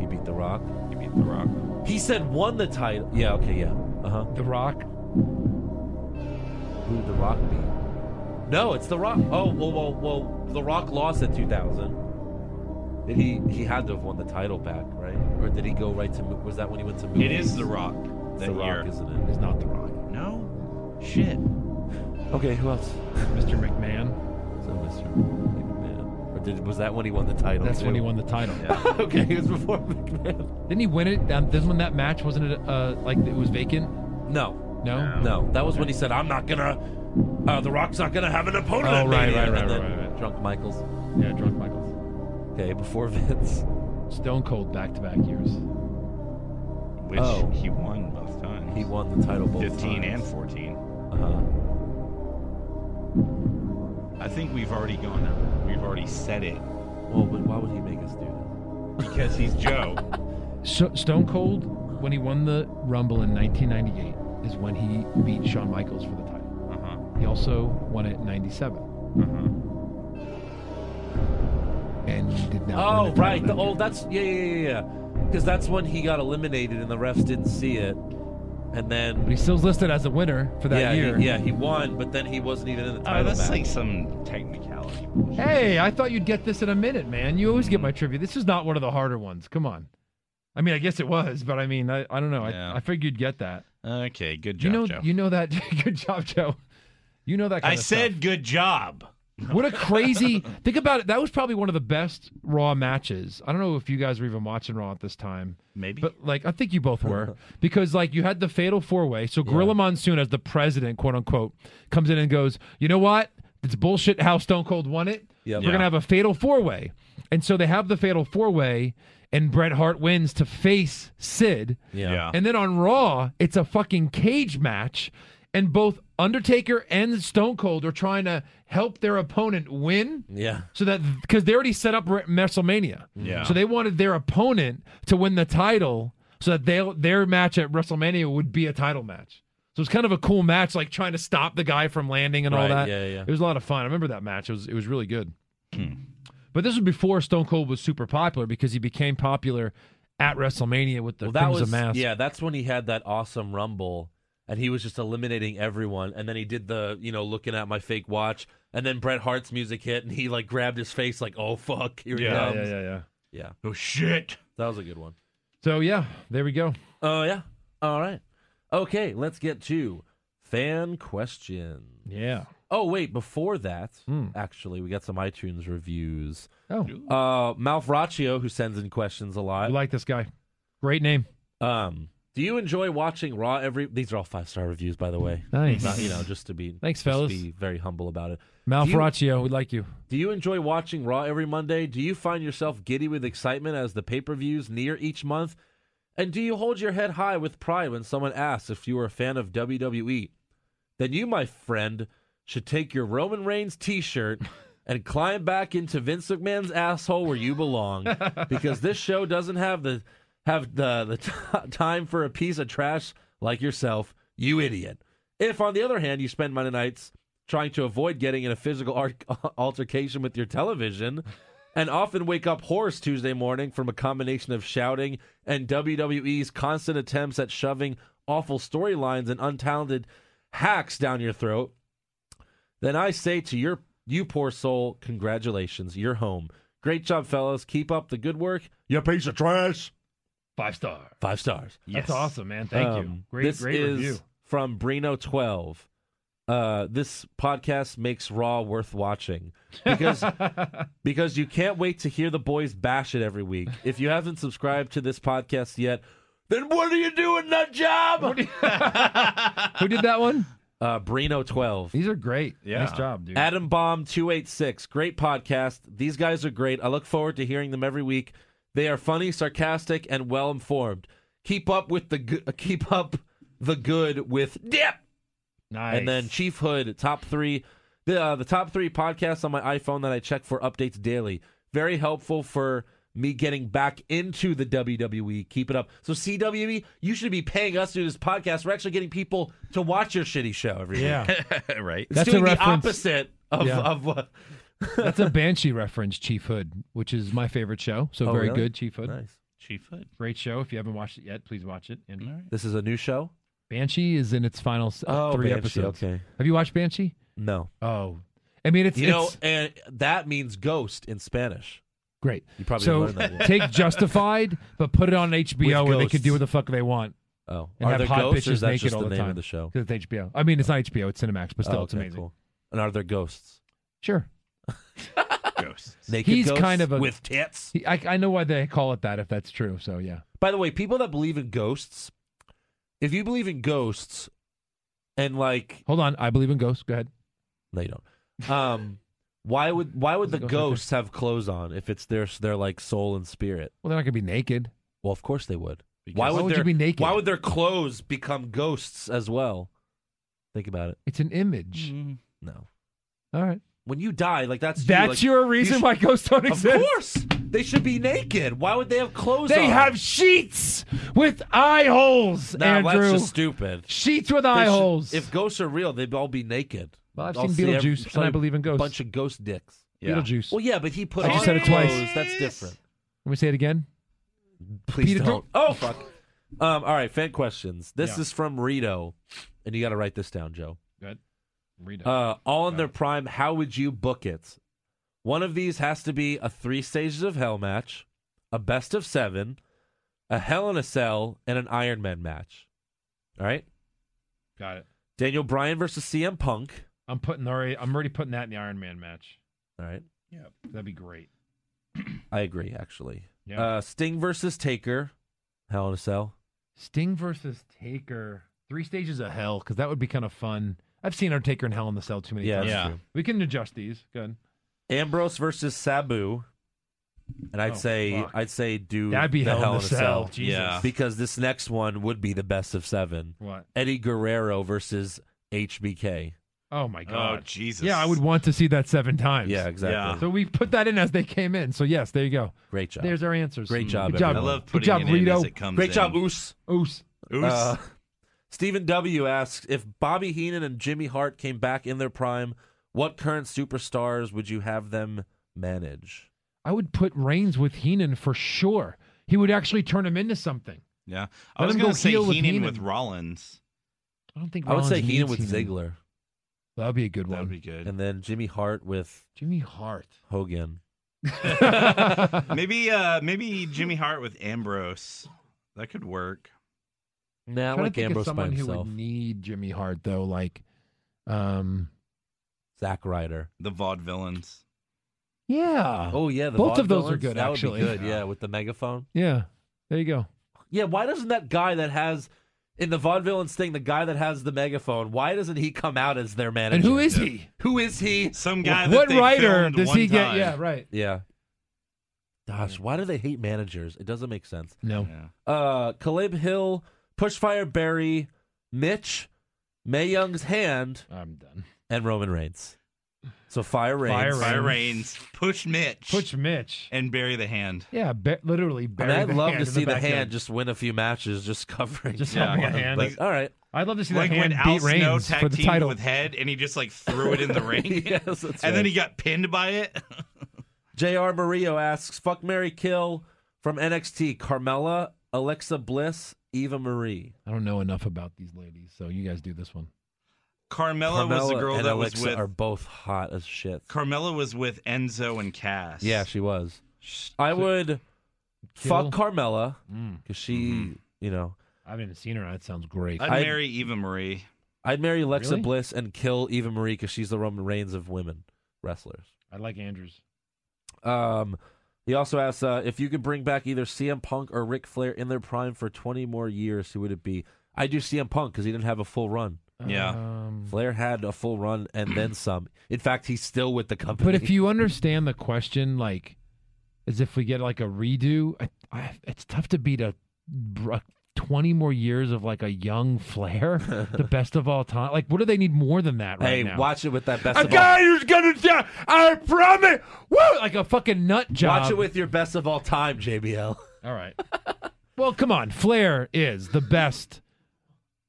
Speaker 5: He beat The Rock.
Speaker 10: He beat The Rock.
Speaker 5: He said won the title. Yeah. Okay. Yeah. Uh huh.
Speaker 6: The Rock.
Speaker 5: Who did The Rock beat? No, it's The Rock. Oh, well, well, well. The Rock lost at 2000. Did he? He had to have won the title back, right? Or did he go right to? mo- Was that when he went to? Movies?
Speaker 10: It is The Rock.
Speaker 5: It's
Speaker 10: That
Speaker 5: The Rock,
Speaker 10: year.
Speaker 5: isn't it?
Speaker 6: It's not The Rock.
Speaker 10: no shit.
Speaker 5: Okay. Who else?
Speaker 6: Mr. McMahon.
Speaker 5: So Mr. McMahon. Or did, was that when he won the title?
Speaker 6: That's when he
Speaker 5: too?
Speaker 6: won the title.
Speaker 5: okay, he was before McMahon.
Speaker 6: Didn't he win it? That, this when that match wasn't it? Uh, like it was vacant.
Speaker 5: No,
Speaker 6: No.
Speaker 5: no, that was when he said, "I'm not gonna, uh, The Rock's not gonna have an opponent."
Speaker 6: Oh,
Speaker 5: at
Speaker 6: right,
Speaker 5: Mania,"
Speaker 6: right, right,
Speaker 5: and then
Speaker 6: right, right.
Speaker 5: Drunk Michaels.
Speaker 6: Yeah, Drunk Michaels.
Speaker 5: Okay, before Vince.
Speaker 6: Stone Cold back to back years.
Speaker 10: Which
Speaker 5: Oh.
Speaker 10: he won both times.
Speaker 5: He won the title both
Speaker 10: 15 and
Speaker 5: times.
Speaker 10: 14.
Speaker 5: and uh-huh.
Speaker 10: I think we've already gone up. We've already said it
Speaker 5: Well, but why would he make us do that?
Speaker 10: because he's Joe.
Speaker 6: So, Stone Cold, when he won the Rumble in 1998, is when he beat Shawn Michaels for the title.
Speaker 10: uh-huh.
Speaker 6: He also won it in 97.
Speaker 10: Uh-huh.
Speaker 6: And he did not.
Speaker 5: Oh,
Speaker 6: win the
Speaker 5: right. The,
Speaker 6: title
Speaker 5: oh, that's yeah, yeah, yeah, yeah. Because that's when he got eliminated and the refs didn't see it, and
Speaker 6: But
Speaker 5: then
Speaker 6: he's still listed as a winner for that
Speaker 5: yeah, he-
Speaker 6: year.
Speaker 5: yeah, he won, but then he wasn't even in the title
Speaker 10: Oh, that's
Speaker 5: match.
Speaker 10: like some technicality bullshit.
Speaker 6: Hey, I thought you'd get this in a minute, man. You always get my trivia. This is not one of the harder ones. Come on. I mean, I guess it was, but I mean, I, I don't know.
Speaker 10: Yeah.
Speaker 6: I, I figured you'd get that.
Speaker 10: Okay, good job,
Speaker 6: you know,
Speaker 10: Joe.
Speaker 6: you know that. good job, Joe. You know that. Kind
Speaker 10: I
Speaker 6: of
Speaker 10: said
Speaker 6: stuff.
Speaker 10: good job.
Speaker 6: what a crazy. think about it. That was probably one of the best Raw matches. I don't know if you guys were even watching Raw at this time,
Speaker 10: Maybe.
Speaker 6: but like I think you both were because like you had the Fatal Four Way. So Gorilla Monsoon, as the president, quote unquote, comes in and goes, you know what? It's bullshit how Stone Cold won it.
Speaker 5: Yep.
Speaker 6: We're
Speaker 5: Yeah.
Speaker 6: gonna have a Fatal Four Way, and so they have the Fatal Four Way, and Bret Hart wins to face Sid.
Speaker 5: Yeah.
Speaker 10: Yeah.
Speaker 6: And then on Raw, it's a fucking cage match, and both Undertaker and Stone Cold are trying to help their opponent win.
Speaker 5: yeah.
Speaker 6: So that because they already set up Re- WrestleMania,
Speaker 10: Yeah.
Speaker 6: So they wanted their opponent to win the title, so that they their match at WrestleMania would be a title match. So it's kind of a cool match, like trying to stop the guy from landing and all
Speaker 5: Right,
Speaker 6: that.
Speaker 5: yeah, yeah. Hmm.
Speaker 6: It was a lot of fun. I remember that match. It was it was really good. But this was before Stone Cold was super popular because he became popular at WrestleMania with the
Speaker 5: Well, that
Speaker 6: Crimson
Speaker 5: was
Speaker 6: Mask.
Speaker 5: yeah. That's when he had that awesome rumble, and he was just eliminating everyone. And then he did the you know looking at my fake watch, and then Bret Hart's music hit, and he like grabbed his face like oh fuck here he
Speaker 6: yeah,
Speaker 5: comes.
Speaker 6: yeah, yeah, yeah.
Speaker 5: Yeah,
Speaker 10: oh shit.
Speaker 5: that was a good one.
Speaker 6: So yeah, there we go.
Speaker 5: Oh yeah. All right. Okay, let's get to fan questions.
Speaker 6: Yeah.
Speaker 5: Oh wait, before that,
Speaker 6: Hmm.
Speaker 5: actually, we got some iTunes reviews.
Speaker 6: Oh,
Speaker 5: Uh, Malfraccio, who sends in questions a
Speaker 6: I
Speaker 5: lot.
Speaker 6: like this guy. Great name.
Speaker 5: Um, do you enjoy watching Raw every? These are all five star reviews, by the way.
Speaker 6: Nice.
Speaker 5: Not- you know, just to be
Speaker 6: Thanks,
Speaker 5: just
Speaker 6: fellas.
Speaker 5: Be very humble about it.
Speaker 6: Malfraccio, we like you.
Speaker 5: Do you enjoy watching Raw every Monday? Do you find yourself giddy with excitement as the pay per views near each month? And do you hold your head high with pride when someone asks if you are a fan of WWE? Then you, my friend, should take your Roman Reigns t shirt and climb back into Vince McMahon's asshole where you belong because this show doesn't have the have the, the t- time for a piece of trash like yourself, you idiot. If, on the other hand, you spend Monday nights trying to avoid getting in a physical ar- altercation with your television, and often wake up hoarse Tuesday morning from a combination of shouting and WWE's constant attempts at shoving awful storylines and untalented hacks down your throat, then I say to your you poor soul, congratulations, you're home. Great job, fellas. Keep up the good work.
Speaker 6: You piece of trash.
Speaker 5: Five stars. Five stars.
Speaker 6: That's awesome, man. Thank you.
Speaker 5: Um,
Speaker 6: Great,
Speaker 5: this
Speaker 6: great
Speaker 5: is
Speaker 6: review.
Speaker 5: From Brino twelve. Uh, this podcast makes Raw worth watching because because you can't wait to hear the boys bash it every week. If you haven't subscribed to this podcast yet, then what are you doing, nut job?
Speaker 6: Who did that one?
Speaker 5: Uh, Brino twelve.
Speaker 6: These are great. Nice job, dude.
Speaker 5: Adam Bomb 286. Great podcast. These guys are great. I look forward to hearing them every week. They are funny, sarcastic, and well informed. Keep up with the go- keep up the good with dip.
Speaker 6: nice.
Speaker 5: And then Chief Hood, top three, the uh, the top three podcasts on my iPhone that I check for updates daily. Very helpful for me getting back into the WWE. Keep it up. So CWE, you should be paying us to do this podcast. We're actually getting people to watch your shitty show every week.
Speaker 6: yeah,
Speaker 10: right?
Speaker 5: It's
Speaker 6: That's a
Speaker 5: doing the
Speaker 6: reference.
Speaker 5: opposite of,
Speaker 6: Yeah.
Speaker 5: of what
Speaker 6: that's a Banshee reference, Chief Hood, which is my favorite show. So
Speaker 5: Oh,
Speaker 6: very
Speaker 5: really?
Speaker 6: good, Chief Hood.
Speaker 5: Nice.
Speaker 10: Chief Hood.
Speaker 6: Great show. If you haven't watched it yet, please watch it. And
Speaker 5: This is a new show.
Speaker 6: Banshee is in its final s- uh,
Speaker 5: Oh,
Speaker 6: three
Speaker 5: Banshee,
Speaker 6: episodes.
Speaker 5: okay.
Speaker 6: Have you watched Banshee?
Speaker 5: No,
Speaker 6: Oh, I mean, it's
Speaker 5: you
Speaker 6: it's
Speaker 5: know, and that means ghost in Spanish.
Speaker 6: great.
Speaker 5: You probably
Speaker 6: so
Speaker 5: learned that. Word.
Speaker 6: take Justified, but put it on HBO
Speaker 5: With
Speaker 6: where they can
Speaker 5: ghosts.
Speaker 6: do what the fuck they want.
Speaker 5: Oh,
Speaker 6: And
Speaker 5: are
Speaker 6: have
Speaker 5: there
Speaker 6: hot
Speaker 5: ghosts? Or is
Speaker 6: bitches
Speaker 5: that
Speaker 6: naked
Speaker 5: just
Speaker 6: all
Speaker 5: the,
Speaker 6: the
Speaker 5: name
Speaker 6: time.
Speaker 5: of the show?
Speaker 6: Because it's HBO. I mean, it's not HBO. It's Cinemax, but still,
Speaker 5: Oh,
Speaker 6: it's
Speaker 5: okay,
Speaker 6: amazing.
Speaker 5: cool. And are there ghosts?
Speaker 6: Sure.
Speaker 10: Ghosts.
Speaker 5: Naked
Speaker 6: He's
Speaker 5: ghosts
Speaker 6: kind of a-
Speaker 5: with tits.
Speaker 6: He- I, I know why they call it that if that's true. So yeah,
Speaker 5: By the way, people that believe in ghosts, if you believe in ghosts, and like
Speaker 6: hold on. I believe in ghosts. Go ahead.
Speaker 5: no, you don't. Um, why would why would the
Speaker 6: There's a ghost right there.
Speaker 5: ghosts have clothes on if it's their their like soul and spirit?
Speaker 6: Well, they're not gonna be naked.
Speaker 5: Well, of course they would.
Speaker 6: Why would you
Speaker 5: their-
Speaker 6: be naked?
Speaker 5: Why would their clothes become ghosts as well? Think about it.
Speaker 6: It's an image.
Speaker 5: No.
Speaker 6: All right.
Speaker 5: When you die, like that's you,
Speaker 6: That's
Speaker 5: like-
Speaker 6: your reason
Speaker 5: should-
Speaker 6: why ghosts don't
Speaker 5: Of
Speaker 6: exist.
Speaker 5: course, they should be naked. Why would they have clothes?
Speaker 6: They
Speaker 5: on?
Speaker 6: have sheets with eye holes,
Speaker 5: Nah,
Speaker 6: Andrew.
Speaker 5: that's just stupid.
Speaker 6: sheets with
Speaker 5: They
Speaker 6: eye
Speaker 5: should-
Speaker 6: holes.
Speaker 5: If ghosts are real, they'd all be naked.
Speaker 6: Well, I've
Speaker 5: I'll
Speaker 6: seen
Speaker 5: see every-
Speaker 6: Beetlejuice,
Speaker 5: saw
Speaker 6: and I
Speaker 5: a
Speaker 6: believe in ghosts.
Speaker 5: Bunch of ghost dicks.
Speaker 6: Beetlejuice.
Speaker 5: Well, yeah, but he put
Speaker 6: I
Speaker 5: on
Speaker 6: just said it twice.
Speaker 5: clothes. That's different.
Speaker 6: Let me say it again.
Speaker 5: Please
Speaker 6: Beetleju-
Speaker 5: don't. Oh fuck. Um, all right, fan questions. This
Speaker 6: Yeah.
Speaker 5: is from Rito, and you got to write this down, Joe.
Speaker 6: Good. Read
Speaker 5: Uh, all in their prime. How would you book it? One of these has to be a three stages of hell match, a best of seven, a hell in a cell, and an Iron Man match. All right,
Speaker 6: Got it.
Speaker 5: Daniel Bryan versus CM Punk.
Speaker 6: I'm putting already. I'm already putting that in the Iron Man match.
Speaker 5: All right,
Speaker 6: That'd be great.
Speaker 5: I agree. Actually,
Speaker 6: Yeah.
Speaker 5: uh, Sting versus Taker, Hell in a Cell.
Speaker 6: Sting versus Taker. Three stages of hell, because that would be kind of fun. I've seen our Taker and Hell in the Cell too many
Speaker 5: Yeah,
Speaker 6: times.
Speaker 5: that's
Speaker 10: Yeah.
Speaker 5: true.
Speaker 6: We can adjust these. Good.
Speaker 5: Ambrose versus Sabu, and I'd
Speaker 6: Oh,
Speaker 5: say
Speaker 6: fuck.
Speaker 5: I'd say do
Speaker 6: That'd be
Speaker 5: the
Speaker 6: Hell, in
Speaker 5: a
Speaker 6: the Cell. Jesus.
Speaker 10: Yeah.
Speaker 5: because this next one would be the best of seven.
Speaker 6: What?
Speaker 5: Eddie Guerrero versus HBK.
Speaker 6: Oh my
Speaker 10: Oh
Speaker 6: God.
Speaker 10: Jesus!
Speaker 6: yeah, I would want to see that seven times.
Speaker 5: Yeah,
Speaker 10: Yeah.
Speaker 5: exactly.
Speaker 6: So we put that in as they came in. So yes, there you go.
Speaker 5: Great job.
Speaker 6: There's our answers.
Speaker 5: Great job,
Speaker 6: Good
Speaker 10: Mm-hmm.
Speaker 6: job.
Speaker 10: I
Speaker 5: everyone.
Speaker 10: love
Speaker 6: Good
Speaker 10: putting
Speaker 6: job,
Speaker 10: it in
Speaker 6: Rito.
Speaker 10: as it comes.
Speaker 5: Great
Speaker 10: in.
Speaker 5: job, Oos.
Speaker 6: Oos.
Speaker 10: Oos.
Speaker 5: Uh, Stephen W. asks if Bobby Heenan and Jimmy Hart came back in their prime, what current superstars would you have them manage?
Speaker 6: I would put Reigns with Heenan for sure. He would actually turn him into something.
Speaker 10: yeah, I
Speaker 6: Let
Speaker 10: was
Speaker 6: him
Speaker 10: gonna
Speaker 6: go
Speaker 10: say
Speaker 6: heel with
Speaker 10: Heenan,
Speaker 6: Heenan.
Speaker 10: with Rollins.
Speaker 6: I don't think
Speaker 5: I would
Speaker 6: Rollins
Speaker 5: say Heenan
Speaker 6: needs
Speaker 5: with Ziggler,
Speaker 6: That would be a good
Speaker 10: That
Speaker 6: one.
Speaker 10: would be good.
Speaker 5: and then Jimmy Hart with
Speaker 6: Jimmy Hart.
Speaker 5: Hogan.
Speaker 10: Maybe, uh, maybe Jimmy Hart with Ambrose. That could work.
Speaker 5: Nah, I
Speaker 6: I'm trying
Speaker 5: like
Speaker 6: to think
Speaker 5: Ambrose
Speaker 6: of someone
Speaker 5: by
Speaker 6: who
Speaker 5: himself.
Speaker 6: would need Jimmy Hart though, like, um,
Speaker 5: Zack Ryder.
Speaker 10: The vaudevillains.
Speaker 6: yeah,
Speaker 5: Oh yeah, the
Speaker 6: Both of those are
Speaker 5: Vaudevillains?
Speaker 6: good,
Speaker 5: That
Speaker 6: actually.
Speaker 5: would be good. Yeah, with the megaphone.
Speaker 6: yeah. There you go.
Speaker 5: Yeah, why doesn't that guy that has in the vaudevillains thing, the guy that has the megaphone, why doesn't he come out as their manager?
Speaker 6: And who is he?
Speaker 5: Who is he?
Speaker 10: Some guy. that
Speaker 6: what
Speaker 10: they
Speaker 6: writer
Speaker 10: filmed
Speaker 6: does
Speaker 10: one
Speaker 6: he get?
Speaker 10: time.
Speaker 6: Yeah, right.
Speaker 5: Yeah. Gosh, why do they hate managers? It doesn't make sense.
Speaker 6: No.
Speaker 10: Yeah.
Speaker 5: Uh Caleb Hill, Pushfire Barry, Mitch, May Young's hand,
Speaker 6: I'm done.
Speaker 5: and Roman Reigns. So Fire Reigns.
Speaker 6: Fire Reigns.
Speaker 10: Fire Reigns. Push Mitch.
Speaker 6: Push Mitch.
Speaker 10: and bury the hand.
Speaker 6: Yeah, ba- literally.
Speaker 5: I
Speaker 6: Bury
Speaker 5: mean, I'd
Speaker 6: the
Speaker 5: love
Speaker 6: hand
Speaker 5: to
Speaker 6: in
Speaker 5: see the,
Speaker 6: backyard.
Speaker 5: hand just win a few matches just covering.
Speaker 6: Just
Speaker 10: Yeah.
Speaker 6: helping a hand.
Speaker 5: But, all right.
Speaker 6: I'd love to see
Speaker 10: like
Speaker 6: that
Speaker 10: when
Speaker 6: hand
Speaker 10: Al
Speaker 6: beat
Speaker 10: Snow
Speaker 6: Reigns for
Speaker 10: tag
Speaker 6: the
Speaker 10: teamed
Speaker 6: title.
Speaker 10: with Head, and he just like threw it in the ring,
Speaker 5: Yes, that's
Speaker 10: and
Speaker 5: right.
Speaker 10: then he got pinned by it.
Speaker 5: J.R. Murillo asks, fuck Mary Kill from NXT, Carmella, Alexa Bliss, Eva Marie.
Speaker 6: I don't know enough about these ladies, so you guys do this one.
Speaker 10: Carmella, was the girl
Speaker 5: and
Speaker 10: that
Speaker 5: Alexa
Speaker 10: was with
Speaker 5: are both hot as shit.
Speaker 10: Carmella was with Enzo and Cass.
Speaker 5: yeah, she was. I would fuck Carmella
Speaker 10: Mm.
Speaker 5: because she,
Speaker 10: Mm-hmm.
Speaker 5: you know,
Speaker 6: I haven't even seen her. That sounds great.
Speaker 10: I'd
Speaker 5: I'd-
Speaker 10: marry Eva Marie.
Speaker 5: I'd marry Alexa
Speaker 6: Really?
Speaker 5: Bliss and kill Eva Marie because she's the Roman Reigns of women wrestlers.
Speaker 6: I like Andrews.
Speaker 5: Um, he also asks uh, if you could bring back either CM Punk or Ric Flair in their prime for 20 more years, who would it be? I do CM Punk because he didn't have a full run.
Speaker 10: Yeah.
Speaker 6: Um,
Speaker 5: Flair had a full run and then some. In fact, he's still with the company.
Speaker 6: but if you understand the question, like, as if we get like a redo, I, I, it's tough to beat a, br- 20 more years of like a young Flair, the best of all time. Like, what do they need more than that right
Speaker 5: hey,
Speaker 6: now?
Speaker 5: watch it with that best
Speaker 6: a
Speaker 5: of all.
Speaker 6: guy who's gonna die. I promise. Woo! Like a fucking nut job.
Speaker 5: Watch it with your best of all time, JBL.
Speaker 6: All right. well, come on. Flair is the best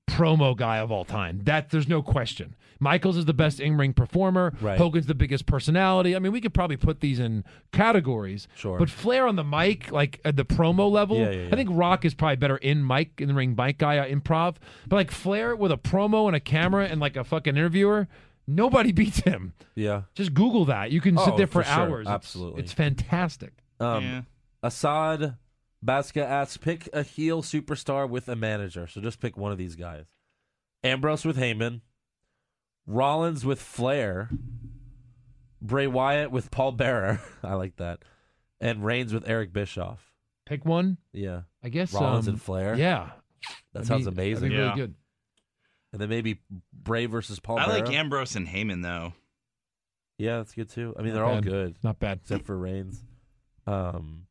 Speaker 6: promo guy of all time. That there's no question. Michaels is the best in-ring performer.
Speaker 5: Right.
Speaker 6: Hogan's the biggest personality. I mean, we could probably put these in categories.
Speaker 5: Sure.
Speaker 6: But Flair on the mic, like at the promo level,
Speaker 5: Yeah, yeah, yeah.
Speaker 6: I think Rock is probably better in mic in the ring mic guy uh, improv. But like Flair with a promo and a camera and like a fucking interviewer, nobody beats him.
Speaker 5: Yeah.
Speaker 6: Just Google that. You can sit
Speaker 5: Oh,
Speaker 6: there for,
Speaker 5: for sure.
Speaker 6: hours. It's-
Speaker 5: Absolutely.
Speaker 6: it's fantastic.
Speaker 5: Um,
Speaker 10: yeah.
Speaker 5: Assad Baska asks, pick a heel superstar with a manager. So just pick one of these guys. Ambrose with Heyman, Rollins with Flair, Bray Wyatt with Paul Bearer. I like that. And Reigns with Eric Bischoff.
Speaker 6: Pick one.
Speaker 5: Yeah.
Speaker 6: I guess
Speaker 5: Rollins
Speaker 6: um,
Speaker 5: and Flair.
Speaker 6: Yeah,
Speaker 5: That
Speaker 6: That'd
Speaker 5: sounds
Speaker 6: be- that'd
Speaker 5: amazing.
Speaker 6: be
Speaker 10: Yeah.
Speaker 6: Really good.
Speaker 5: And then maybe Bray versus Paul
Speaker 10: I
Speaker 5: Bearer.
Speaker 10: like Ambrose and Heyman though.
Speaker 5: yeah, that's good too. I mean, they're
Speaker 6: Not
Speaker 5: all
Speaker 6: bad.
Speaker 5: good.
Speaker 6: Not bad.
Speaker 5: except for Reigns. Um,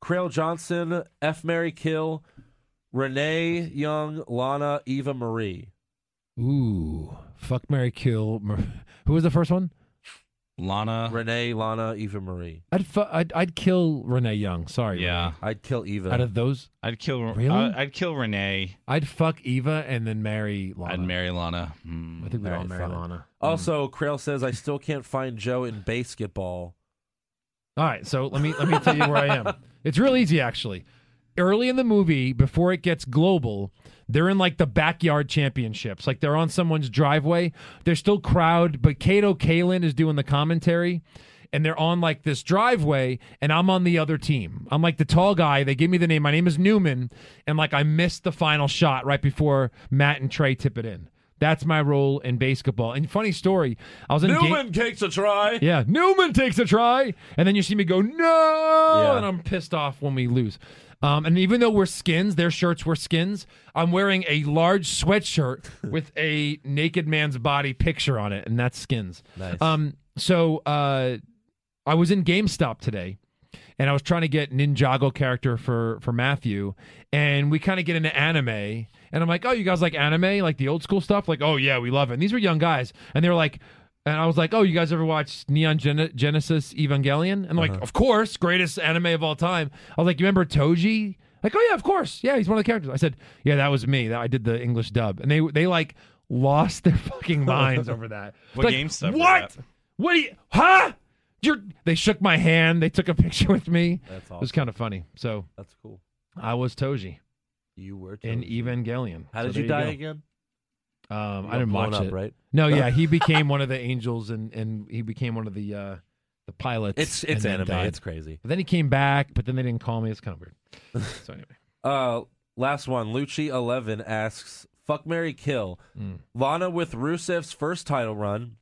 Speaker 5: Crail Johnson, F. Mary Kill, Renee Young, Lana, Eva Marie.
Speaker 6: Ooh, fuck Mary Kill. Mar- Who was the first one?
Speaker 10: Lana.
Speaker 5: Renee, Lana, Eva Marie.
Speaker 6: I'd fu- I'd, I'd kill Renee Young. Sorry.
Speaker 10: yeah.
Speaker 5: I'd kill Eva.
Speaker 6: Renee. Out of those,
Speaker 10: I'd kill
Speaker 6: Really?
Speaker 10: I, would kill Renee.
Speaker 6: I'd fuck Eva and then marry Lana.
Speaker 10: I'd marry Lana.
Speaker 6: I
Speaker 10: Mm.
Speaker 6: think we'd all
Speaker 5: Alright,
Speaker 6: marry
Speaker 5: fine.
Speaker 6: Lana. Mm-hmm.
Speaker 5: also, Crail says I still can't find Joe in basketball.
Speaker 6: All right, so let me let me tell you where I am. It's real easy actually. Early in the movie, before it gets global, they're in like the backyard championships. Like they're on someone's driveway. There's still crowd, but Kato Kalin is doing the commentary. And they're on like this driveway, and I'm on the other team. I'm like the tall guy. They give me the name. My name is Newman. And like I missed the final shot right before Matt and Trey tip it in. That's my role in basketball. And funny story, I was in ga-
Speaker 5: takes a try.
Speaker 6: yeah, Newman takes a try, and then you see me go no,
Speaker 5: Yeah.
Speaker 6: and I'm pissed off when we lose. Um, and even though we're skins, their shirts were skins. I'm wearing a large sweatshirt with a naked man's body picture on it, and that's skins.
Speaker 5: Nice.
Speaker 6: Um, so uh, I was in GameStop today, and I was trying to get Ninjago character for for Matthew, and we kind of get into anime, and I'm like, oh, you guys like anime, like the old school stuff, like oh yeah, we love it. And these were young guys, and they were like. And I was like, "Oh, you guys ever watched Neon Gen- Genesis Evangelion?" And I'm like, "Of course, greatest anime of all time." I was like, "You remember Toji?" Like, "Oh yeah, of course, yeah, he's one of the characters." I said, "Yeah, that was me. That I did the English dub." And they they like lost their fucking minds over that.
Speaker 10: What
Speaker 6: like,
Speaker 10: game stuff was
Speaker 6: What?
Speaker 10: that?
Speaker 6: What do you? Huh? You're, they shook my hand. They took a picture with me.
Speaker 5: That's
Speaker 6: It was
Speaker 5: awesome.
Speaker 6: kind of funny. So
Speaker 5: That's cool.
Speaker 6: I was Toji
Speaker 5: You were too.
Speaker 6: in Evangelion.
Speaker 5: How
Speaker 6: So
Speaker 5: did you
Speaker 6: there
Speaker 5: die
Speaker 6: go.
Speaker 5: again? You
Speaker 6: Um, I
Speaker 5: got
Speaker 6: didn't
Speaker 5: blown
Speaker 6: watch
Speaker 5: up,
Speaker 6: it.
Speaker 5: right?
Speaker 6: No, yeah, he became one of the angels, and and he became one of the uh the pilots.
Speaker 5: It's it's
Speaker 6: and then
Speaker 5: anime.
Speaker 6: died.
Speaker 5: It's crazy.
Speaker 6: But then he came back, but then they didn't call me. It's kind of weird. so anyway,
Speaker 5: Uh, last one. Lucci eleven asks, "Fuck Mary Kill." Lana with Rusev's first title run,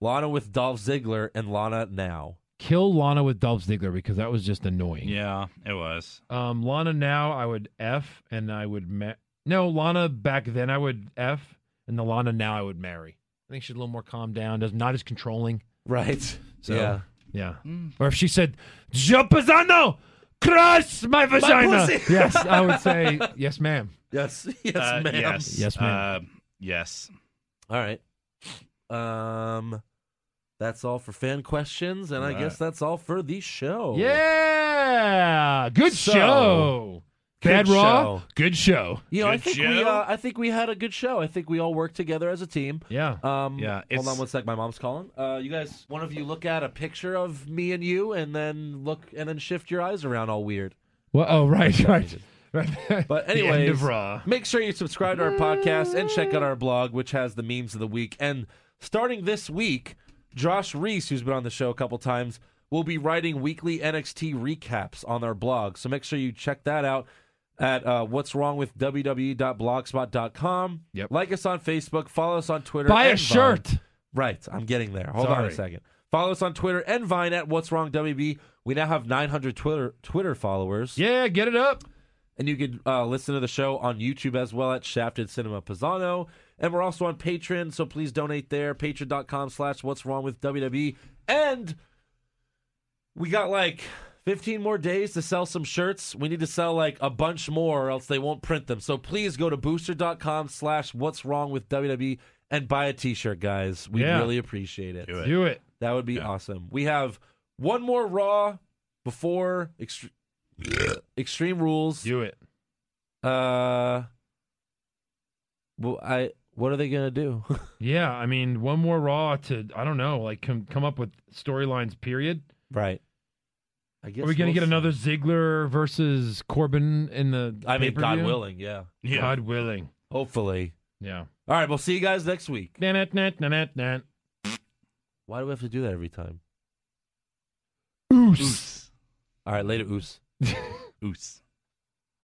Speaker 5: Lana with Dolph Ziggler, and Lana now.
Speaker 6: kill Lana with Dolph Ziggler because that was just annoying.
Speaker 10: Yeah, it was.
Speaker 6: Um, Lana now I would F and I would ma- no Lana back then I would F and the Lana now I would marry. I think she's a little more calmed down. Does not as controlling.
Speaker 5: Right.
Speaker 6: So,
Speaker 5: yeah.
Speaker 6: Yeah.
Speaker 5: Mm.
Speaker 6: Or if she said, Joe Pisano, cross my vagina.
Speaker 5: pussy.
Speaker 6: yes, I would say, yes, ma'am.
Speaker 5: Yes. Yes,
Speaker 10: Uh,
Speaker 5: ma'am.
Speaker 10: Yes.
Speaker 6: Yes, ma'am.
Speaker 10: Uh, yes.
Speaker 5: All right. Um, that's all for fan questions, and I
Speaker 10: Right.
Speaker 5: guess that's all for the show.
Speaker 6: Yeah. Good
Speaker 5: Oh. So,
Speaker 6: show.
Speaker 5: good
Speaker 6: Bad Raw.
Speaker 5: show.
Speaker 6: Good show.
Speaker 5: You know, I
Speaker 10: Good
Speaker 5: think we
Speaker 10: show.
Speaker 5: uh, I think we had a good show. I think we all worked together as a team.
Speaker 6: Yeah.
Speaker 5: Um,
Speaker 10: Yeah,
Speaker 5: Hold
Speaker 10: it's-
Speaker 5: on one sec. My mom's calling. Uh, you guys, one of you look at a picture of me and you, and then look and then shift your eyes around all weird.
Speaker 6: Well, oh, right, right.
Speaker 5: But
Speaker 6: The end
Speaker 5: anyway,
Speaker 6: of Raw.
Speaker 5: make sure you subscribe to our podcast and check out our blog, which has the memes of the week. And starting this week, Josh Reese, who's been on the show a couple times, will be writing weekly NXT recaps on our blog. So make sure you check that out at uh, what's wrong with E www.blogspot.com.
Speaker 10: Yep.
Speaker 5: Like us on Facebook. Follow us on Twitter.
Speaker 6: Buy a
Speaker 5: and Vine.
Speaker 6: shirt.
Speaker 5: Right. I'm getting there. Hold on a
Speaker 10: Sorry.
Speaker 5: second. Follow us on Twitter and Vine at What's Wrong WB. We now have 900 Twitter Twitter followers.
Speaker 6: Yeah, get it up.
Speaker 5: And you can uh, listen to the show on YouTube as well at Shafted Cinema Pisano. And we're also on Patreon, so please donate there. Patreon.com slash What's Wrong with WWE. And we got like 15 more days to sell some shirts. We need to sell like a bunch more or else they won't print them. So please go to booster.com slash What's Wrong with WWE and buy a t-shirt, guys. We
Speaker 6: Yeah.
Speaker 5: really appreciate it.
Speaker 6: Do it.
Speaker 5: That would be awesome. We have one more Raw before Extre- Extreme Rules.
Speaker 6: Do it.
Speaker 5: Uh, well, I what are they gonna do?
Speaker 6: Yeah, I mean, one more Raw to I don't know, like come come up with storylines. Period.
Speaker 5: right. I guess
Speaker 6: Are we gonna
Speaker 5: we'll
Speaker 6: get
Speaker 5: see.
Speaker 6: another Ziggler versus Corbin in the?
Speaker 5: I mean, God
Speaker 6: pay-per-view?
Speaker 5: willing, yeah.
Speaker 10: Yeah.
Speaker 6: God willing.
Speaker 5: Hopefully.
Speaker 6: Yeah.
Speaker 5: All right. We'll see you guys next week.
Speaker 6: Nah, nah, nah, nah, nah, nah.
Speaker 5: Why do we have to do that every time?
Speaker 6: Oos.
Speaker 5: All right. Later, Oos.
Speaker 10: Oos.